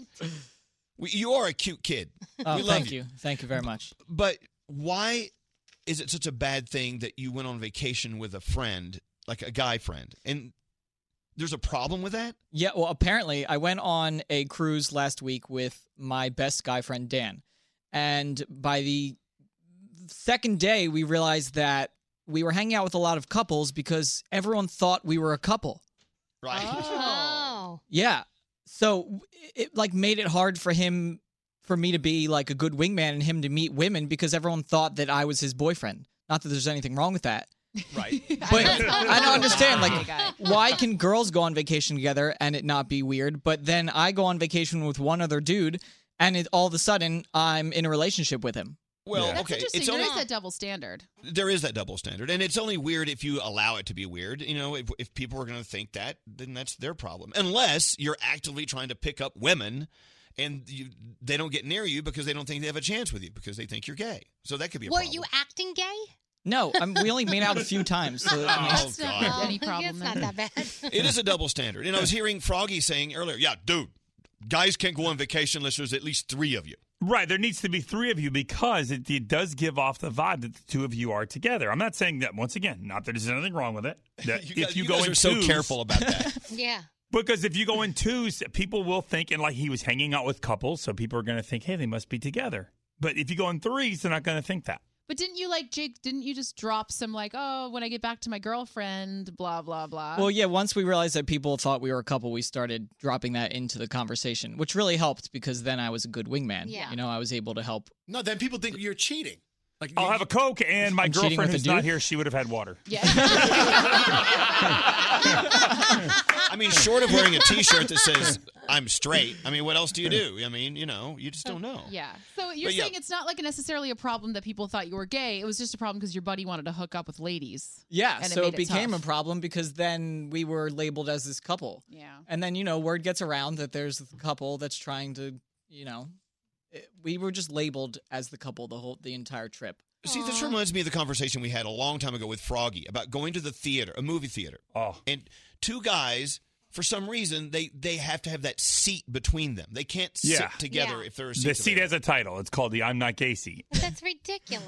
S1: We, you are a cute kid.
S4: Oh,
S1: we love
S4: thank you. Thank you very much.
S1: But why is it such a bad thing that you went on vacation with a friend, like a guy friend, and there's a problem with that?
S4: Yeah, well, apparently, I went on a cruise last week with my best guy friend, Dan. And by the second day, we realized that we were hanging out with a lot of couples because everyone thought we were a couple.
S1: Right.
S11: Oh.
S4: Yeah. So it like made it hard for him for me to be like a good wingman and him to meet women because everyone thought that I was his boyfriend. Not that there's anything wrong with that.
S1: Right.
S4: But I don't understand like
S7: Guy.
S4: why can girls go on vacation together and it not be weird, but then I go on vacation with one other dude and it, all of a sudden I'm in a relationship with him.
S1: Well,
S7: That's
S1: okay,
S7: interesting.
S1: it's
S7: There
S1: only
S7: is that double standard.
S1: there is that double standard, and it's only weird if you allow it to be weird. You know, if, if people are going to think that, then that's their problem. Unless you're actively trying to pick up women, and you, they don't get near you because they don't think they have a chance with you because they think you're gay. So that could be a
S11: Were
S1: problem.
S11: you acting gay?
S4: No, I'm, we only made out a few times. So, I mean,
S1: Oh, God.
S11: any problem. That's not that bad.
S1: It is a double standard, and I was hearing Froggy saying earlier, "Yeah, dude, guys can't go on vacation unless there's at least three of you."
S12: Right. There needs to be three of you because it, it does give off the vibe that the two of you are together. I'm not saying that, once again, not that there's anything wrong with it. That
S1: You
S12: if
S1: guys-
S12: you,
S1: you
S12: go
S1: guys
S12: in
S1: are so
S12: twos-
S1: careful about that.
S11: yeah.
S12: Because if you go in twos, people will think, and like he was hanging out with couples, so people are going to think, hey, they must be together. But if you go in threes, they're not going to think that.
S7: But didn't you like Jake? Didn't you just drop some like, oh, when I get back to my girlfriend, blah blah blah.
S4: well, yeah, once we realized that people thought we were a couple, we started dropping that into the conversation, which really helped because then I was a good wingman.
S7: Yeah.
S4: You know, I was able to help.
S5: No, then people think you're cheating. Like
S12: I'll have a Coke, and my
S4: I'm cheating
S12: girlfriend
S4: with a
S12: who's not
S4: dude?
S12: here, she would have had water.
S1: I mean, short of wearing a T-shirt that says I'm straight. I mean, what else do you do? I mean, you know, you just
S7: So-
S1: don't know.
S7: Yeah. So you're
S1: But yeah.
S7: saying it's not like necessarily a problem that people thought you were gay. It was just a problem because your buddy wanted to hook up with ladies.
S4: Yeah,
S7: And
S4: so
S7: made
S4: it, became
S7: tough.
S4: a problem because then we were labeled as this couple.
S7: Yeah.
S4: And then, you know, word gets around that there's the couple that's trying to, you know, it- we were just labeled as the couple the whole the entire trip.
S1: See, this reminds me of the conversation we had a long time ago with Froggy about going to the theater, a movie theater. Oh. And two guys, for some reason, they they have to have that seat between them. They can't
S12: Yeah.
S1: sit together if there are seats.
S12: The seat has a title. It's called the I'm Not Gay seat.
S11: That's ridiculous.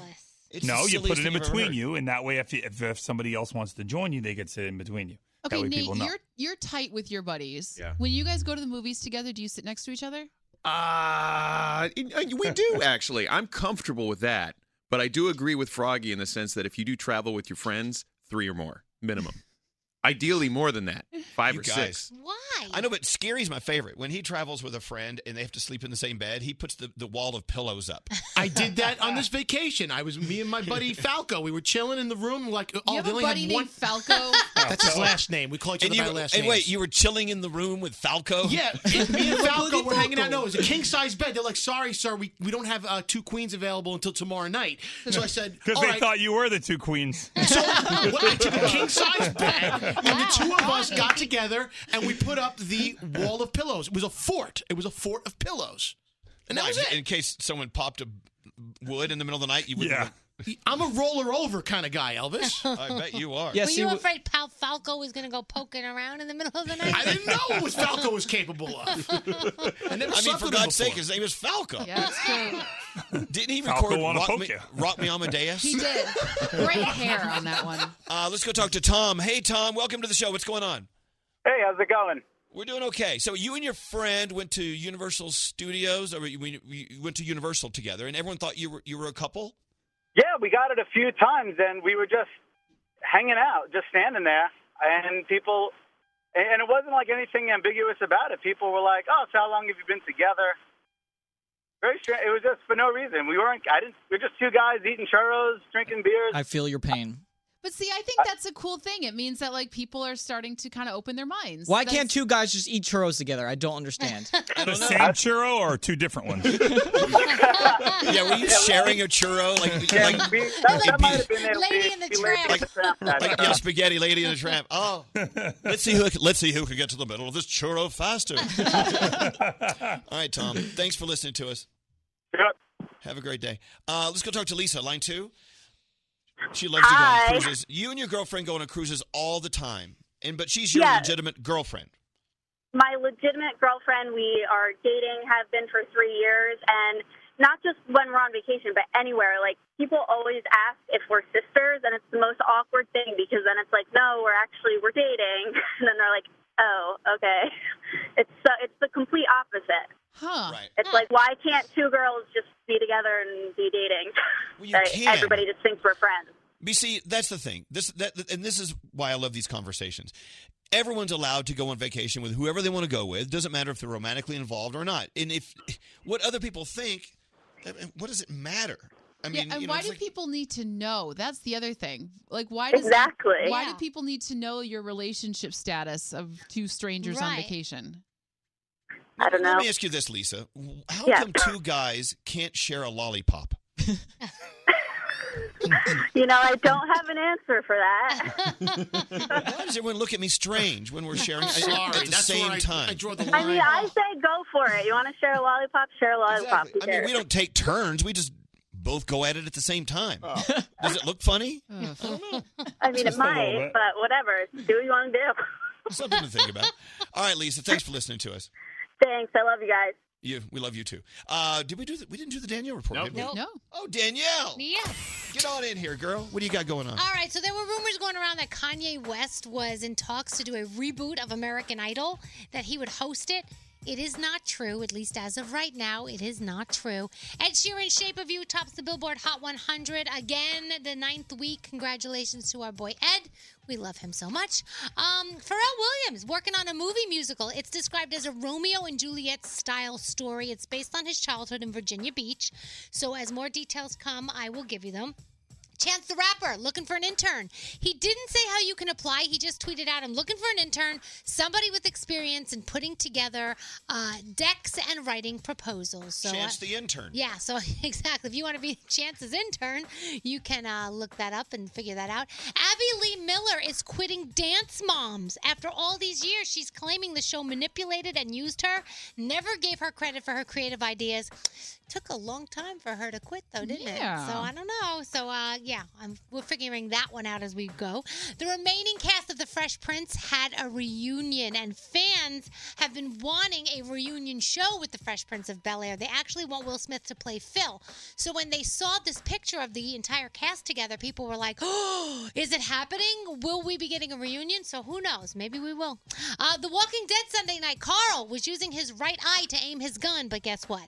S1: It's
S12: no,
S1: the
S12: you put
S1: silliest
S12: it in
S1: thing I've ever
S12: between
S1: heard.
S12: you, and that way, if, if if somebody else wants to join you, they could sit in between you. that
S7: Okay,
S12: way
S7: Nate,
S12: people know.
S7: you're you're tight with your buddies.
S12: Yeah.
S7: When you guys go to the movies together, do you sit next to each other?
S23: Uh, we do actually. I'm comfortable with that, but I do agree with Froggy in the sense that if you do travel with your friends, three or more minimum. Ideally, more than that, five
S1: You
S23: or
S1: guys.
S23: six.
S11: Why?
S1: I know, but Scary's my favorite. When he travels with a friend and they have to sleep in the same bed, he puts the, the wall of pillows up.
S5: I did that on this vacation. I was me and my buddy Falco. We were chilling in the room like oh,
S7: you have
S5: they
S7: a
S5: only
S7: buddy
S5: have
S7: named
S5: one.
S7: Falco.
S12: Oh.
S5: That's his last name. We call each
S1: And
S5: other
S1: you,
S5: by last
S1: and
S5: name.
S1: wait, you were chilling in the room with Falco?
S5: Yeah, it- me and Falco were hanging out. No, it was a king size bed. They're like, "Sorry, sir, we, we don't have uh, two queens available until tomorrow night." So I said,
S12: Because
S5: "All
S12: they
S5: right."
S12: thought you were the two queens.
S5: Well, I took a king size bed, and the two of us got together and we put up the wall of pillows. It was a fort. It was a fort of pillows. And that
S1: Why?
S5: was it.
S1: In case someone popped a wood in the middle of the night, you would. Yeah.
S5: I'm a roller over kind of guy, Elvis.
S1: I bet you are.
S11: Were you afraid Pal Falco was going to go poking around in the middle of the night?
S5: I didn't know what Falco was capable of. I never
S1: I mean,
S5: slept
S1: for
S5: with him
S1: God's sake,
S5: before.
S1: his name is Falco.
S7: Yeah, that's true.
S1: Didn't he
S12: Falco
S1: record
S12: wanna
S1: Rock
S12: poke
S1: Me,
S12: you.
S1: Rock Me Amadeus?
S7: He did. Great hair on that one.
S1: Uh, let's go talk to Tom. Hey, Tom, welcome to the show. What's going on?
S3: Hey, how's it going?
S1: We're doing okay. So you and your friend went to Universal Studios, or you, you went to Universal together, and everyone thought you were you were a couple.
S3: Yeah, we got it a few times, and we were just hanging out, just standing there, and people, and it wasn't like anything ambiguous about it. People were like, "Oh, so how long have you been together?" Very strange. It was just for no reason. We weren't. I didn't. We were just two guys eating churros, drinking beers.
S4: I feel your pain.
S7: But see, I think that's a cool thing. It means that like people are starting to kind of open their minds.
S4: Why
S7: That's-
S4: can't two guys just eat churros together? I don't understand.
S12: the same churro or two different ones?
S1: Yeah, were you sharing a churro? Like, like,
S3: that, that
S1: it'd
S3: might have been it.
S11: Lady in the
S3: Like,
S11: Tramp.
S1: like yeah, spaghetti lady in a tramp. Oh, let's see who let's see who can get to the middle of this churro faster. All right, Tom. Thanks for listening to us. Have a great day. Uh, let's go talk to Lisa, line two. She loves to go on
S37: Hi.
S1: cruises. You and your girlfriend go on cruises all the time, and but she's your
S37: Yes.
S1: legitimate girlfriend.
S37: my legitimate girlfriend. We are dating, have been for three years, and not just when we're on vacation, but anywhere. Like people always ask if we're sisters, and it's the most awkward thing because then it's like, no, we're actually we're dating, and then they're like, oh, okay. It's so it's the complete opposite.
S7: Huh.
S37: It's like why can't two girls just be together and be dating? Like,
S1: can.
S37: Everybody just thinks we're friends.
S1: But see, that's the thing. This that and this is why I love these conversations. Everyone's allowed to go on vacation with whoever they want to go with. Doesn't matter if they're romantically involved or not. And if what other people think, what does it matter? I mean,
S7: yeah, and
S1: you know,
S7: why
S1: it's
S7: do
S1: like-
S7: people need to know? That's the other thing. Like, why does
S37: Exactly.
S7: Why
S37: Yeah.
S7: do people need to know your relationship status of two strangers on
S37: Right.
S7: vacation?
S37: I don't
S1: Let
S37: know.
S1: me ask you this, Lisa. How
S37: Yeah.
S1: come two guys can't share a lollipop?
S37: You know, I don't have an answer for that.
S1: Why does everyone look at me strange when we're sharing
S5: Sorry,
S1: at the
S5: that's
S1: same
S5: where I-
S1: time?
S5: I draw the
S37: I mean, I say go for it. You want to share a lollipop? Share a lollipop.
S1: I mean, we don't take turns. We just both go at it at the same time.
S5: Oh.
S1: Does it look funny?
S7: Oh.
S37: I mean, it
S1: Just a little
S37: might,
S1: bit.
S37: but whatever. Do what you want to do.
S1: Something to think about. All right, Lisa. Thanks for listening to us.
S37: Thanks. I love you guys.
S1: You, we love you too. Uh, did we do? The, we didn't do the Danielle report. Did we?
S11: No.
S1: Oh, Danielle.
S11: Yeah.
S1: Get on in here, girl. What do you got going on?
S11: All right, so there were rumors going around that Kanye West was in talks to do a reboot of American Idol, that he would host it. It is not true, at least as of right now, it is not true. Ed Sheeran's Shape of You tops the Billboard Hot 100 again, the ninth week. Congratulations to our boy Ed. We love him so much. Um, Pharrell Williams working on a movie musical. It's described as a Romeo and Juliet style story. It's based on his childhood in Virginia Beach. So, as more details come, I will give you them. Chance the Rapper looking for an intern. He didn't say how you can apply. He just tweeted out, I'm looking for an intern, somebody with experience in putting together uh, decks and writing proposals. So,
S1: Chance
S11: uh,
S1: the intern.
S11: Yeah, so exactly. If you want to be Chance's intern, you can uh, look that up and figure that out. Abby Lee Miller is quitting Dance Moms. After all these years, she's claiming the show manipulated and used her, never gave her credit for her creative ideas. Took a long time for her to quit, though, didn't
S7: Yeah.
S11: it? So I don't know. So uh, yeah, I'm, we're figuring that one out as we go. The remaining cast of The Fresh Prince had a reunion, and fans have been wanting a reunion show with The Fresh Prince of Bel Air. They actually want Will Smith to play Phil. So when they saw this picture of the entire cast together, people were like, "Oh, is it happening? Will we be getting a reunion?" So who knows? Maybe we will. Uh, the Walking Dead Sunday night, Carl was using his right eye to aim his gun, but guess what?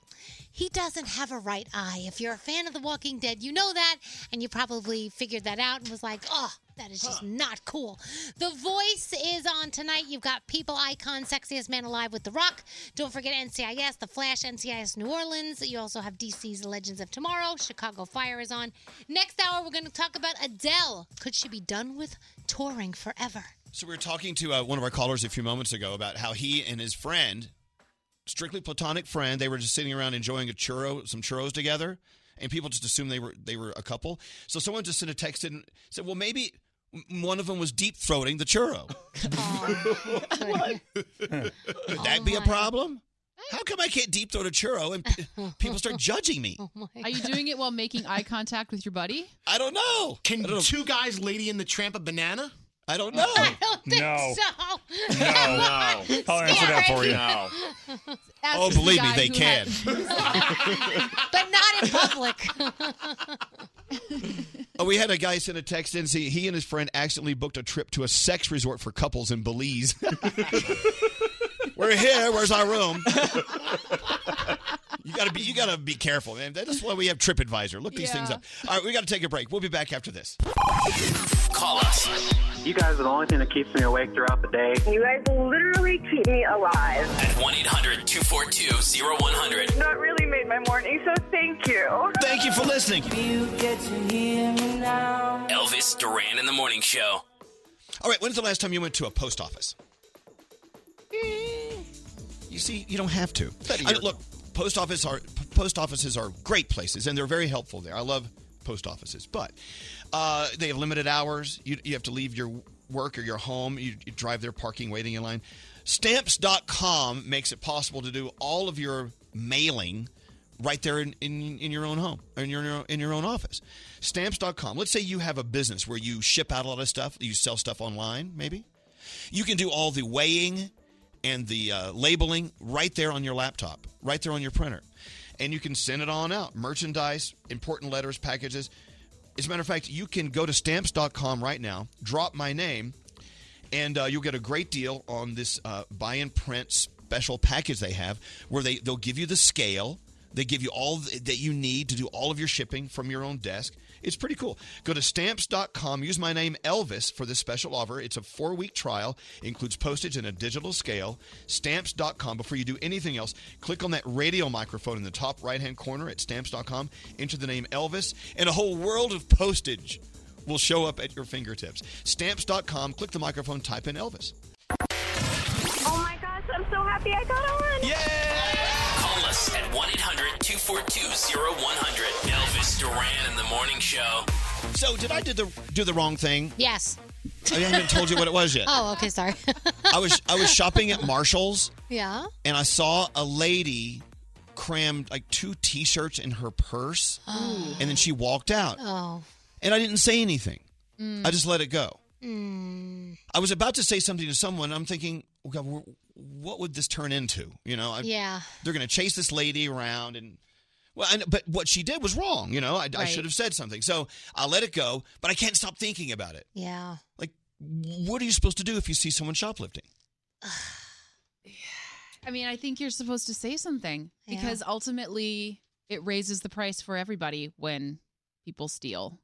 S11: He doesn't have a right eye. If you're a fan of The Walking Dead, you know that, and you probably figured that out and was like, oh, that is just not cool. The Voice is on tonight. You've got People Icon, Sexiest Man Alive with The Rock. Don't forget NCIS, The Flash, NCIS New Orleans. You also have DC's Legends of Tomorrow. Chicago Fire is on. Next hour, we're going to talk about Adele. Could she be done with touring forever?
S1: So we were talking to uh, one of our callers a few moments ago about how he and his friend, strictly platonic friend, they were just sitting around enjoying a churro, some churros together, and people just assumed they were they were a couple. So someone just sent a text in and said, "Well, maybe." m- One of them was deep throating the churro. what? Could that be a problem? How come I can't deep throat a churro and p- people start judging me?
S7: Are you doing it while making eye contact with your buddy?
S1: I don't know.
S5: Can two guys lady in the tramp a banana?
S1: I don't know.
S7: I
S11: don't
S7: think
S5: no.
S7: so.
S5: No.
S1: Oh,
S7: I'll answer that for Oh, you. No. Ask
S1: Oh,
S7: the
S1: believe me,
S7: guy
S1: they
S7: who
S1: can.
S11: but not in public.
S1: Oh, we had a guy send a text in. See, he and his friend accidentally booked a trip to a sex resort for couples in Belize. We're here. Where's our room? you gotta be. You gotta be careful, man. That's why we have TripAdvisor. Look these things
S8: Yeah.
S1: up. All right, we gotta take a break. We'll be back after this.
S8: Call us.
S3: You guys are the only thing that keeps me awake throughout the day.
S36: You guys literally keep me alive.
S8: At 1 800 242 0100.
S36: That really made my morning, so thank you.
S1: Thank you for listening.
S8: Elvis Duran in the Morning Show.
S1: All right. When's the last time you went to a post office? You see, you don't have to. I mean, look, post office are p- post offices are great places, and they're very helpful there. I love post offices, but uh, they have limited hours. You, you have to leave your work or your home. You, you drive there, parking, waiting in line. Stamps.com makes it possible to do all of your mailing right there in, in, in your own home or in your, in your own office stamps.com let's say you have a business where you ship out a lot of stuff you sell stuff online maybe you can do all the weighing and the uh, labeling right there on your laptop, right there on your printer. And you can send it on out merchandise, important letters, packages. As a matter of fact, you can go to stamps.com right now, drop my name, and uh, you'll get a great deal on this uh, buy and print special package they have where they, they'll give you the scale. They give you all th- that you need to do all of your shipping from your own desk. It's pretty cool. Go to stamps.com, use my name Elvis for this special offer. It's a four week trial, includes postage and a digital scale. Stamps.com. Before you do anything else, click on that radio microphone in the top right hand corner at stamps.com, enter the name Elvis, and a whole world of postage will show up at your fingertips. Stamps.com, click the microphone, type in Elvis.
S36: Oh my gosh, I'm so happy I got on.
S8: Call us at 1 800 242 0100. Elvis Duran in the Morning Show.
S1: So, did I did the, do the wrong thing?
S11: yes.
S1: I haven't told you what it was yet.
S11: Oh, okay, sorry.
S1: I was I was shopping at Marshalls
S11: yeah.
S1: and I saw a lady crammed like two t-shirts in her purse
S11: Oh.
S1: and then she walked out
S11: Oh.
S1: and I didn't say anything.
S11: Mm.
S1: Uh, I just let it go.
S11: Mm.
S1: I was about to say something to someone. I'm thinking, oh God, wh- what would this turn into? You know, I,
S11: Yeah.
S1: they're going to chase this lady around and well, and, but what she did was wrong. You know, I, I
S11: Right.
S1: should have said something. So I let it go, but I can't stop thinking about it.
S11: Yeah.
S1: Like, what are you supposed to do if you see someone shoplifting?
S7: I mean, I think you're supposed to say something
S11: Yeah.
S7: because ultimately it raises the price for everybody when people steal.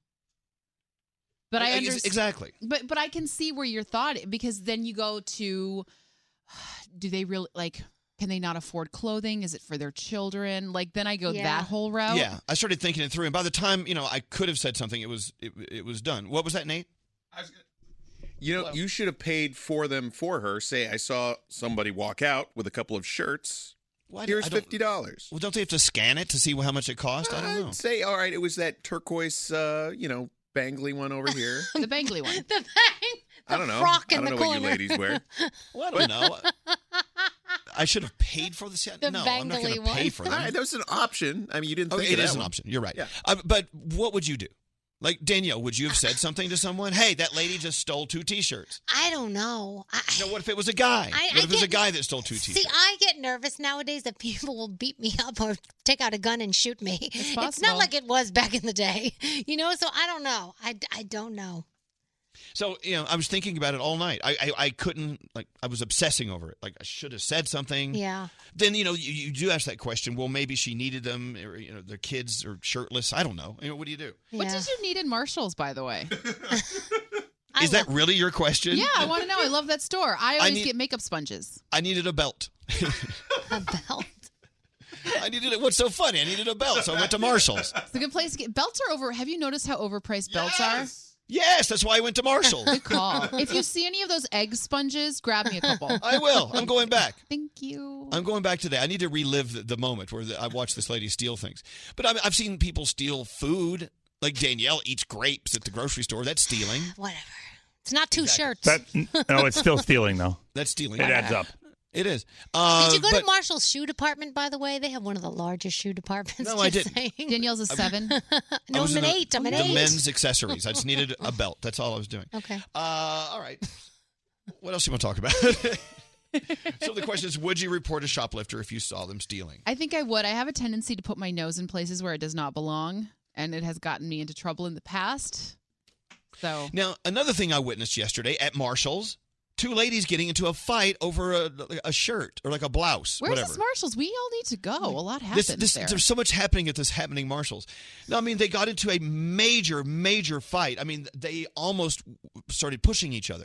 S7: But I,
S1: Ex-
S7: understand
S1: E, exactly.
S7: But but I can see where your thought because then you go to do they really like Can they not afford clothing? Is it for their children? Like then I go
S11: Yeah.
S7: that whole route.
S1: Yeah, I started thinking it through, and by the time you know, I could have said something. It was it, it was done. What was that, Nate?
S23: You know, you should have paid for them for her. Say, I saw somebody walk out with a couple of shirts.
S1: Why do-
S23: Here's
S1: I don't-
S23: fifty dollars.
S1: Well, don't they have to scan it to see how much it cost? I don't know.
S23: I'd say, all right, it was that turquoise, uh, you know, bangly one over here.
S7: The bangly one. the
S11: bang.
S23: I don't know.
S11: frock
S23: I
S11: in
S23: don't
S11: the
S23: know
S11: corner.
S23: what you ladies wear.
S1: well, I don't know. I should have paid for the set.
S11: The
S1: no, I'm not going
S11: bangly
S1: to
S11: one.
S1: pay for
S11: All
S1: that.
S11: right,
S23: that was an option. I mean, you didn't
S1: Oh,
S23: think
S1: it
S23: of that
S1: is an
S23: one.
S1: option. You're right.
S23: Yeah.
S1: Uh, but what would you do? Like Danielle, would you have said something to someone? Hey, that lady just stole two T-shirts.
S11: I don't know. I,
S1: No, what if it was a guy?
S11: I-
S1: what
S11: I
S1: if it was a
S11: get-
S1: guy that stole two
S11: see,
S1: T-shirts?
S11: I get nervous nowadays that people will beat me up or take out a gun and shoot me. It's,
S7: possible.
S11: not like it was back in the day, you know. So I don't know. I, I don't know.
S1: So you know, I was thinking about it all night. I, I I couldn't like I was obsessing over it. Like I should have said something.
S11: Yeah.
S1: Then you know you, you do ask that question. Well, maybe she needed them, or you know, their kids are shirtless. I don't know. You know, what do you do?
S7: What did you need in Marshalls, by the way?
S1: Is that really your question?
S7: yeah, I want to know. I love that store. I
S1: I
S7: always
S1: need-
S7: get makeup sponges.
S1: I needed a belt.
S11: a belt.
S1: I needed it. What's so funny? I needed a belt, so I went to Marshalls.
S7: It's a good place to get belts are over. Have you noticed how overpriced belts
S1: Yes, that's why I went to Marshalls.
S7: Good call. are? If you see any of those egg sponges, grab me a couple.
S1: I will. I'm going back.
S7: Thank you.
S1: I'm going back today. I need to relive the, the moment where the, I watched this lady steal things. But I mean, I've seen people steal food. Like Danielle eats grapes at the grocery store. That's stealing.
S11: Whatever. It's not two shirts.
S12: That, no, it's still stealing though.
S1: That's stealing.
S12: It adds up.
S1: It is. Uh,
S11: Did you go
S1: but-
S11: to Marshall's shoe department, by the way? They have one of the largest shoe departments.
S1: No,
S11: just
S1: I didn't.
S11: Saying.
S7: Danielle's a seven.
S1: I
S11: no,
S1: was
S11: I'm
S1: in
S11: an
S1: the-
S11: eight. I'm an
S1: the
S11: eight.
S1: men's accessories. I just needed a belt. That's all I was doing.
S11: Okay.
S1: Uh, all right. What else you want to talk about? so the question is, would you report a shoplifter if you saw them stealing?
S7: I think I would. I have a tendency to put my nose in places where it does not belong, and it has gotten me into trouble in the past. So
S1: Now, another thing I witnessed yesterday at Marshall's, two ladies getting into a fight over a, a shirt or like a blouse,
S7: where's
S1: whatever.
S7: this Marshalls? We all need to go. A lot happens
S1: This, this,
S7: there.
S1: There's so much happening at this happening Marshalls. No, I mean they got into a major, major fight. I mean they almost started pushing each other.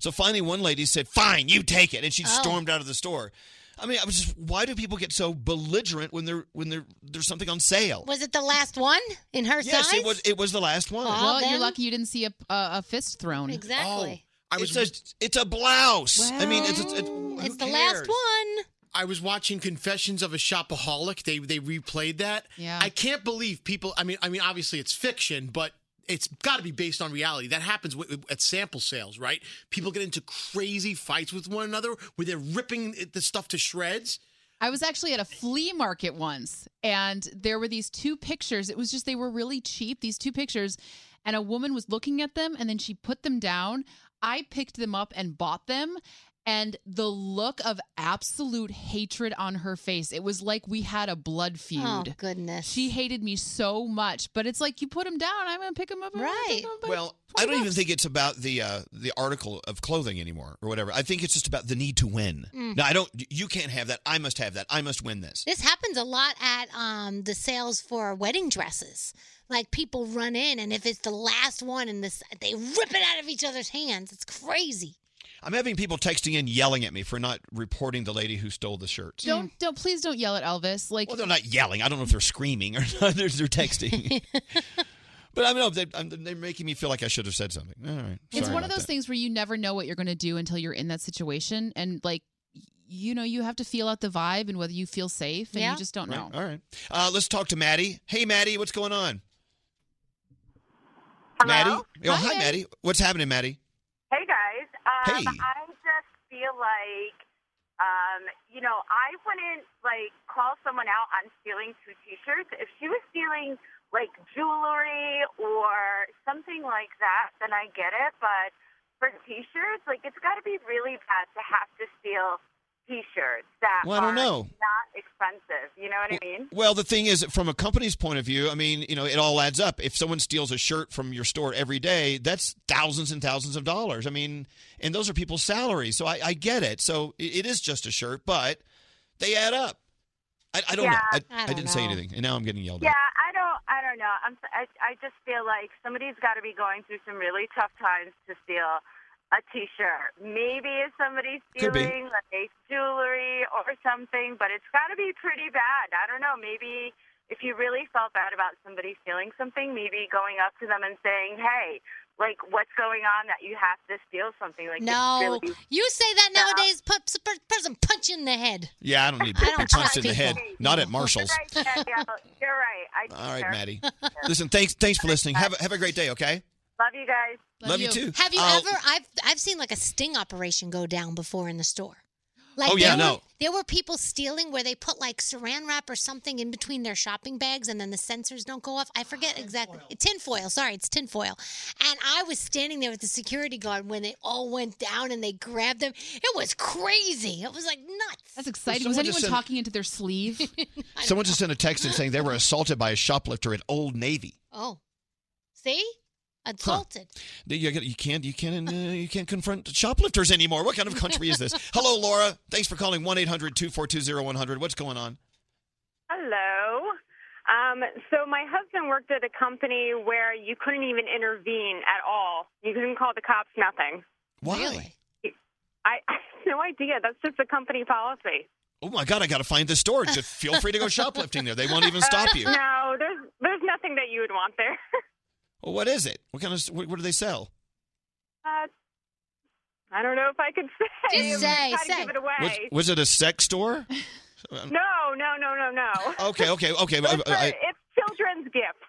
S1: So finally, one lady said, "Fine, you take it," and she
S11: Oh.
S1: stormed out of the store. I mean, I was just, why do people get so belligerent when they're when they're, there's something on sale?
S11: Was it the last one in her
S1: yes,
S11: size?
S1: it was. It was the last one.
S7: well, you're lucky you didn't see a, a, a fist thrown.
S1: Oh,
S11: Exactly.
S5: I was
S1: it's a, it's a blouse.
S5: I mean, it's,
S11: it's the last one.
S5: I was watching Confessions of a Shopaholic. They they replayed that.
S7: Yeah.
S5: I can't believe people. I mean, I mean, obviously it's fiction, but it's got to be based on reality. That happens wi- at sample sales, right? People get into crazy fights with one another where they're ripping it- the stuff to shreds.
S7: I was actually at a flea market once, and there were these two pictures. It was just they were really cheap. These two pictures, and a woman was looking at them, and then she put them down. I picked them up and bought them. And the look of absolute hatred on her face. It was like we had a blood feud.
S11: Oh, goodness.
S7: She hated me so much, but it's like you put them down, I'm going to pick them up. Right.
S1: Well, I don't even think it's about the uh, the article of clothing anymore or whatever. I think it's just about the need to win.
S11: Mm.
S1: No, I don't. You can't have that. I must have that. I must win this.
S11: This happens a lot at um, the sales for wedding dresses. Like people run in, and if it's the last one, and this they rip it out of each other's hands. It's crazy.
S1: I'm having people texting in yelling at me for not reporting the lady who stole the shirts.
S7: Don't, don't, please don't yell at Elvis. Like,
S1: Well, they're not yelling. I don't know if they're screaming or not. They're, they're texting. but I know they, I'm, they're making me feel like I should have said something. All right.
S7: it's
S1: Sorry
S7: one of
S1: about
S7: those
S1: that.
S7: things where you never know what you're going to do until you're in that situation and like y- you know you have to feel out the vibe and whether you feel safe and
S1: Yeah.
S7: you just don't
S1: Right.
S7: know
S1: All right. Uh, let's talk to Maddie. Hey, Maddie, what's going on? Maddie? Oh, hi, Maddie. What's happening, Maddie?
S31: Hey guys. Um,
S1: Hey.
S31: I just feel like, um, you know, I wouldn't like call someone out on stealing two T-shirts. If she was stealing like jewelry or something like that, then I get it. But for T-shirts, like it's got to be really bad to have to steal T-shirts that
S1: Well, I don't
S31: are
S1: know.
S31: not expensive. You know what I mean?
S1: Well, the thing is, from a company's point of view, I mean, you know, it all adds up. If someone steals a shirt from your store every day, that's thousands and thousands of dollars. I mean, and those are people's salaries. So I, I get it. So it, it is just a shirt, but they add up. I, I don't
S31: Yeah.
S1: know.
S31: I don't
S1: didn't say
S31: know.
S1: anything, and now I'm getting yelled
S31: Yeah, I don't. I don't know. I'm. I, I just feel like somebody's got to be going through some really tough times to steal
S17: a T-shirt. Maybe if somebody's
S1: Could be.
S17: stealing like jewelry or something, but it's got to be pretty bad. I don't know. Maybe if you really felt bad about somebody stealing something, maybe going up to them and saying, "Hey, like what's going on that you have to steal something?" Like it's
S11: No,
S17: really-
S11: you say that nowadays, puts a per- person punch you in the head.
S1: Yeah, I don't need
S11: I don't
S1: punched
S11: trust
S1: in the head.
S11: people.
S1: Not at Marshalls.
S17: You're right, Danielle. You're right. I
S1: All right, Maddie. Listen, thanks thanks for listening. Have a, have a great day, okay?
S17: Love you guys.
S1: Love Love you you. too.
S11: Have you
S1: Uh,
S11: ever? I've I've seen like a sting operation go down before in the store. Like
S1: Oh, yeah,
S11: there
S1: no.
S11: Were, there were people stealing where they put like Saran wrap or something in between their shopping bags, and then the sensors don't go off. I forget exactly. Tinfoil. Sorry, it's tinfoil. And I was standing there with the security guard when they all went down and they grabbed them. It was crazy. It was like nuts.
S7: That's exciting.
S1: Well,
S7: Was
S1: someone just
S7: anyone
S1: said-
S7: talking into their sleeve?
S1: Someone just sent a text in saying they were assaulted by a shoplifter at Old Navy.
S11: oh, see, assaulted.
S1: You, you can't you can't uh, you can't confront shoplifters anymore. What kind of country is this? Hello, Laura. Thanks for calling 1-800-242-0100. What's going on?
S42: Hello. Um, so my husband worked at a company where you couldn't even intervene at all. You couldn't call the cops, nothing.
S1: Why?
S42: I, I have no idea. That's just a company policy.
S1: Oh my God! I got to find this store. Just feel free to go shoplifting there. They won't even stop you.
S42: Uh, no, there's there's nothing that you would want there.
S1: Well, what is it? What kind of what, what do they sell?
S42: Uh, I don't know if I could say.
S11: Just
S42: I'm
S11: say,
S42: trying to
S11: say.
S42: give it away.
S1: Was, was it a sex store?
S42: No, no, no, no, no.
S1: um, Okay, okay, okay. Uh,
S42: It's,
S1: I-
S42: for,
S1: I-
S42: it's children's gifts.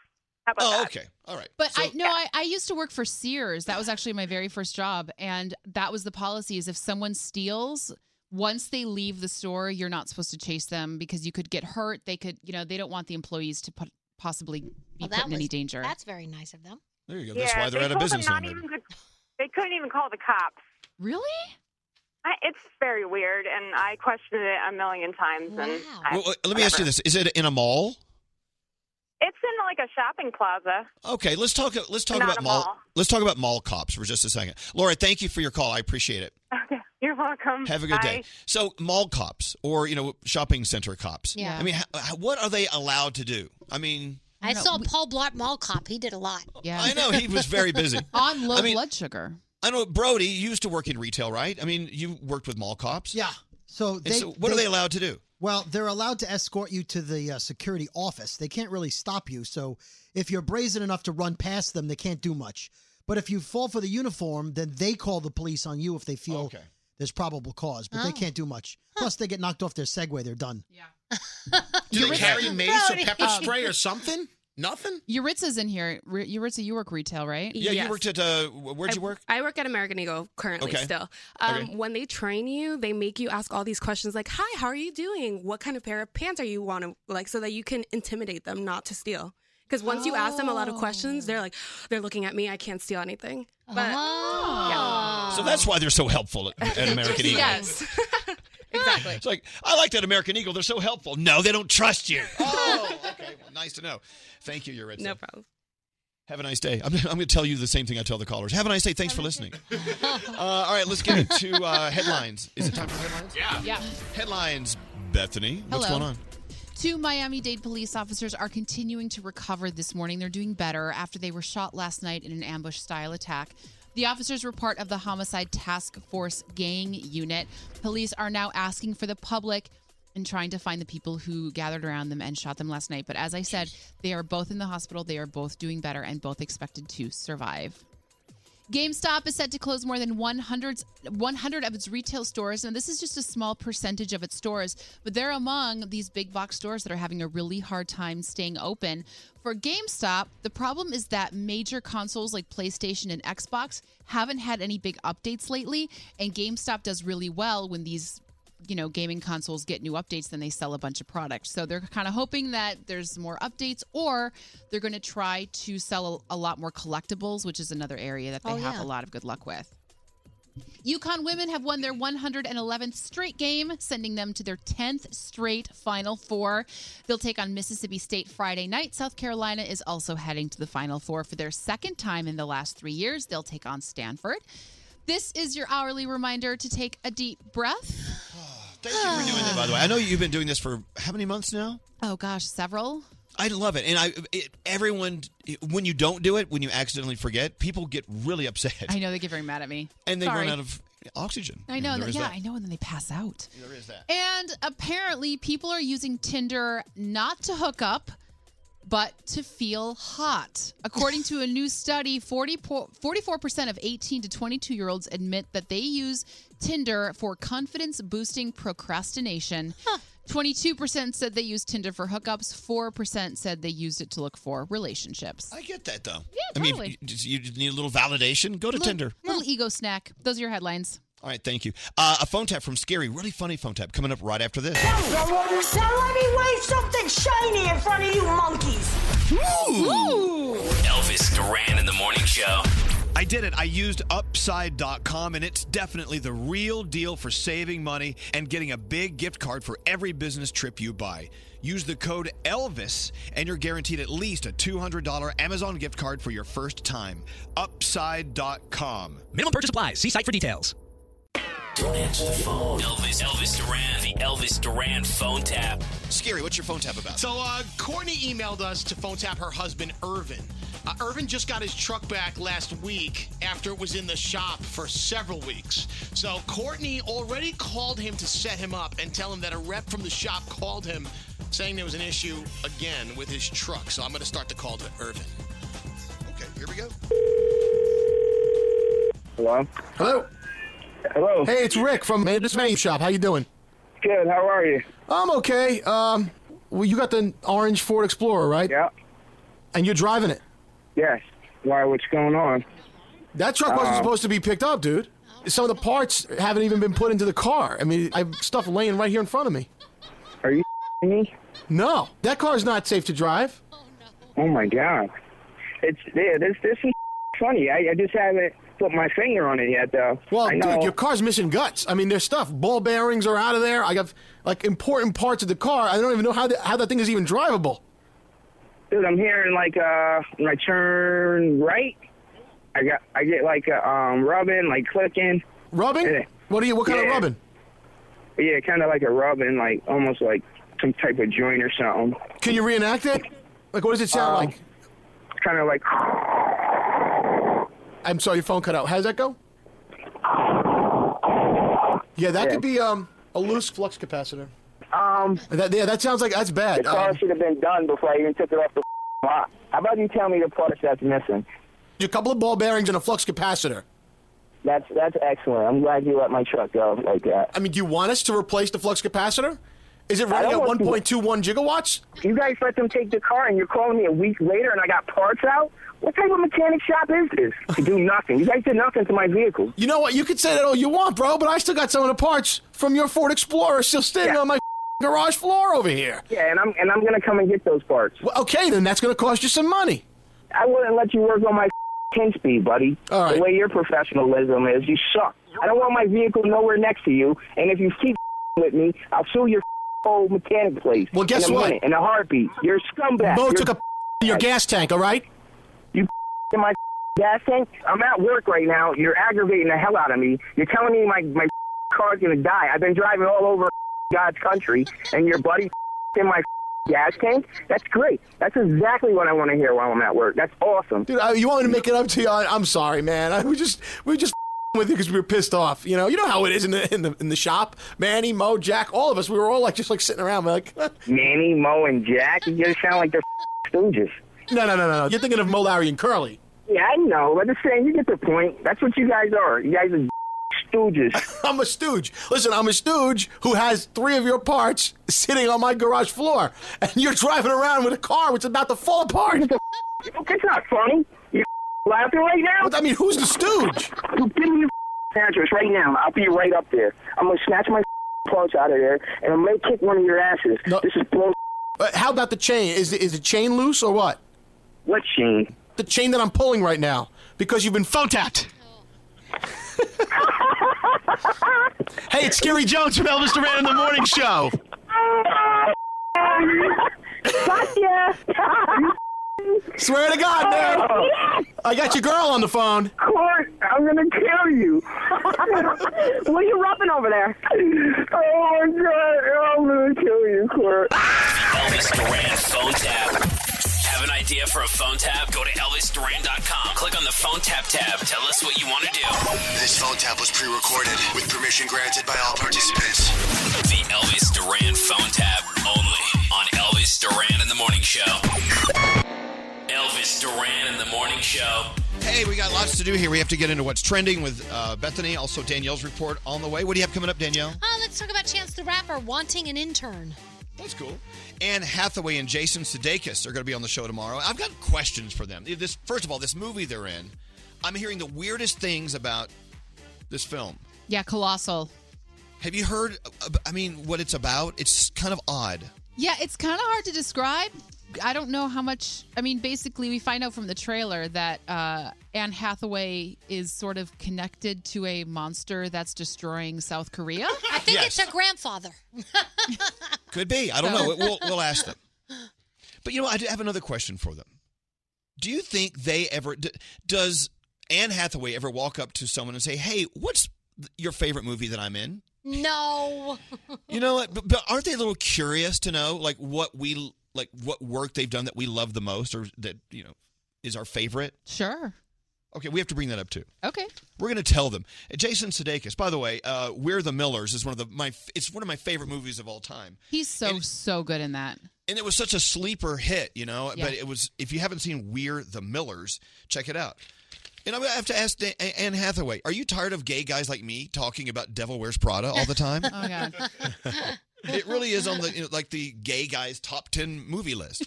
S42: How about
S1: oh,
S42: that?
S1: okay. All right.
S7: But I no, I, I used to work for Sears. That was actually my very first job, and that was the policy: is if someone steals, once they leave the store, you're not supposed to chase them because you could get hurt. They could, you know, they don't want the employees to put, possibly be put in any danger.
S11: That's very nice of them.
S1: There you
S7: go. That's why they're
S42: they
S7: out of
S42: told
S7: business
S42: Them
S7: now,
S42: not
S1: maybe.
S42: even could, they couldn't even call the cops.
S7: Really?
S42: I, it's very weird, and I questioned it a million times. And I,
S1: Well, well, let me ask you this: Is it in a mall?
S42: it's in like a shopping plaza.
S1: Okay, let's talk. Let's talk
S42: Not
S1: about
S42: a
S1: mall.
S42: mall.
S1: Let's talk about mall cops for just a second. Laura, thank you for your call. I appreciate it.
S42: You're welcome.
S1: Have a good day.
S42: Bye.
S1: So, mall cops or you know shopping center cops.
S11: Yeah.
S1: I mean, h- h- what are they allowed to do? I mean,
S11: I saw Paul Blart Mall Cop. He did a lot.
S7: Yeah,
S1: I know he was very busy.
S7: On low
S1: I mean-
S7: blood sugar.
S1: I know Brody you used to work in retail, right? I mean, you worked with mall cops.
S34: Yeah. So,
S1: And
S34: they,
S1: so what are they allowed to do?
S34: Well, they're allowed to escort you to the uh, security office. They can't really stop you. So if you're brazen enough to run past them, they can't do much. But if you fall for the uniform, then they call the police on you if they feel there's probable cause. But
S11: Oh.
S34: they can't do much. Plus, they get knocked off their Segway. They're done.
S5: Do they carry mace or pepper
S7: Um,
S5: spray or something? Nothing.
S7: Yuritsa's in here. R- Yuritsa, you work retail, right?
S1: Yeah, you worked at uh, where'd
S43: I,
S1: you work?
S43: I work at American Eagle currently
S1: Okay.
S43: still. Um,
S1: Okay.
S43: When they train you, they make you ask all these questions like, hi, how are you doing? What kind of pair of pants are you want to like so that you can intimidate them not to steal? Because once you ask them a lot of questions, they're like, they're looking at me. I can't steal anything. But yeah.
S1: Oh. So that's why they're so helpful at, at American Eagle.
S43: yes.
S1: exactly. It's like I like that American Eagle. They're so helpful. No, they don't trust you. Oh, okay. Well, nice to know. Thank you, Yuritsa.
S43: No problem.
S1: Have a nice day. I'm, I'm going to tell you the same thing I tell the callers. Have a nice day. Thanks for listening. uh, all right, let's get into uh, headlines. Is it time for headlines? Yeah.
S7: Yeah.
S1: Headlines, Bethany. What's
S7: Hello.
S1: going on?
S7: Two Miami Dade police officers are continuing to recover this morning. They're doing better after they were shot last night in an ambush style attack. The officers were part of the Homicide Task Force gang unit. Police are now asking for the public and trying to find the people who gathered around them and shot them last night. But as I said, they are both in the hospital. They are both doing better and both expected to survive. GameStop is set to close more than 100, 100 of its retail stores. Now, this is just a small percentage of its stores, but they're among these big box stores that are having a really hard time staying open. For GameStop, the problem is that major consoles like PlayStation and Xbox haven't had any big updates lately, and GameStop does really well when these you know gaming consoles get new updates then they sell a bunch of products so they're kind of hoping that there's more updates or they're going to try to sell a, a lot more collectibles which is another area that they
S44: Oh,
S7: have
S44: yeah.
S7: a lot of good luck with yukon women have won their 111th straight game sending them to their 10th straight final four they'll take on mississippi state friday night south carolina is also heading to the final four for their second time in the last three years they'll take on stanford this is your hourly reminder to take a deep breath
S1: By the way, I know you've been doing this for how many months now?
S7: Oh gosh, several.
S1: I love it, and I it, everyone when you don't do it, when you accidentally forget, people get really upset,
S7: I know they get very mad at me.
S1: and they
S7: Sorry.
S1: run out of oxygen.
S7: I know.
S1: There
S7: that-
S1: is
S7: yeah,
S1: that.
S7: I know. And then they pass out.
S1: There is that.
S7: And apparently, people are using Tinder not to hook up, but to feel hot. According to a new study, 40 po- 44% of 18 to 22 year olds admit that they use Tinder for confidence boosting procrastination. 22% said they use Tinder for hookups. 4% said they used it to look for relationships.
S1: I get that though.
S7: Yeah,
S1: I mean,
S7: totally.
S1: if you, you just need a little validation. Go to
S7: Little-
S1: Tinder.
S7: Little ego snack. Those are your headlines.
S1: All right, thank you. Uh, a phone tap from Scary, really funny phone tap coming up right after this.
S19: Now let me wave something shiny in front of you monkeys.
S8: Elvis Duran in the morning show.
S1: I did it. I used upside.com and it's definitely the real deal for saving money and getting a big gift card for every business trip you buy. Use the code Elvis and you're guaranteed at least a $200 Amazon gift card for your first time. Upside.com.
S17: Minimum purchase applies. See site for details.
S8: Don't answer the phone. Elvis, Elvis Duran, the Elvis Duran phone tap.
S1: Scary, what's your phone tap about?
S5: So uh, Courtney emailed us to phone tap her husband Irvin. Uh, Irvin just got his truck back last week after it was in the shop for several weeks. So Courtney already called him to set him up and tell him that a rep from the shop called him saying there was an issue again with his truck. So I'm going to start the call to Irvin.
S1: Okay, here we go.
S25: Hello.
S5: Hello.
S25: Hello.
S5: Hey, it's Rick from Madness Menu Shop. How you doing?
S25: Good. How are you?
S5: I'm okay. Um, well, you got the orange Ford Explorer, right? Yeah. And you're driving it.
S25: Yes. Why? What's going on?
S5: That truck wasn't
S25: Uh,
S5: supposed to be picked up, dude. Some of the parts haven't even been put into the car. I mean, I have stuff laying right here in front of me.
S25: Are you me?
S5: No, that car's not safe to drive.
S25: Oh my God. It's yeah. This this is funny. I, I just haven't put my finger on it yet, though.
S5: Well,
S25: I know.
S5: Oh, dude, your car's missing guts. I mean, there's stuff. Ball bearings are out of there. I got like important parts of the car. I don't even know how the, how that thing is even drivable.
S25: dude, I'm hearing like uh, when I turn right, I got I get like a um rubbing, like clicking.
S5: Rubbing? What do you? What kind of rubbing?
S25: Yeah, kind of like a rubbing, like almost like some type of joint or something.
S5: Can you reenact it? Like, what does it sound like?
S25: Kind of Um, like.
S5: I'm sorry, your phone cut out. How does that go? Yeah, that could be um, a loose flux capacitor.
S25: Um.
S5: That, yeah, that sounds like that's
S25: The
S5: bad.
S25: car
S5: Um,
S25: should have been done before I even took it off the lot. How about you tell me the parts that's missing?
S5: a couple of ball bearings and a flux capacitor.
S25: That's that's excellent. I'm glad you let my truck go like that.
S5: I mean, do you want us to replace the flux capacitor? Is it
S25: I
S5: running
S25: don't
S5: at
S25: want to-
S5: 1.21 gigawatts?
S25: You guys let them take the car, and you're calling me a week later, and I got parts out. What type of mechanic shop is this? To do nothing. You guys did nothing to my vehicle.
S5: You know what? You could say that all you want, bro, but I still got some of the parts from your Ford Explorer still standing on my garage floor over here.
S25: Yeah, and I'm and I'm gonna come and get those parts.
S5: Well, okay, then that's gonna cost you some money.
S25: I wouldn't let you work on my ten speed, buddy. The way your professionalism is, you suck. I don't want my vehicle nowhere next to you, and if you keep with me, I'll sue your whole mechanic place.
S5: Well, guess
S25: in a
S5: what?
S25: Minute, in a heartbeat, you're a scumbag.
S5: Bo
S25: You're
S5: took a in your gas tank, all right?
S25: You in my gas tank? I'm at work right now. You're aggravating the hell out of me. You're telling me my my car's gonna die. I've been driving all over God's country, and your buddy in my gas tank? That's great. That's exactly what I want to hear while I'm at work. That's awesome.
S5: Dude, I, you want me to make it up to you? I, I'm sorry, man. I, we just we were just with you because we were pissed off. You know, you know how it is in the in the in the shop. Manny, Mo, Jack, all of us. We were all like just like sitting around, like. no,
S25: Manny, Mo, and Jack, you guys sound like the Stooges.
S5: no, no, no, no. You're thinking of Mo, Larry, and Curly.
S25: Yeah, I know. But I'm saying, you get the point. That's what you guys are. You guys are stooges.
S5: I'm a stooge. Listen, I'm a stooge who has three of your parts sitting on my garage floor, and you're driving around with a car which is about to fall apart.
S25: It's not funny. You laughing right now?
S5: I mean, who's the stooge?
S25: You give me your address right now. I'll be right up there. I'm gonna snatch my parts out of there, and I'm gonna kick one of your asses. This is blown.
S5: Uh, how about the chain? Is the, is the chain loose or what?
S25: What chain?
S5: The chain that I'm pulling right now because you've been phone tapped. hey, it's Scary Jones from Elvis Duran in the Morning Show.
S25: Gotcha.
S5: Swear to God, man. I got your girl on the phone.
S25: Court, I'm gonna kill you. what are you rubbing over there? Oh my god, I'm gonna kill you, Court.
S8: Elvis Duran phone tap. Have an idea for a phone tap? Go to ElvisDuran.com. Click on the phone tap tab. Tell us what you want to do.
S2: This phone tap was pre-recorded with permission granted by all participants.
S8: The Elvis Duran phone tap only on Elvis Duran in the Morning Show. Elvis Duran in the Morning Show.
S1: Hey, we got lots to do here. We have to get into what's trending with uh, Bethany. Also, Danielle's report on the way. What do you have coming up, Danielle?
S11: Oh, let's talk about Chance the Rapper wanting an intern.
S1: That's cool. Anne Hathaway and Jason Sudeikis are going to be on the show tomorrow. I've got questions for them. This, first of all, this movie they're in. I'm hearing the weirdest things about this film.
S7: Yeah, colossal.
S1: Have you heard? ab- I mean, what it's about? It's kind of odd.
S7: Yeah, it's kind of hard to describe. I don't know how much. I mean, basically, we find out from the trailer that uh, Anne Hathaway is sort of connected to a monster that's destroying South Korea.
S11: I think it's her grandfather.
S1: Could be. I don't
S7: So-
S1: know. We'll, we'll ask them.
S11: Oh
S1: But you know, I do have another question for them. Do you think they ever d- does Anne Hathaway ever walk up to someone and say, "Hey, what's th- your favorite movie that I'm in?"
S11: No.
S1: You know what? But, but aren't they a little curious to know like what we l- like what work they've done that we love the most or that you know is our favorite?
S7: Sure.
S1: Okay, we have to bring that up too.
S7: Okay.
S1: We're going to tell them. Jason Sudeikis, by the way, uh, "We're the Millers" is one of the my f- it's one of my favorite movies of all time.
S7: He's so, so good in that.
S1: And it was such a sleeper hit, you know.
S7: Yeah.
S1: But it was if you haven't seen We're the Millers, check it out. And I have to ask Dan- Anne Hathaway, are you tired of gay guys like me talking about Devil Wears Prada all the time?
S7: Oh, God.
S1: it really is on the you know, like the gay guys top ten movie list.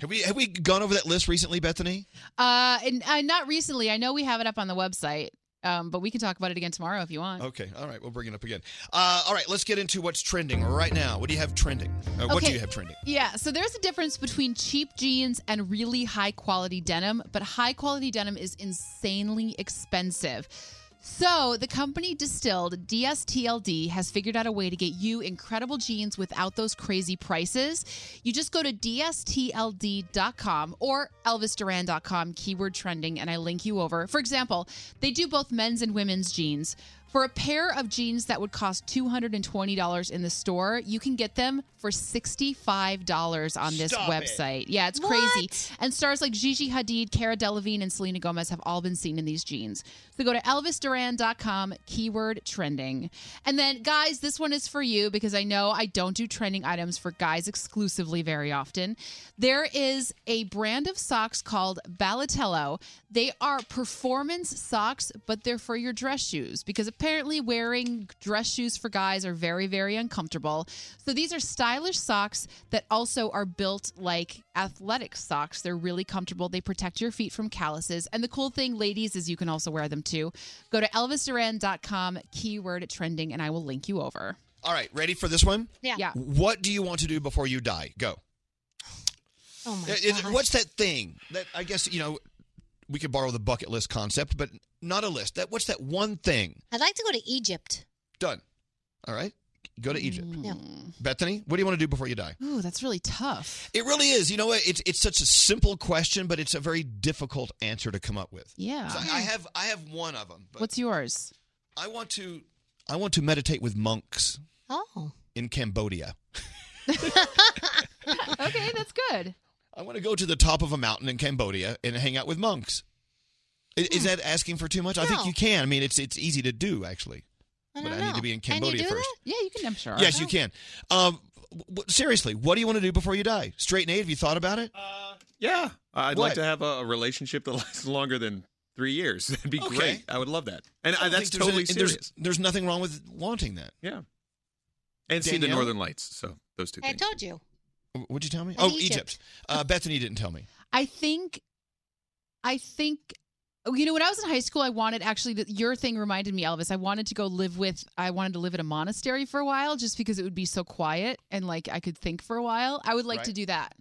S1: have we have we gone over that list recently, Bethany?
S7: Uh, and uh, not recently. I know we have it up on the website, um, but we can talk about it again tomorrow if you want.
S1: Okay, all right, we'll bring it up again. Uh, all right, let's get into what's trending right now. What do you have trending? Uh, What do
S7: Okay.
S1: you have trending?
S7: Yeah, so there's a difference between cheap jeans and really high quality denim, but high quality denim is insanely expensive. So, the company Distilled, DSTLD, has figured out a way to get you incredible jeans without those crazy prices. You just go to DSTLD.com or ElvisDuran.com, keyword trending, and I link you over. For example, they do both men's and women's jeans. For a pair of jeans that would cost $220 in the store, you can get them for $65 on this
S41: Stop it.
S7: website. Yeah, it's crazy. And stars like Gigi Hadid, Cara Delevingne, and Selena Gomez have all been seen in these jeans. So go to elvisduran.com, keyword trending. And then, guys, this one is for you because I know I don't do trending items for guys exclusively very often. There is a brand of socks called Ballatello. They are performance socks, but they're for your dress shoes because apparently wearing dress shoes for guys are very, very uncomfortable. So these are stylish socks that also are built like athletic socks. They're really comfortable. They protect your feet from calluses. And the cool thing, ladies, is you can also wear them too. Go to elvisduran.com, keyword trending, and I will link you over.
S1: All right, ready for this one?
S7: Yeah. Yeah.
S1: What do you want to do before you die? Go.
S11: Oh my
S1: It- it-
S11: God.
S1: what's that thing? That I guess you know, we could borrow the bucket list concept, but not a list. That what's that one thing?
S11: I'd like to go to Egypt.
S1: Done. All right, go to Egypt.
S7: Mm.
S11: Yeah.
S1: Bethany, what do you want to do before you die?
S7: Ooh, that's really tough.
S1: It really is. You know what? It's it's such a simple question, but it's a very difficult answer to come up with.
S7: Yeah.
S1: So I have I have one of them. But
S7: What's yours?
S1: I want to I want to meditate with monks
S11: Oh.
S1: in Cambodia.
S7: okay, that's good.
S1: I want to go to the top of a mountain in Cambodia and hang out with monks. I- Is, that asking for too much? I think
S7: Hmm. No.
S1: you can. I mean, it's it's easy to do actually,
S7: I
S1: but
S7: don't
S1: I need
S7: know.
S1: to be in
S7: Can you
S1: Cambodia
S7: do
S1: first.
S7: Yeah, you can, I'm sure.
S1: Yes, you can. Um, w- w- seriously, what do you want to do before you die? Straight Nate, have you thought about it?
S23: Uh, Yeah. I'd
S1: What?
S23: like to have a, a relationship that lasts longer than three years. That'd be
S1: Okay.
S23: great. I would love that. And
S1: I
S23: I,
S1: don't
S23: that's
S1: think there's
S23: totally
S1: any- there's-
S23: serious.
S1: There's nothing wrong with wanting that.
S23: Yeah. and see the
S1: Danielle?
S23: Northern Lights. So those two
S11: I
S23: things.
S11: told you.
S1: What'd you tell me?
S11: And
S1: Oh,
S11: Egypt.
S1: Egypt. Uh, Bethany didn't tell me.
S7: I think, I think, oh, you know, when I was in high school, I wanted actually that your thing reminded me, Elvis. I wanted to go live with, I wanted to live at a monastery for a while, just because it would be so quiet and like I could think for a while. I would like to
S1: Right.
S7: do that.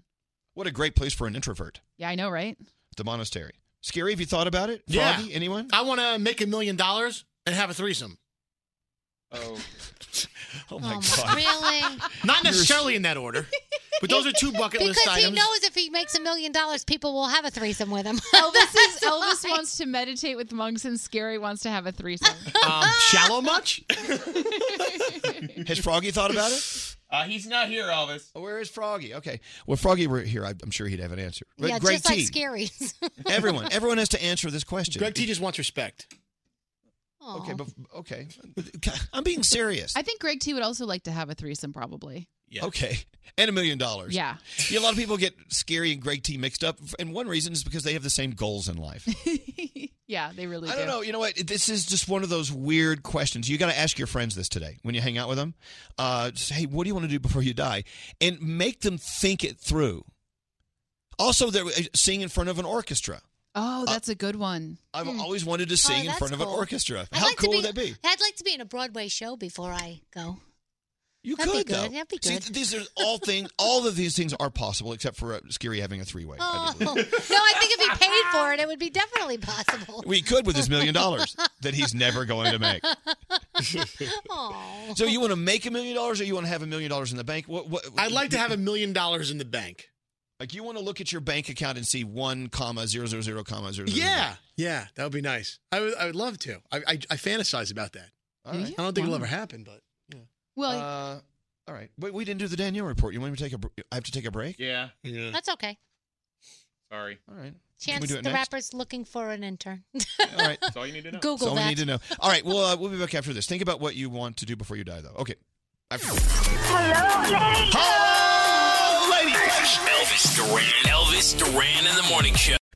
S1: What a great place for an introvert.
S7: Yeah, I know, right?
S1: The monastery. Scary. Have you thought about it? Froggy, Anyone?
S5: I want to make a million dollars and have a threesome.
S23: Oh.
S1: oh my
S11: Really?
S5: Not necessarily in that order, but those are two bucket
S11: Because
S5: list
S11: he
S5: items.
S11: knows if he makes a million dollars, people will have a threesome with him.
S7: Elvis is, Elvis wants to meditate with monks, and Scary wants to have a threesome.
S5: um, shallow much?
S1: Has Froggy thought about it?
S5: Uh, he's not here, Elvis.
S1: where is Froggy? Okay. Well, if Froggy were here, I- I'm sure he'd have an answer. But
S36: yeah,
S1: Greg
S36: just
S1: T.
S36: like Scary's.
S1: everyone, everyone has to answer this question.
S5: Greg T just wants respect.
S1: Okay, but okay. I'm being serious.
S7: I think Greg T would also like to have a threesome, probably.
S1: Okay. And a million dollars.
S7: Yeah.
S1: Yeah, a lot of people get Scary and Greg T mixed up, and one reason is because they have the same goals in life.
S7: Yeah, they really
S1: I don't know. You know what? This is just one of those weird questions. You got to ask your friends this today when you hang out with them. Uh, just, hey, what do you want to do before you die? And make them think it through. Also, they're sing in front of an orchestra. Uh,
S7: Oh, that's a good one.
S1: I've always wanted to sing in
S36: Hmm. Oh, that's
S1: front of an
S36: cool.
S1: orchestra.
S36: I'd
S1: How
S36: like to
S1: cool would that be?
S36: I'd like to be in a Broadway show before I go.
S1: You
S36: That'd be
S1: could
S36: good.
S1: though.
S36: That'd be
S1: See,
S36: good.
S1: th- these are all things. All of these things are possible, except for uh, Scary having a three-way.
S36: Oh no! I think if he paid for it, it would be definitely possible.
S1: We could with his million dollars that he's never going to make.
S36: Oh,
S1: so you want to make a million dollars, or you want to have a million dollars in the bank? What, what,
S5: I'd like to have a million dollars in the bank.
S1: Like you want to look at your bank account and see one comma zero zero zero comma zero. zero,
S5: Yeah,
S1: zero.
S5: yeah, that would be nice. I would, I would love to. I, I, I fantasize about that.
S1: All right.
S5: I don't think it'll ever happen, but
S7: Well,
S1: uh, all right. Wait, we didn't do the Danielle report. You want me to take a? br- I have to take a break.
S23: Yeah.
S5: Yeah.
S36: That's okay.
S23: Sorry.
S1: All right. Can we
S36: Chance,
S1: do
S36: the
S1: it next?
S36: rapper's looking for an intern.
S1: All right.
S23: That's all you need to
S36: know. Google
S1: That's all
S36: that.
S1: we need to know. All right. Well, uh, we'll be back after this. Think about what you want to do before you die, though. Okay.
S45: Hello, lady.
S1: Hello,
S8: Elvis Duran. Elvis Duran in the morning show.